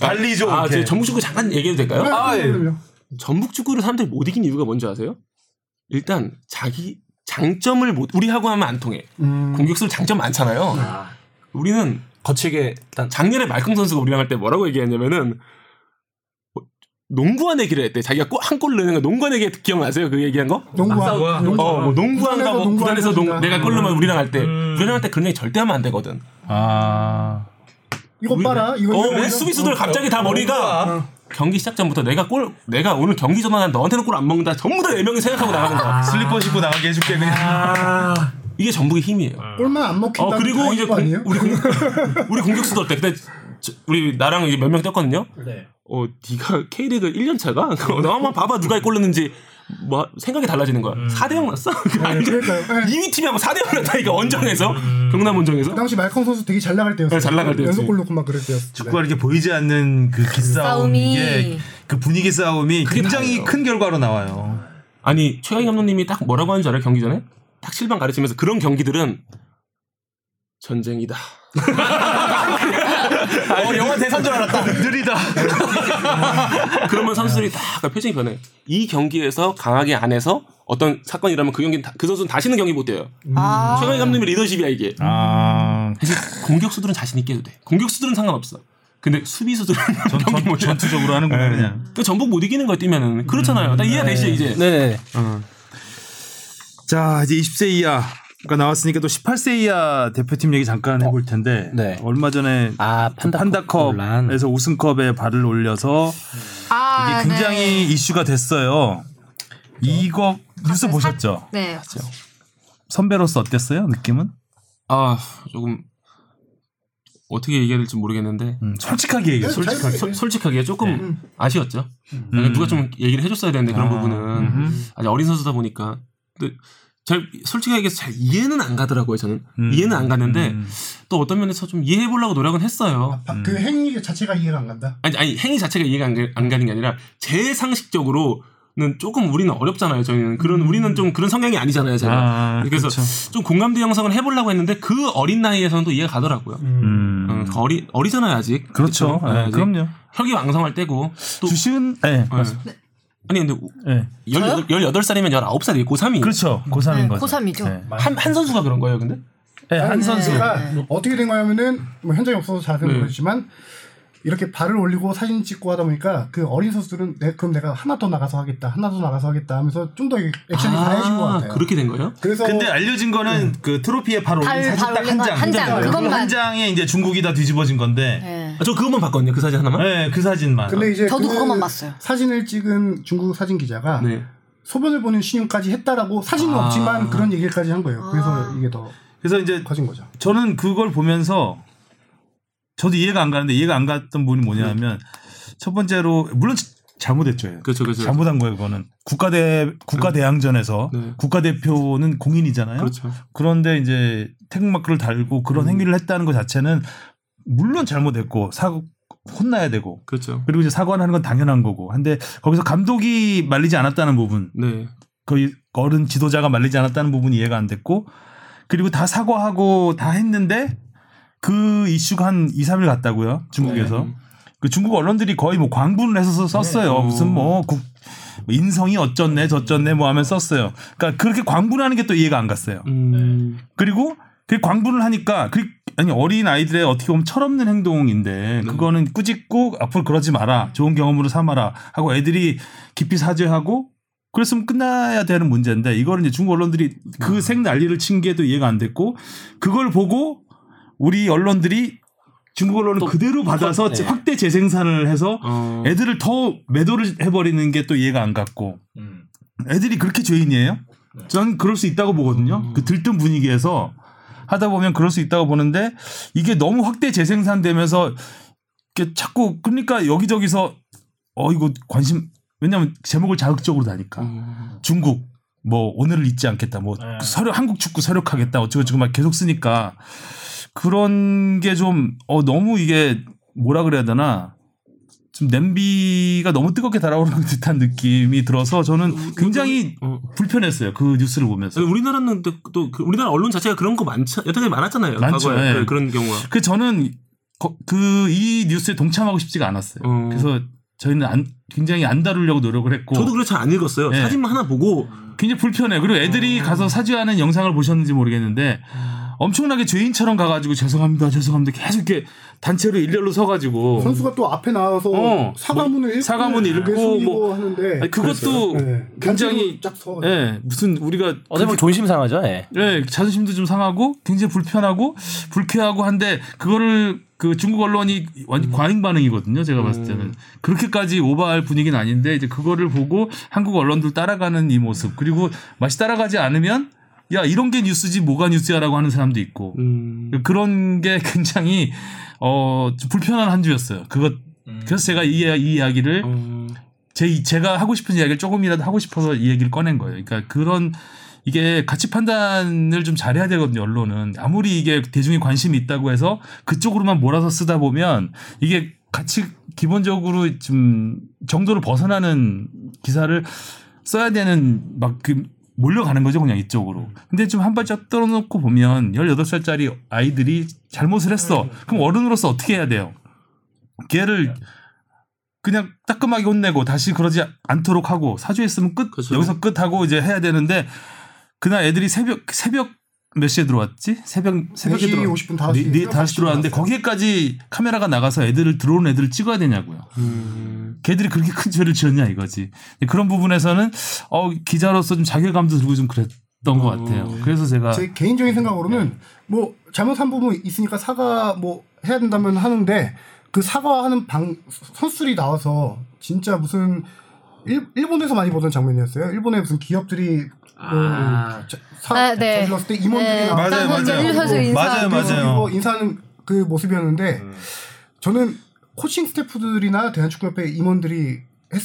F: 달리죠.
C: 아
F: 이렇게.
C: 제 전북 축구 잠깐 얘기해도 될까요?
F: 아, 예.
D: 네, 그럼요.
C: 네. 전북 축구를 사람들이 못 이긴 이유가 뭔지 아세요? 일단 자기 장점을 못 우리하고 하면 안 통해
D: 음.
C: 공격수 장점 많잖아요 우리는
F: 거칠게 일단
C: 작년에 말콩 선수가 우리랑 할 때 뭐라고 얘기했냐면은 뭐, 농구화 내기를 했대. 자기가 꼬- 한 골을 넣는 거 농구화 내기 기억나세요? 그 얘기한 거?
E: 아,
D: 농구와 농구.
C: 어, 뭐 농구한가 뭐 구단에서
D: 구단에서
C: 농,
D: 농구한다.
C: 내가 골 넣으면 우리랑 할 때. 우리랑 할 때 그런 얘기 절대 하면 안 되거든.
E: 아.
D: 이거 봐라. 이거
C: 어,
D: 이거 어,
C: 왜
D: 이거.
C: 수비수들 갑자기 다 머리가 경기 시작 전부터 내가 골 내가 오늘 경기 전에 난 너한테는 골 안 먹는다. 전부 다 네 명이 생각하고 나가는
D: 아.
C: 거야.
F: 아. 슬리퍼 신고 나가게 해줄게 그냥.
A: 아.
C: 이게 전북의 힘이에요.
D: 골만 안 먹힌다.
C: 어 그리고 이제
D: 거
C: 공-
D: 아니에요?
C: 우리 공, 우리 공격수도 어때? 근데 저- 우리 나랑 이제 몇 명 떴거든요.
E: 네.
C: 어 네가 K리그 1년 차가 (laughs) 나만 봐봐 누가 골 넣는지 뭐 생각이 달라지는 거야. 4대 0 났어? 아니, (laughs)
D: 그러니까요. 음. 네.
C: 2위 팀하고 4대 0 났다니까 원정에서 경남 원정에서
D: 그 당시 말콩 선수 되게 잘 나갈 때였어요.
C: 네, 잘 나갈 때였지.
D: 연속골 넣고 막 그럴 때였어요.
F: 축구가 이렇게 보이지 않는 그 기싸움
B: 싸움이.
F: 이게 그 분위기 싸움이 굉장히
C: 다예요.
F: 큰 결과로 나와요.
C: 아니 최강희 감독님이 딱 뭐라고 하는 줄 알아요 경기 전에? 딱 실방 가르치면서 그런 경기들은
F: (laughs)
C: 전쟁이다.
F: 어, 영화 대사인
A: 아.
F: 줄 알았다. 느리다.
C: 그러면 선수들이 다 표정이 변해. 이 경기에서 강하게 안 해서 어떤 사건이 일어나면 그 경기 그 선수는 다시는 경기 못 돼요.
B: 아.
C: 최강희 감독님의 리더십이야 이게.
F: 아,
C: 사실 공격수들은 자신 있게 해도 돼. 공격수들은 상관없어. 근데 수비수들은 (laughs) 경기 못 해.
F: 전투적으로 하는구나
A: 네.
F: 그냥.
C: 그 전북 못 이기는 거야 뛰면은 그렇잖아요. 딱 이해 되시죠 이제.
E: 네네.
A: 자, 이제 20세 이하가 그러니까 나왔으니까 또 18세 이하 대표팀 얘기 잠깐
C: 어,
A: 해볼 텐데
E: 네.
A: 얼마 전에
E: 아 판다. 논란.
A: 판다컵에서 우승컵에 발을 올려서
B: 아,
A: 이게 굉장히
B: 네.
A: 이슈가 됐어요. 이거 뉴스
B: 사-
A: 보셨죠?
B: 아, 네.
A: 선배로서 어땠어요? 느낌은?
C: 아 조금 어떻게 얘기해야 될지 모르겠는데
A: 음, 솔직하게 얘기해. 솔직히.
D: 솔직하게.
C: 소- 솔직하게 조금 네? 아쉬웠죠. 그러니까
A: 음.
C: 누가 좀 얘기를 해줬어야 되는데 그런 부분은 아직 어린 선수다 보니까 근데 잘 솔직하게 해서 잘 이해는 안 가더라고요 저는
A: 음.
C: 이해는 안 가는데 또 어떤 면에서 좀 이해해 보려고 노력은 했어요.
A: 음.
D: 바- 그 행위 자체가 이해가 안 간다.
C: 아니 아니 행위 자체가 이해가 안, 가- 안 가는 게 아니라 제 상식적으로는 조금 우리는 어렵잖아요. 저희는 그런 우리는 좀 그런 성향이 음. 아니잖아요. 그렇죠. 제가
A: 아,
C: 그래서 좀 공감대 형성을 해보려고 했는데 그 어린 나이에서는 또 이해가 가더라고요.
A: 음.
C: 어, 어리 어리잖아요 아직.
A: 그렇죠.
C: 그쵸? 네,
A: 예,
C: 아직
A: 그럼요.
C: 혈기왕성할 때고 또
A: 주시은 네.
C: 예. 아니 근데
A: 네.
C: 18, 살이면 19살이 고3이
A: 그렇죠. 고3인
B: 네,
A: 거죠.
B: 고3이죠.
A: 네.
C: 한, 한 선수가 그런 거예요 근데
A: 네, 한 선수.
D: 제가 그러니까
B: 네.
D: 어떻게 된 거냐면은 뭐 현장에 없어서 자세히
A: 네.
D: 모르지만 이렇게 발을 올리고 사진 찍고 하다 보니까 그 어린 선수들은 내, 그럼 내가 하나 더 나가서 하겠다, 하나 더 나가서 하겠다 하면서 좀 더 액션이 강해진 것 같아요.
C: 그렇게 된 거예요?
D: 그래서
F: 근데 알려진 거는
C: 음.
F: 그 트로피에 바로
B: 발-
F: 올린 사진
B: 발
F: 딱
B: 올린
F: 한
B: 거,
F: 장.
B: 한 장.
F: 그거예요.
A: 그러니까
B: 그것만.
F: 한 장에 이제 중국이 다 뒤집어진 건데.
B: 네.
C: 아, 저 그것만 봤거든요 그 사진 하나만
F: 네, 그 사진만.
D: 근데 이제
B: 저도 그것만 봤어요.
D: 사진을 찍은 중국 사진 기자가
C: 네.
D: 소변을 보는 신용까지 했다라고 사진은
A: 아.
D: 없지만 그런 얘기까지 한 거예요.
B: 아.
D: 그래서 이게 더
A: 그래서 이제
D: 커진 거죠.
A: 저는 그걸 보면서 저도 이해가 안 가는데 이해가 안 갔던 부분이 뭐냐면 첫 번째로 물론 잘못했죠. 얘.
C: 네. 그렇죠 그렇죠
A: 잘못한 거예요, 그거는. 국가대 국가 대항전에서
C: 네.
A: 국가 대표는 공인이잖아요.
C: 그렇죠 음.
A: 런데 이제 태극마크를 달고 그런 행위를 했다는 것 자체는 물론 잘못했고 사 혼나야 되고
C: 그렇죠
A: 그리고 이제 사과를 하는 건 당연한 거고. 근데 거기서 감독이 말리지 않았다는 부분,
C: 네
A: 거의 어른 지도자가 말리지 않았다는 부분 이해가 안 됐고, 그리고 다 사과하고 다 했는데 그 이슈가 한 2, 3일 갔다고요. 중국에서. 그 중국 언론들이 거의 뭐 광분을 해서 썼어요. 무슨 뭐 국, 뭐 인성이 어쩌네 저쩌네 뭐 하면 썼어요. 그러니까 그렇게 광분하는 게 또 이해가 안 갔어요.
C: 음,
A: 그리고 그 광분을 하니까 그 아니 어린 아이들의 어떻게 보면 철없는 행동인데 그거는 꾸짖고 앞으로 그러지 마라 좋은 경험으로 삼아라 하고 애들이 깊이 사죄하고 그랬으면 끝나야 되는 문제인데 이거를 이제 중국 언론들이 그 생 난리를 친 게도 이해가 안 됐고 그걸 보고 우리 언론들이 중국 언론을 그대로 받아서 확대 재생산을 해서
C: 어,
A: 애들을 더 매도를 해버리는 게 또 이해가 안 갔고 애들이 그렇게 죄인이에요? 저는 그럴 수 있다고 보거든요. 그 들뜬 분위기에서 하다 보면 그럴 수 있다고 보는데 이게 너무 확대 재생산되면서 이렇게 자꾸 그러니까 어,
C: 음.
A: 여기저기서 어 이거 관심 왜냐하면 제목을 자극적으로 다니까 중국 뭐 오늘을 잊지 않겠다.
G: 네.
A: 뭐 서류 한국 축구 서력하겠다. 어쩌고저쩌고 막 계속 쓰니까 그런 게 좀 어 너무 이게 뭐라 그래야 되나? 좀 냄비가 너무 뜨겁게 달아오르는 (laughs) 듯한 느낌이 들어서
G: 음,
A: 저는 굉장히 불편했어요. 그 뉴스를 보면서.
G: 우리나라는 또, 또그 우리나라 언론 자체가 그런 거 많죠. 여태까지 많았잖아요.
A: 많죠,
G: 과거에
A: 예.
G: 그- 그런 경우가.
A: 그 저는 그 이 뉴스에 동참하고 싶지가 않았어요.
G: 음.
A: 그래서 저희는 안- 굉장히 안 다루려고 노력을 했고
G: 저도 그래서 잘 안 읽었어요.
A: 예.
G: 사진만 하나 보고
A: 굉장히 불편해요. 그리고
D: 음.
A: 애들이 가서 사죄하는 영상을 보셨는지 모르겠는데 엄청나게 죄인처럼 가가지고 죄송합니다, 죄송합니다 계속 이렇게 단체로 일렬로 서가지고
D: 선수가 또 앞에 나와서
A: 어.
D: 사과문을 읽고
A: 사과문 읽고
D: 내숭이고
A: 뭐-
D: 하는데
A: 아니, 그것도
D: 네.
A: 굉장히
D: 단체로 쫙 서.
A: 예 무슨 우리가
E: 어제 보면 존심 상하죠. 예.
A: 예, 자존심도 좀 상하고 굉장히 불편하고 불쾌하고 한데 그거를 그 중국 언론이 완전 과잉 반응이거든요. 제가 봤을 때는 그렇게까지 오버할 분위기는 아닌데 이제 그거를 보고 한국 언론들 따라가는 이 모습 그리고 맛이 따라가지 않으면 야 이런 게 뉴스지 뭐가 뉴스야라고 하는 사람도 있고 음. 그런 게 (laughs) 굉장히 어좀 불편한 한 주였어요. 그것 그래서 제가 이, 이야- 이 이야기를 제 이- 제가 하고 싶은 이야기를 조금이라도 하고 싶어서 이 얘기를 꺼낸 거예요. 그러니까 그런 이게 가치 판단을 좀 잘해야 되거든요. 언론은 아무리 이게 대중이 관심이 있다고 해서 그쪽으로만 몰아서 쓰다 보면 이게 같이 기본적으로 좀 정도를 벗어나는 기사를 써야 되는 막 그 몰려가는 거죠 그냥 이쪽으로. 근데 좀 한 발짝 떨어놓고 보면 18살짜리 아이들이 잘못을 했어. 그럼 어른으로서 어떻게 해야 돼요? 걔를 그냥 따끔하게 혼내고 다시 그러지 않도록 하고 사죄했으면 끝 여기서 끝하고 이제 해야 되는데 그날 애들이 새벽 새벽 몇 시에 들어왔지? 새벽 새벽에
D: 4시
A: 들어
D: 50분
A: 네,
D: 5시
A: 네, 다시 들어왔는데 거기에까지 카메라가 나가서 애들을 들어오는 애들을 찍어야 되냐고요.
C: 음.
A: 걔들이 그렇게 큰 죄를 지었냐 이거지. 근데 그런 부분에서는 어 기자로서 좀 자괴감도 들고 좀 그랬던 것 같아요. 그래서 제가
D: 제 개인적인
A: 네.
D: 생각으로는 뭐 잘못한 부분 있으니까 사과 뭐 해야 된다면 하는데 그 사과하는 방 선수들이 나와서 진짜 무슨 일, 일본에서 많이 보던 장면이었어요. 일본의 무슨 기업들이 아. 사,
B: 아, 네.
D: 저질렀을 때 임원들이
B: 네.
D: 나와서
F: 맞아요,
B: 나는 이제
F: 맞아요.
B: 일 선수 인사.
F: 맞아요,
D: 그래서
F: 맞아요.
D: 이거 인사하는 그 모습이었는데
A: 음.
D: 저는 코칭 스태프들이나 대한축구협회 임원들이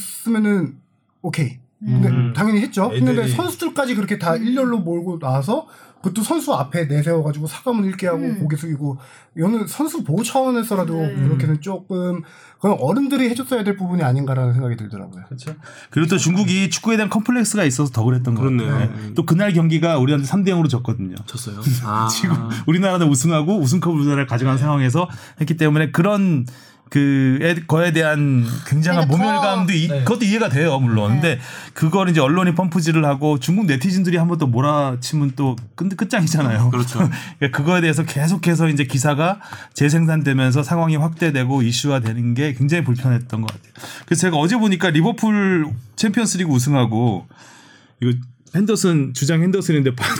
D: 했으면은 오케이. 근데 그러니까
B: 음.
A: 음.
D: 당연히 했죠. 했는데
F: 애들이.
D: 선수들까지 그렇게 다 일렬로 몰고 나와서 그것도 선수 앞에 내세워가지고 사과문 읽게 하고 고개 숙이고 이거는 선수 보호 차원에서라도 그렇게는 조금 그건 어른들이 해줬어야 될 부분이 아닌가라는 생각이 들더라고요.
A: 그렇죠. 그리고 또 중국이 축구에 대한 컴플렉스가 있어서 더 그랬던 것
G: 그렇네요.
A: 같아요. 네. 또 그날 경기가 우리한테 3대 0으로 졌거든요.
G: 졌어요. 아.
A: 지금 (laughs) 우리나라는 우승하고 우승컵 우리나라를 가져간 상황에서 했기 때문에 그런 그 애- 거에 대한 굉장한
B: 그러니까
A: 모멸감도 이- 그것도 이해가 돼요 물론 근데 그걸 이제 언론이 펌프질을 하고 중국 네티즌들이 한 번 더 몰아치면 또 끝, 끝장이잖아요 (laughs) 그렇죠 그거에 대해서 계속해서 이제 기사가 재생산되면서 상황이 확대되고 이슈화되는 게 굉장히 불편했던 것 같아요 그래서 제가 어제 보니까 리버풀 챔피언스리그 우승하고 이거 핸더슨 주장 핸더슨인데 바- (laughs)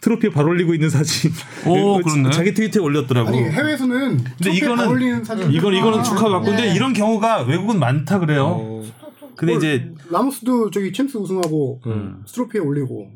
A: 트로피 발 올리고 있는 사진.
G: 오, 그렇네.
A: 자기 트위터에 올렸더라고.
D: 아니 해외에서는
A: 음. 근데 이거는 음.
D: 올리는 사진 아, 네.
A: 이건 이거는 축하받고 근데 이런 경우가 외국은 많다 그래요. 근데 이제
D: 라모스도 저기 챔스 우승하고
A: 음.
D: 트로피에 올리고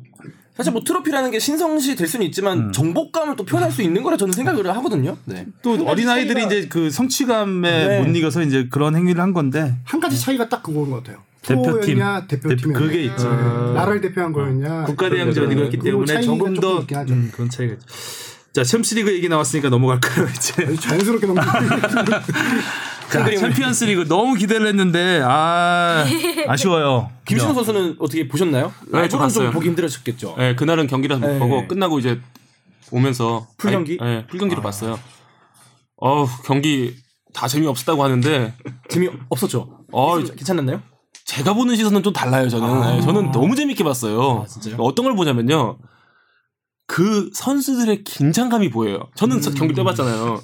E: 사실 뭐 트로피라는 게 신성시 될 수는 있지만 정복감을 또 표현할 수 있는 거라 저는 생각을 하거든요. 네.
A: 또 어린 아이들이 이제 그 성취감에
D: 네.
A: 못 이겨서 이제 그런 행위를 한 건데
D: 한 가지 차이가 딱 그거인 것 같아요.
A: 음. 대표팀.
D: 프로였냐 대표팀이었냐
A: 그게 있죠. 아.
D: 나라를 대표한 거였냐
A: 국가대항전이었기
D: 그리고
A: 때문에
D: 네. 차이가
A: 조금
D: 조금
A: 더
D: 있긴 하죠.
A: 음, 그런 차이가 있죠. 자 챔스리그 얘기 나왔으니까 넘어갈까요 (laughs) 이제.
D: 자연스럽게 넘기
A: (laughs) 자, 챔피언스리그 너무 기대를 했는데 아 아쉬워요.
E: 김신호 선수는 어떻게 보셨나요?
C: 네,
E: 라이브로는
C: 저
E: 좀
C: 봤어요.
E: 보기 힘들어졌겠죠.
C: 예, 그날은 경기라서 못
E: 예.
C: 보고 끝나고 이제 오면서
E: 풀
C: 아이-
E: 경기?
C: 예, 풀 경기로 봤어요. 어 경기 다 재미 없었다고 하는데
E: 재미 없었죠.
C: 어
E: 괜찮았나요?
C: 제가 보는 시선은 좀 달라요. 저는 예, 저는 너무 재밌게 봤어요.
E: 아. 진짜요?
C: 어떤 걸 보냐면요. 그 선수들의 긴장감이 보여요. 저는
E: 음.
C: 저- 경기 떠봤잖아요.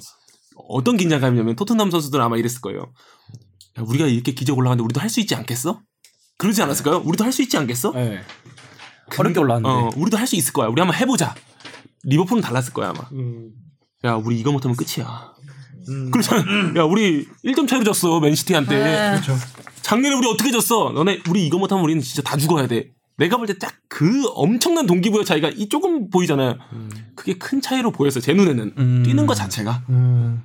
C: 어떤 긴장감이냐면 토트넘 선수들은 아마 이랬을 거예요. 야, 우리가 이렇게 기적 올라가는데 우리도 할 수 있지 않겠어? 그러지 않았을까요? 우리도 할 수 있지 않겠어?
E: 네. 어렵게 올라왔는데.
C: 어, 우리도 할 수 있을 거야. 우리 한번 해보자. 리버풀은 달랐을 거야 아마. 야, 우리 이거 못하면 끝이야. 그렇잖아. 야, 우리 1점 차로 졌어 맨시티한테.
B: 네.
C: 작년에 우리 어떻게 졌어? 너네 우리 이거 못하면 우리는 진짜 다 죽어야 돼. 내가 볼 때 딱 그 엄청난 동기부여 차이가 이 조금 보이잖아요. 그게 큰 차이로 보였어 요제 눈에는 뛰는 것 자체가.
A: 음.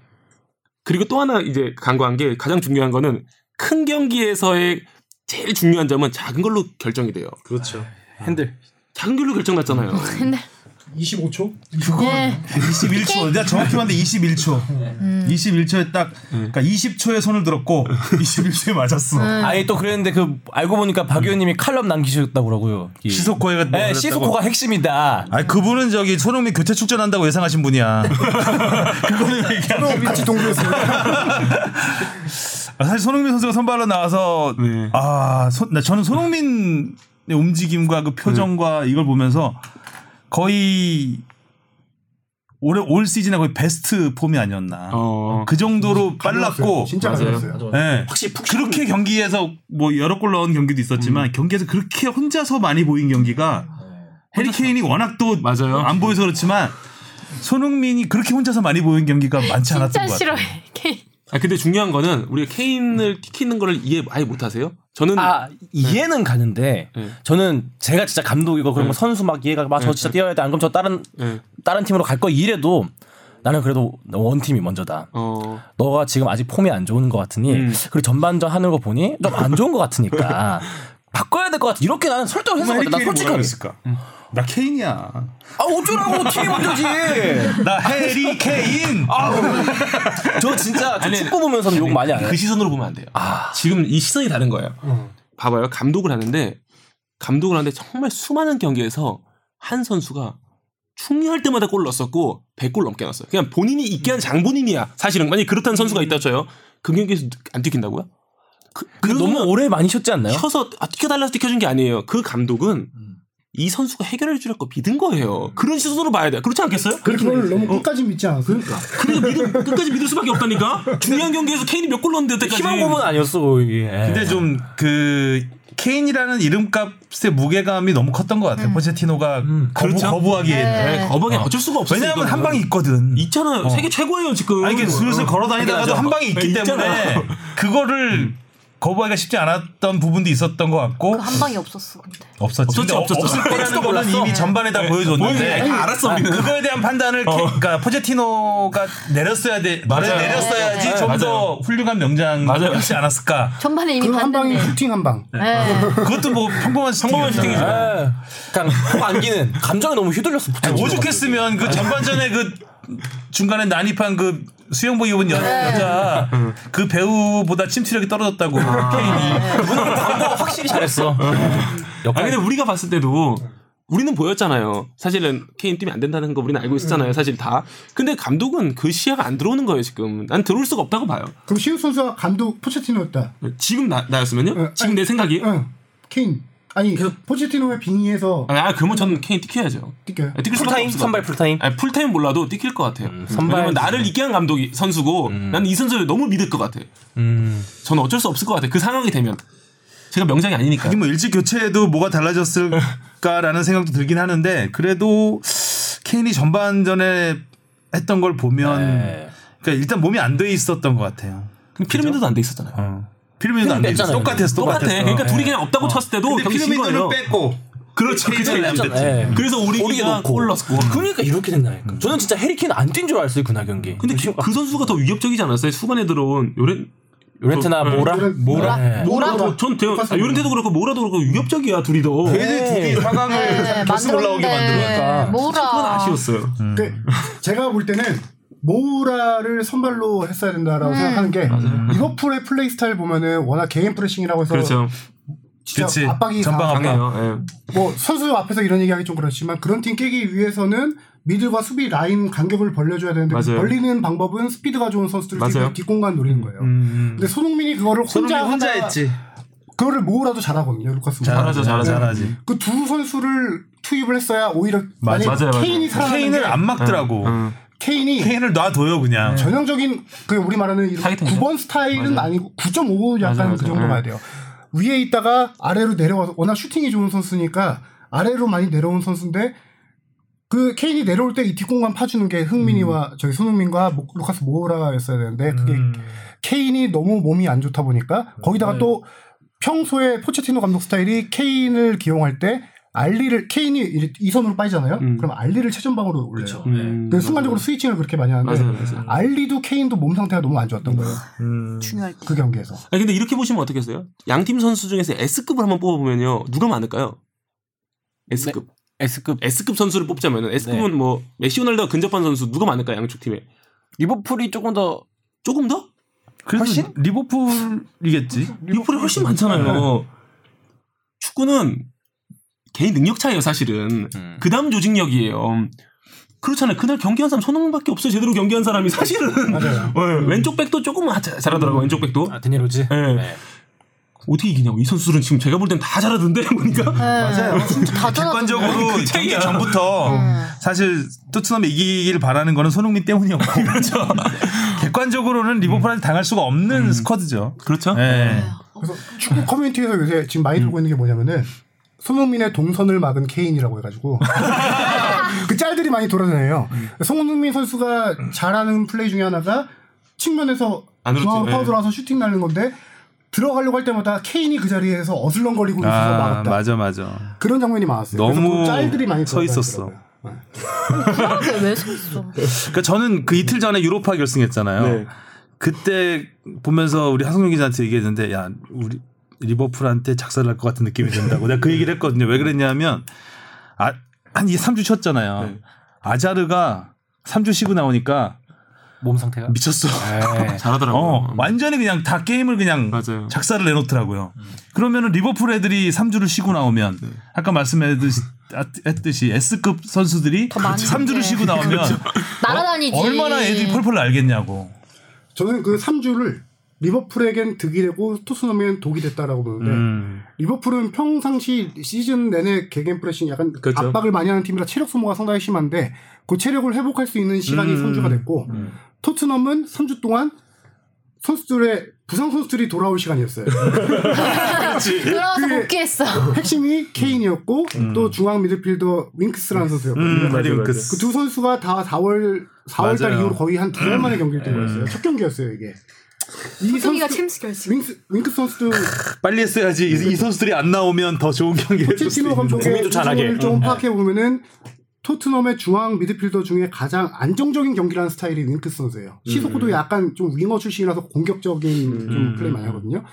C: 그리고 또 하나 이제 간과한 게 가장 중요한 거는 큰 경기에서의 제일 중요한 점은 아. 작은 걸로 결정이 돼요.
E: 핸들.
C: 단결로 결정났잖아요.
H: 25초?
B: 예.
A: 21초. 내가 정확히 봤는데 21초. 21초에 딱, 그러니까 20초에 손을 (laughs) 들었고 21초에 맞았어.
E: 아예 또 그랬는데 그 알고 보니까 박 의원님이 칼럼 남기셨다고 그러고요. 이-
A: 시소코가 뭐
E: 네, 시소코가 핵심이다.
A: 아니 그분은 저기 손흥민 교체 출전한다고 예상하신
E: (laughs)
A: 분이야. 그거는 얘기하는 거야.
D: 같이 동료였어.
A: 아, 사실 손흥민 선수가 선발로 나와서
C: 네.
A: 아, 손- 나 저는 손흥민의 움직임과 그 표정과
E: 네.
A: 이걸 보면서 거의 올해 올 시즌에 거의 베스트 폼이 아니었나.
C: 어.
A: 그 정도로 빨랐고
D: 진짜
C: 맞아요.
D: 가졌어요.
A: 예.
C: 확실히 푹
A: 그렇게 경기에서 뭐 여러 골 넣은 경기도 있었지만 경기에서 그렇게 혼자서 많이 보인 경기가 해리케인이 워낙 또 안
C: 맞아요.
A: 보여서 그렇지만 손흥민이 그렇게 혼자서 많이 보인 경기가 많지 않았던
B: 진짜
A: 것 같아요.
B: 싫어해. (laughs) 케인.
C: 아 근데 중요한 거는 우리가 케인을 키키는 거를 이해 아예 못하세요? 저는
E: 음. 아 이해는 가는데
C: 네.
E: 저는 제가 진짜 감독이고 그런 거 선수 막 이해가 막 저 진짜 뛰어야 돼 안 그럼 저 다른
C: 네.
E: 다른 팀으로 갈 거 이래도 나는 그래도 원 팀이 먼저다.
C: 어
E: 너가 지금 아직 폼이 안 좋은 것 같으니 그리고 전반전 하는 거 보니 좀 안 좋은 것 (laughs) 같으니까 바꿔야 될 것 같아. 이렇게 나는 설득을
A: 뭐
E: 했었거든. 나 솔직히
A: 있을까? 음. 나 케인이야.
E: 아 어쩌라고 팀이 (laughs) 먼저지.
A: 나 해리케인.
E: 저 진짜 저 축구 보면서는 욕 많이 안 해요.
C: 그 시선으로 보면 안 돼요.
E: 아.
C: 지금 이 시선이 다른 거예요.
D: 어.
C: 봐봐요. 감독을 하는데 감독을 하는데 정말 수많은 경기에서 한 선수가 충리할 때마다 골 넣었었고 100골 넘게 넣었어요. 그냥 본인이 있게
E: 음.
C: 한 장본인이야. 사실은 만약 에 그렇다는 선수가 있다 쳐요. 그 경기에서 안 뛰긴다고요? 그, 그
E: 너무 오래 많이 쉬었지 않나요?
C: 켜서 아, 뛰켜달라서 뛰켜준 게 아니에요. 그 감독은 이 선수가 해결해 주려고 믿은 거예요. 그런 시선으로 봐야 돼. 그렇지 않겠어요?
D: 그걸 너무 끝까지 믿지 않았어. 그러니까.
C: 그래서 믿음, 끝까지 믿을 수밖에 없다니까. 중요한 경기에서 케인이 몇 골 넣었는데 여태까지.
E: 희망 고문 아니었어 예. 이게.
A: 근데 좀 그 케인이라는 이름값의 무게감이 너무 컸던 것 같아요. 포체티노가 거부,
C: 그렇죠.
A: 거부하기에
C: 네, 거박에 어쩔 수가 없어요.
A: 왜냐하면 음.
C: 이거는.
A: 한 방이 있거든.
C: 있잖아요. 세계 최고예요 지금.
A: 아니 이게 슬슬 걸어 다니다가도 한 방이 있기 때문에
C: 있잖아요.
A: (laughs) 그거를 거부하기가 쉽지 않았던 부분도 있었던 것 같고
B: 그 한 방이 없었어. 근데.
A: 없었지. 근데
C: 없었어.
A: 없을 거라는 거는 이미 전반에 다 네. 보여줬는데
C: 아니, 알았어. 우리는.
A: 그거에 대한 판단을 케- 그러니까 포제티노가 내렸어야 돼. 말을 내렸어야지 좀 더 훌륭한 명장이지 않았을까.
B: 전반에 이미
D: 그 한 방이
B: 봤는데.
D: 슈팅 한 방.
B: 예.
A: 그것도 뭐 (laughs) 평범한 평범한 슈팅이죠.
E: 에, 그냥 콕 안기는 감정이 너무 휘둘렸어.
A: 오죽했으면 그 전반전에 그 중간에 난입한 그 수영복 입은 여,
B: 네.
A: 여자 그 배우보다 침투력이 떨어졌다고
C: 네.
A: 케인이
E: 확실히 잘했어.
C: 아 근데 우리가 봤을 때도 우리는 보였잖아요. 사실은 케인 뛰면 안 된다는 거 우리는 알고 있었잖아요. 사실 다. 근데 감독은 그 시야가 안 들어오는 거예요 지금. 난 들어올 수가 없다고 봐요.
D: 그럼 시우 선수가 감독 포체티노였다.
C: 지금 나, 나였으면요?
D: 응,
C: 지금 내 생각이.
D: 응. 케인. 아니 포체티노의 빙의에서
C: 아 그러면 저는 케인 뛰켜야죠.
D: 뛰겨요.
C: 아, 뛰킬 수밖에
E: 풀타임
C: 없을 것
E: 선발
C: 같아요.
E: 풀타임.
C: 아니, 풀타임 몰라도 뛰킬 것 같아요.
E: 선발
C: 왜냐면 나를 있게 한 감독이 선수고 나는 이 선수를 너무 믿을 것 같아. 저는 어쩔 수 없을 것 같아. 그 상황이 되면 제가 명장이 아니니까.
A: 뭐 일찍 교체해도 뭐가 달라졌을까라는 생각도 들긴 하는데 그래도 케인이 전반전에 했던 걸 보면
E: 음,
C: 네.
E: 예.
A: 그러니까 일단 몸이 안 돼 있었던 것 같아요.
C: 근데 피라미드도 안 돼 있었잖아요.
A: 어. 피르미도 안 돼 있어.
E: 뺐잖아요.
A: 똑같았어.
C: 똑같아.
A: 똑같았어.
C: 그러니까 둘이 그냥 없다고 쳤을 때도
A: 네. 근데
C: 경기 진 거예요.
A: 피르미도는 뺐고
C: 그렇죠. 그
A: 케인은 안
E: 뺐잖아요.
A: 뺐지.
E: 예.
C: 그래서 오리기가 골 넣었고.
E: 그러니까 이렇게 된다니까. 저는 진짜 해리케인 안 뛴 줄 알았어요 그날 경기.
C: 근데 그, 그 선수가 더 위협적이지 않았어요? 후반에 들어온 요렌
E: 요렌트나
C: 저-
E: 모라
D: 요렌-
E: 모라 그, 네.
C: 모라 전 대요 아, 요렌테도 그렇고 모라도 그렇고 위협적이야 둘이 더.
A: 걔네 둘이
B: 예,
A: 화강을 결승 올라오게 만들어.
B: 만들었는데.
C: 그건
B: 뭐라.
C: 아쉬웠어요.
D: 그 제가 볼 때는 모라를 선발로 했어야 된다라고 생각하는 게 리버풀의 플레이 스타일 보면은 워낙 개인 프레싱이라고 해서
C: 그렇죠.
D: 진짜
A: 그치.
D: 압박이
A: 전방
D: 강하다.
C: 강해요. 예.
D: 뭐 선수 앞에서 이런 얘기하기 좀 그렇지만 그런 팀 깨기 위해서는 미들과 수비 라인 간격을 벌려줘야 되는데 그
C: 맞아요.
D: 벌리는 방법은 스피드가 좋은 선수들을
C: 맞아요.
D: 뒤- 뒷공간 노리는 거예요.
A: 음.
C: 음.
D: 근데 손흥민이 그거를 혼자
A: 혼자 혼자
D: 하다가
A: 했지.
D: 그거를 모으라도 잘하거든요, 루카스.
C: 잘하죠, 잘하죠.
A: 잘하지.
D: 그 두 선수를 투입을 했어야 오히려 만약
C: 맞아요, 맞아요.
D: 케인이 살아나는
A: 케인을
D: 게
C: 음.
A: 안 막더라고.
D: 케인이
A: 케인을 놔둬요 그냥.
D: 네.
C: 네.
D: 전형적인 그 우리 말하는 이런
C: 타겟팅이죠.
D: 9번 스타일은 아니고9.5 약간
C: 맞아요,
D: 그
C: 맞아요.
D: 정도
C: 네.
D: 가야 돼요. 위에 있다가 아래로 내려와서 워낙 슈팅이 좋은 선수니까 아래로 많이 내려온 선수인데 그 케인이 내려올 때 이 뒷공간 파주는 게 흥민이와
C: 음.
D: 저기 손흥민과 모- 루카스 모우라였어야 되는데 그게
E: 음.
D: 케인이 너무 몸이 안 좋다 보니까 거기다가
C: 네.
D: 또 평소에 포체티노 감독 스타일이 케인을 기용할 때 알리를 케인이 이- 이 선으로 빠지잖아요. 그럼 알리를 최전방으로 올려요. 그
C: 음.
D: 순간적으로 스위칭을 그렇게 많이 하는데
C: 맞아요, 맞아요.
D: 알리도 케인도 몸 상태가 너무 안 좋았던 거예요.
E: 음.
B: 중요할 때.
D: 그 경기에서.
C: 아니, 근데 이렇게 보시면 어떻겠어요? 양팀 선수 중에서 S급을 한번 뽑아보면요. 누가 많을까요? S급.
E: S급
D: 네.
C: S급 선수를 뽑자면은 S급은 뭐 메시오날드가 근접한 선수 누가 많을까 요 양쪽 팀에
E: 리버풀이 조금 더
C: 조금 더
A: 그래도
E: 훨씬?
A: 리버풀이겠지.
C: 리버풀이 훨씬
D: 네.
C: 많잖아요. 축구는 개인 능력 차이예요 사실은.
E: 음.
C: 그다음 조직력이에요. 그렇잖아요. 그날 경기한 사람 손흥민밖에 없어요. 제대로 경기한 사람이 사실은
I: 맞아요.
C: 어,
D: 네.
C: 왼쪽 백도 조금 하- 자- 잘하더라고 요 왼쪽 백도.
E: 아, 드니로지.
C: 예. 어떻게 이기냐고 이 선수들은 지금 제가 볼 땐 다 잘하던데 보니까
B: 음. 네. 맞아요. 진짜 다
A: 객관적으로 경기 전부터
D: 네.
A: 사실 토트넘이 이기길 바라는 거는 손흥민 때문이었고 (laughs) 그렇죠. 음. 객관적으로는 리버풀한테 당할 수가 없는 스쿼드죠.
C: 그렇죠.
A: 예.
D: 그래서 축구 커뮤니티에서 요새 지금
A: 음.
D: 많이 들고 있는 게 뭐냐면은 손흥민의 동선을 막은
A: (laughs)
D: 케인이라고 해가지고 그 짤들이 많이 돌아다녀요.
A: 음.
D: 손흥민 선수가 잘하는 플레이 중에 하나가 측면에서
C: 안으로
D: 중앙
C: 치-
D: 파워
C: 예.
D: 들어와서 슈팅 날린 건데 들어가려고 할 때마다 케인이 그 자리에서 어슬렁거리고 있어서
A: 아
D: 막았다.
A: 맞아 맞아.
D: 그런 장면이 많았어요. 그래서
A: 너무
D: 그 짤들이 많이
A: 서 있었어.
D: 돌아다니더라고요. 네.
B: 왜서 있어?
A: 그러니까 저는 그 이틀 전에 유로파 결승했잖아요.
C: 네.
A: 그때 보면서 우리 하성룡 기자한테 얘기했는데 야 우리 리버풀한테 작살날 것 같은 느낌이 든다고 내가 그 얘기를 했거든요. 왜 그랬냐면 아, 한 2, 3주 쉬었잖아요. 아자르가 3주 쉬고 나오니까
E: 몸 상태가.
A: 미쳤어.
C: 잘하더라고.
A: 어,
C: (laughs) 요
A: 완전히 그냥 다 게임을 그냥
C: 맞아요.
A: 작사를 내놓더라고요. 그러면은 리버풀 애들이 3주를 쉬고 나오면 아까 말씀했듯이 아, 했듯이 S급 선수들이
B: 많이 네. 그렇죠.
A: 3주를
B: 이렇게.
A: 쉬고 나오면
B: 날아다니지.
A: 얼마나 애들이 펄펄 날겠냐고.
D: 저는 그 3주를 리버풀에겐 득이 되고 토트넘에겐 독이 됐다라고 보는데 리버풀은 평상시 시즌 내내 개겐 프레싱 약간
C: 그렇죠.
D: 압박을 많이 하는 팀이라 체력 소모가 상당히 심한데 그 체력을 회복할 수 있는 시간이 3주가 됐고 토트넘은 3주 동안 선수들의 부상 선수들이 돌아올 시간이었어요.
B: 돌아와서
D: 그게-
B: 복귀했어.
D: 핵심이 케인이었고 또 중앙 미드필더 윙크스라는 선수였거든요.
A: 음,
D: 그 두 선수가 다 4월 4월 달
A: 맞아요.
D: 이후로 거의 한 두 달 만에 경기를 뛴 거였어요. 첫 경기였어요 이게. 이
B: 승기가
D: 선수-
B: 챔스 결승.
D: 윙스, 윙크 선수도
A: 빨리 했어야지 이, 이 선수들이 안 나오면 더 예, 좋은 경기를 해줄 수
D: 포체티노
A: 있는.
D: 감독의 구성을 좀 파악해 보면은 토트넘의 중앙 미드필더 중에 가장 안정적인 경기를 하는 스타일이 윙크 선수예요. 시속도 약간 좀 윙어 출신이라서 공격적인 좀 플레이 많이 하거든요.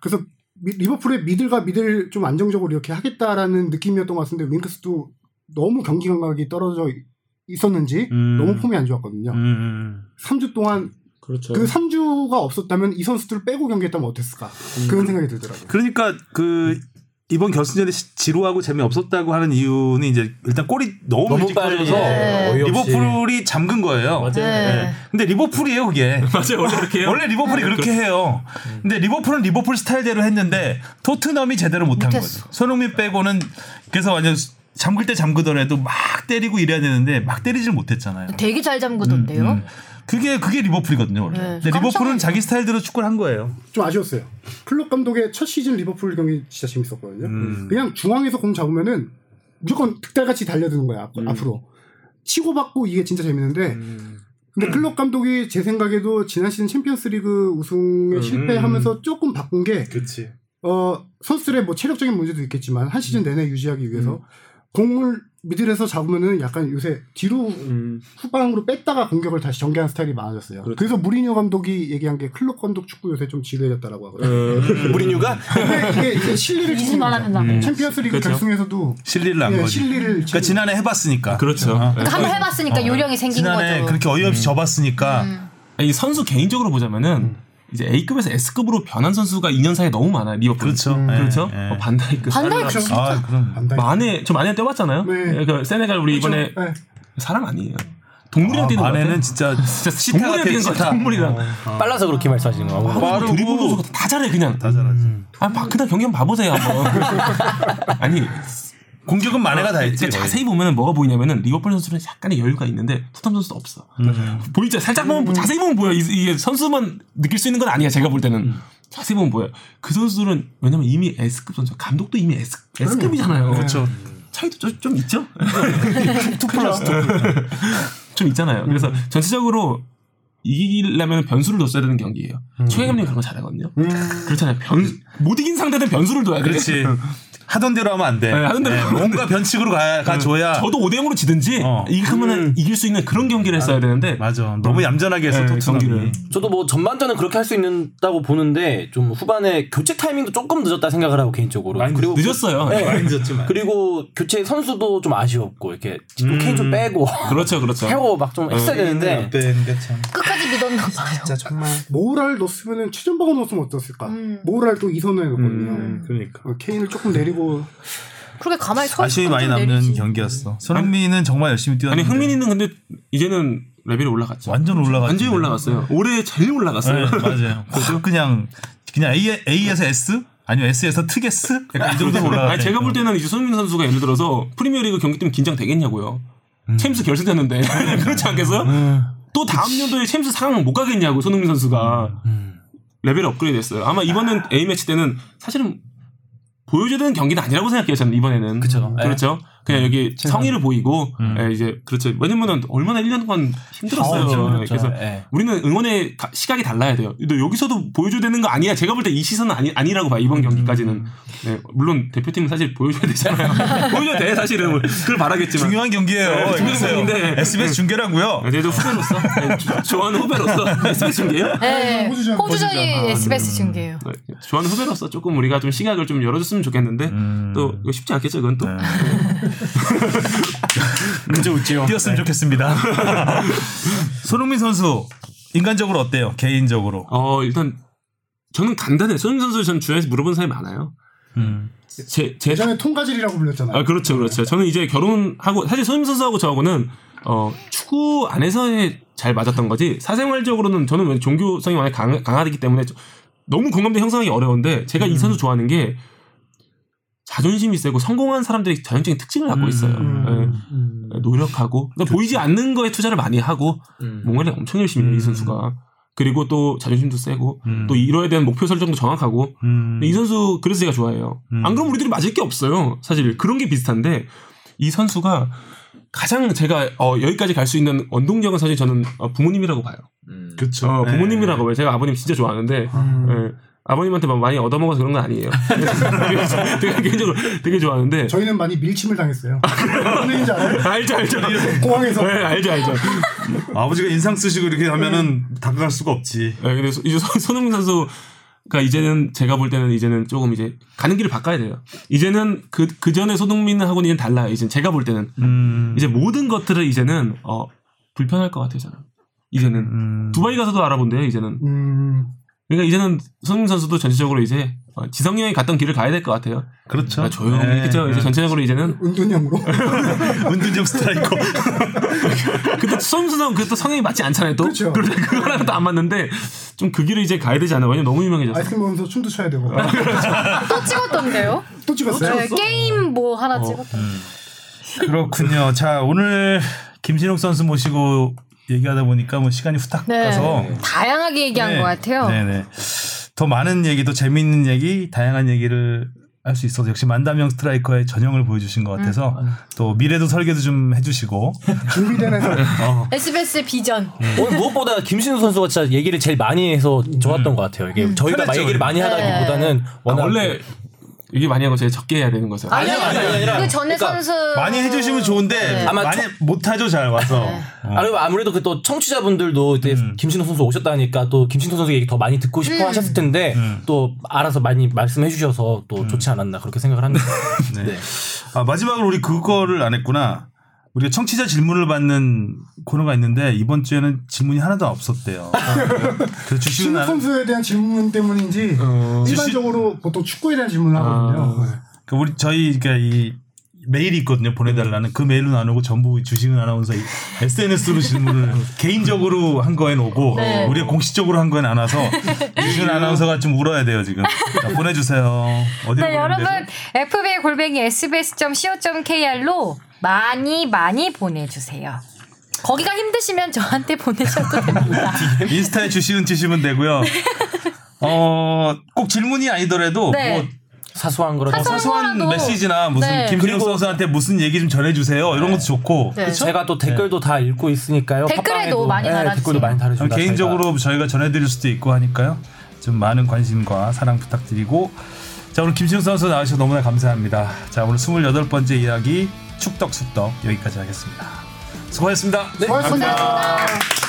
D: 그래서 미- 리버풀의 미들과 미들 좀 안정적으로 이렇게 하겠다라는 느낌이었던 것 같은데 윙크스도 너무 경기 감각이 떨어져 있었는지
A: 음.
D: 너무 폼이 안 좋았거든요.
A: 음, 음.
D: 3주 동안
I: 그렇죠.
D: 그 3주가 없었다면 이 선수들을 빼고 경기했다면 어땠을까? 그런 생각이 들더라고요.
A: 그러니까 그 이번 결승전이 시- 지루하고 재미없었다고 하는 이유는 이제 일단 골이 너무,
E: 너무
A: 일찍
E: 빠르게.
A: 빠져서
E: 네.
I: 어이없이.
A: 리버풀이 잠근 거예요.
B: 네.
A: 근데 리버풀이에요 그게.
C: (laughs) 맞아요. 네, 원래 이렇게 음. 해요.
A: 원래 리버풀이 그렇게 해요. 근데 리버풀은 리버풀 스타일대로 했는데 토트넘이 제대로 못한
B: 못했어.
A: 거죠. 손흥민 빼고는 그래서 완전 수- 잠글 때 잠그더라도 막 때리고 이래야 되는데 막 때리질 못했잖아요.
B: 되게 잘 잠그던데요.
A: 음, 그게 그게 리버풀이거든요 원래.
B: 네,
A: 근데
B: 깜짝
A: 리버풀은
B: 놀랐어요.
A: 자기 스타일대로 축구를 한 거예요.
D: 좀 아쉬웠어요. 클럽 감독의 첫 시즌 리버풀 경기 진짜 재밌었거든요. 그냥 중앙에서 공 잡으면은 무조건 득달같이 달려드는 거야 앞- 앞으로 치고받고 이게 진짜 재밌는데. 근데 클럽 감독이 제 생각에도 지난 시즌 챔피언스리그 우승에 실패하면서 조금 바꾼 게
I: 그치.
D: 어, 선수들의 뭐 체력적인 문제도 있겠지만 한 시즌 내내 유지하기 위해서 공을 미들에서 잡으면은 약간 요새 뒤로
C: 음.
D: 후방으로 뺐다가 공격을 다시 전개하는 스타일이 많아졌어요. 그래서 무리뉴 감독이 얘기한 게 클럽 감독 축구 요새 좀 지루해졌다라고 하거든요.
E: 음.
C: 무리뉴가
D: 근데 이게 이제 실리를
B: 이승만
D: 치는 거죠.
B: 하면
A: 음.
B: 나가요.
D: 챔피언스리그 결승에서도
A: 실리를 안
D: 예,
A: 거지.
D: 실리를
A: 그러니까
D: 치는
A: 지난해 해봤으니까.
C: 그렇죠. 음. 예.
B: 그러니까 한번 해봤으니까 요령이 생긴
A: 어, 지난해
B: 거죠. 음.
A: 그렇게 어이없이 접었으니까
C: 이 선수 개인적으로 보자면은 이제 A급에서 S급으로 변한 선수가 2년 사이에 너무 많아요. 리버풀.
A: 그렇죠. 예,
C: 그렇죠.
A: 예.
C: 어, 반다이크.
B: 반다이크
C: 살라.
B: 진짜.
A: 아 그럼.
D: 반다.
C: 만에 저 만에 뛰어봤잖아요.
D: 네.
C: 예, 그 세네갈 우리 이번에
D: 네.
C: 사람 아니에요. 동물이랑
A: 아,
C: 뛰는 거
A: 반에는
C: 같아요.
A: 진짜
C: 진짜 동물이랑 뛰는 거 같아. 동물이랑.
E: 빨라서 그렇게 말씀하시는 거고.
C: 빠르고 드리블 도수다 잘해 그냥. 다 잘하지.
A: 음.
C: 아, 바, 그날 경기 한번 봐보세요 한번. 아니
A: 공격은 만에가 다 했지.
C: 이제 그러니까 자세히 보면은 뭐가 보이냐면은 리버풀 선수는 약간의 여유가 있는데 토트넘 선수 는 없어. 음. 보이죠? 살짝 보면 자세히 보면 보여. 이- 이게 선수만 느낄 수 있는 건 아니야. 제가 볼 때는 자세히 보면 보여. 그 선수들은 왜냐면 이미 S급 선수, 감독도 이미 S, S급이잖아요.
A: 음.
C: 그렇죠. 차이도 좀, 좀 있죠? (laughs) 투 플러스 (laughs) 음. 좀 있잖아요. 그래서 전체적으로 이기려면 변수를 뒀어야 되는 음. (laughs) 경기예요. 최강님 그런 거 잘하거든요. 그렇잖아요. 변, 못 이긴 상대는 변수를 둬야 돼.
A: 그렇지. 하던 대로 하면 안 돼.
C: 네, 하던 대로
A: 네,
C: 하면 네.
A: 뭔가 변칙으로 가, 가줘야.
C: 저도 5대 0으로 지든지
A: 어.
C: 이기면 이길 수 있는 그런 경기를 했어야 되는데
A: 맞아. 그 너무 얌전하게 했어,
C: 네,
A: 토트넘이.
C: 경기를.
E: 저도 뭐 전반전은 그렇게 할 수 있는다고 보는데 좀 후반에 교체 타이밍도 조금 늦었다 생각을 하고 개인적으로
A: 많이
E: 그리고
C: 늦었어요.
E: 네.
A: 많이 늦었지만.
E: 그리고 교체 선수도 좀 아쉬웠고 이렇게 또 케인 좀 빼고
C: 그렇죠, 그렇죠.
E: (laughs) 해고 막 좀 했어야
A: 네,
E: 되는데
A: 그때 참.
B: 끝까지 믿었나 봐요.
J: 진짜 정말
D: 모랄 넣었으면 최전방어 넣었으면 어땠을까?
B: 음.
D: 모랄 또 2선에 넣거든요.
A: 그러니까.
D: 어, 케인을 조금 내리고
B: 그렇게 가만히 서
A: 아쉬움이
B: 있으면
A: 많이
B: 좀
A: 남는
B: 내리지.
A: 경기였어. 손흥민은 정말 열심히
C: 아니
A: 뛰었는데
C: 흥민이는 근데 이제는 레벨이 올라갔죠.
A: 완전 올라갔어.
C: 완전히 올라갔어요. 올해 제일 올라갔어요. (laughs)
A: 네, 맞아요. 그냥 그냥 A A에서 S 아니면 S에서 특 S 약간 이 정도 올라가.
C: 아니 제가 볼 때는 이제 손흥민 선수가 예를 들어서 프리미어리그 경기 때문에 긴장 되겠냐고요.
A: 음.
C: 챔스 결승됐는데 (laughs) 그렇지 않겠어요? 또 다음 연도에 챔스 상황 못 가겠냐고 손흥민 선수가 레벨 업그레이드했어요. 아마 이번엔 A 매치 때는 사실은 보여줘야 되는 경기는 아니라고 생각해요. 저는 이번에는
E: 그쵸. 예.
C: 그렇죠. 그냥 여기 성의를 보이고 예, 이제 그렇죠. 왜냐면은 얼마나 1년간 힘들었어요. 예, 그래서
A: 네.
E: 예.
C: 우리는 응원의 가- 시각이 달라야 돼요. 너 여기서도 보여줘야 되는 거 아니야. 제가 볼 때 이 시선은 아니, 아니라고 봐요. 이번 경기까지는. 네, 물론 대표팀은 사실 보여줘야 되잖아요. 보여줘야 돼, 사실은. 그걸 바라겠지만.
A: 중요한 경기예요.
C: 네, 중요한
A: 이거세요.
C: 경기인데.
A: SBS 중계라고요.
C: 네, 그래도 후배로서. 네, 조- 좋아하는 후배로서. SBS 중계요?
B: 네.
J: 호주전,
B: 호주전이 SBS
A: 음.
B: 중계예요.
C: 네, 좋아하는 후배로서 조금 우리가 좀 시각을 좀 열어줬으면 좋겠는데 또 이거 쉽지 않겠죠, 그건 또.
E: 문제
C: 네.
E: 웃지요.
A: 뛰었으면 좋겠습니다.
C: (laughs)
A: 손흥민 선수 인간적으로 어때요? 개인적으로.
C: 어, 일단 저는 간단해요. 손흥민 선수 저는 주변에서 물어본 사람이 많아요. 음. 제, 제
D: 예전에 통가질이라고 음. 불렸잖아요.
C: 아 그렇죠, 그렇죠. 저는 이제 결혼하고 사실 손임 선수하고 저하고는 어 축구 안에서의 잘 맞았던 거지 사생활적으로는 저는 왜 종교성이 많이 강, 강하기 때문에 저- 너무 공감대 형성하기 어려운데 제가 이 선수 좋아하는 게 자존심이 세고 성공한 사람들이 자연적인 특징을
A: 음.
C: 갖고 있어요. 예. 노력하고 그러니까 보이지 않는 거에 투자를 많이 하고
E: 음.
C: 뭔가를 엄청 열심히 해요, 이 선수가 그리고 또 자존심도 세고 또
A: 음.
C: 이뤄야 되는 목표 설정도 정확하고 근데 이 선수 그래서 제가 좋아해요. 안 그러면 우리들이 맞을 게 없어요. 사실 그런 게 비슷한데 이 선수가 가장 제가 어, 여기까지 갈 수 있는 원동력은 사실 저는 어, 부모님이라고 봐요.
A: 그렇죠.
C: 어, 부모님이라고 봐요. 제가 아버님 진짜 좋아하는데
A: 음.
C: 예. 아버님한테 막 많이 얻어먹어서 그런 건 아니에요. (laughs) 제가 개인적으로 되게 좋아하는데
D: 저희는 많이 밀침을 당했어요. (laughs) 무슨 지 알아요?
C: 알죠 알죠.
D: 공항에서
C: 네, 알죠 알죠.
A: 아버지가 인상 쓰시고 이렇게 하면은
C: 네.
A: 다가갈 수가 없지.
C: 예, 근데 소- 이제 손- 손흥민 선수가 이제는 제가 볼 때는 이제는 조금 이제 가는 길을 바꿔야 돼요. 이제는 그 그 전에 손흥민하고는 이제 달라요. 이제 제가 볼 때는
A: 음.
C: 음. 이제 모든 것들을 이제는 어, 불편할 것 같아요. 저는 이제는
A: 음.
C: 두바이 가서도 알아본대요. 이제는
D: 음,
C: 그러니까 이제는 손흥민 선수도 전체적으로 이제 어, 지성형이 갔던 길을 가야 될 것 같아요.
A: 그렇죠.
C: 아, 조용히
A: (laughs)
C: 그죠. 이제 전체적으로 이제는
D: 은둔형으로
A: 은둔형
C: (laughs)
A: 스트라이커.
C: 그때 손흥민 선수는 그때 성향이 맞지 않잖아요. 또
D: (laughs)
C: (laughs)
D: 그렇죠.
C: 그거랑또 안 맞는데 좀 그 길을 이제 가야 되지 않아요. 왜냐면 너무 유명해졌어.
D: 아이스크림 그렇죠. 먹으면서 춤도 춰야 되고
B: 또 찍었던데요?
D: 또 찍었어요.
B: 네, 게임 뭐
A: 어.
B: 하나 찍었던.
A: 그렇군요. 자 오늘 김진욱 선수 모시고 얘기하다 보니까 뭐 시간이 후딱
B: 네.
A: 가서
B: 다양하게 얘기한
A: 네.
B: 것 같아요.
A: 네네. 더 많은 얘기도 재미있는 얘기, 다양한 얘기를 할 수 있어서 역시 만담형 스트라이커의 전형을 보여주신 것 같아서
B: 음.
A: 또 미래도 설계도 좀 해주시고
D: 준비된 해설
B: SBS 비전.
E: 오늘 어, 무엇보다 김신우 선수가 진짜 얘기를 제일 많이 해서 좋았던 것 같아요. 이게 저희가 막
A: 편했죠,
E: 얘기를 많이 하다기보다는 워낙
C: 아, 원래 이게 많이 하고 제가 적게 해야 되는 거죠.
B: 아니, 아니, 아니, 아니. 그 전에
E: 그러니까
B: 선수.
A: 많이 해주시면 좋은데
E: 아마
A: 많이 못하죠 잘 와서
E: 아, 그리고 아무래도 그 또 청취자분들도 이제 김신호 선수 오셨다니까 또 김신호 선수 얘기 더 많이 듣고 싶어 하셨을 텐데 또 알아서 많이 말씀해 주셔서 또 좋지 않았나 그렇게 생각을 합니다.
A: 네. 아, 마지막으로 우리 그거를 안 했구나. 우리가 청취자 질문을 받는 코너가 있는데 이번 주에는 질문이 하나도 없었대요. 그래서
D: 신
A: 주시는 안-
D: 선수에 대한 질문 때문인지 일반적으로 보통 축구에 대한 질문을 하거든요. 네.
A: 그 우리 저희 그러니까 이 메일이 있거든요 보내달라는 그 메일로 나누고 전부 주식은 아나운서 SNS로
E: (laughs)
A: 질문을 개인적으로 한 거엔 오고 우리가 공식적으로 한 거엔 안 와서 주식은 아나운서가 좀 울어야 돼요 지금 자, 보내주세요 어디로
B: 네, 여러분, FB 골뱅이 sbs.co.kr로 많이 많이 보내주세요. 거기가 힘드시면 저한테 보내셔도 됩니다.
A: (laughs) 인스타에 주식은 치시면 되고요
B: 네.
A: 어꼭 질문이 아니더라도
B: 네.
A: 뭐
E: 사소한 거라도
B: 사소한
A: 소소한
B: 거라도.
A: 메시지나 무슨
B: 네.
A: 김진욱 선수한테 무슨 얘기 좀 전해주세요 이런 것도 좋고
B: 네.
E: 제가 또 댓글도 다 읽고 있으니까요.
B: 댓글에도
E: 팟빵에도,
B: 많이
E: 예,
B: 달아주세요.
E: 댓글도 많이 달아주세요.
A: 개인적으로 저희가 전해드릴 수도 있고 하니까요. 좀 많은 관심과 사랑 부탁드리고 자 오늘 김신욱 선수 나와주셔서 너무나 감사합니다. 자 오늘 28번째 이야기 축덕숙덕 여기까지 하겠습니다. 수고하셨습니다.
K: 수고하셨습니다.
L: 감사합니다.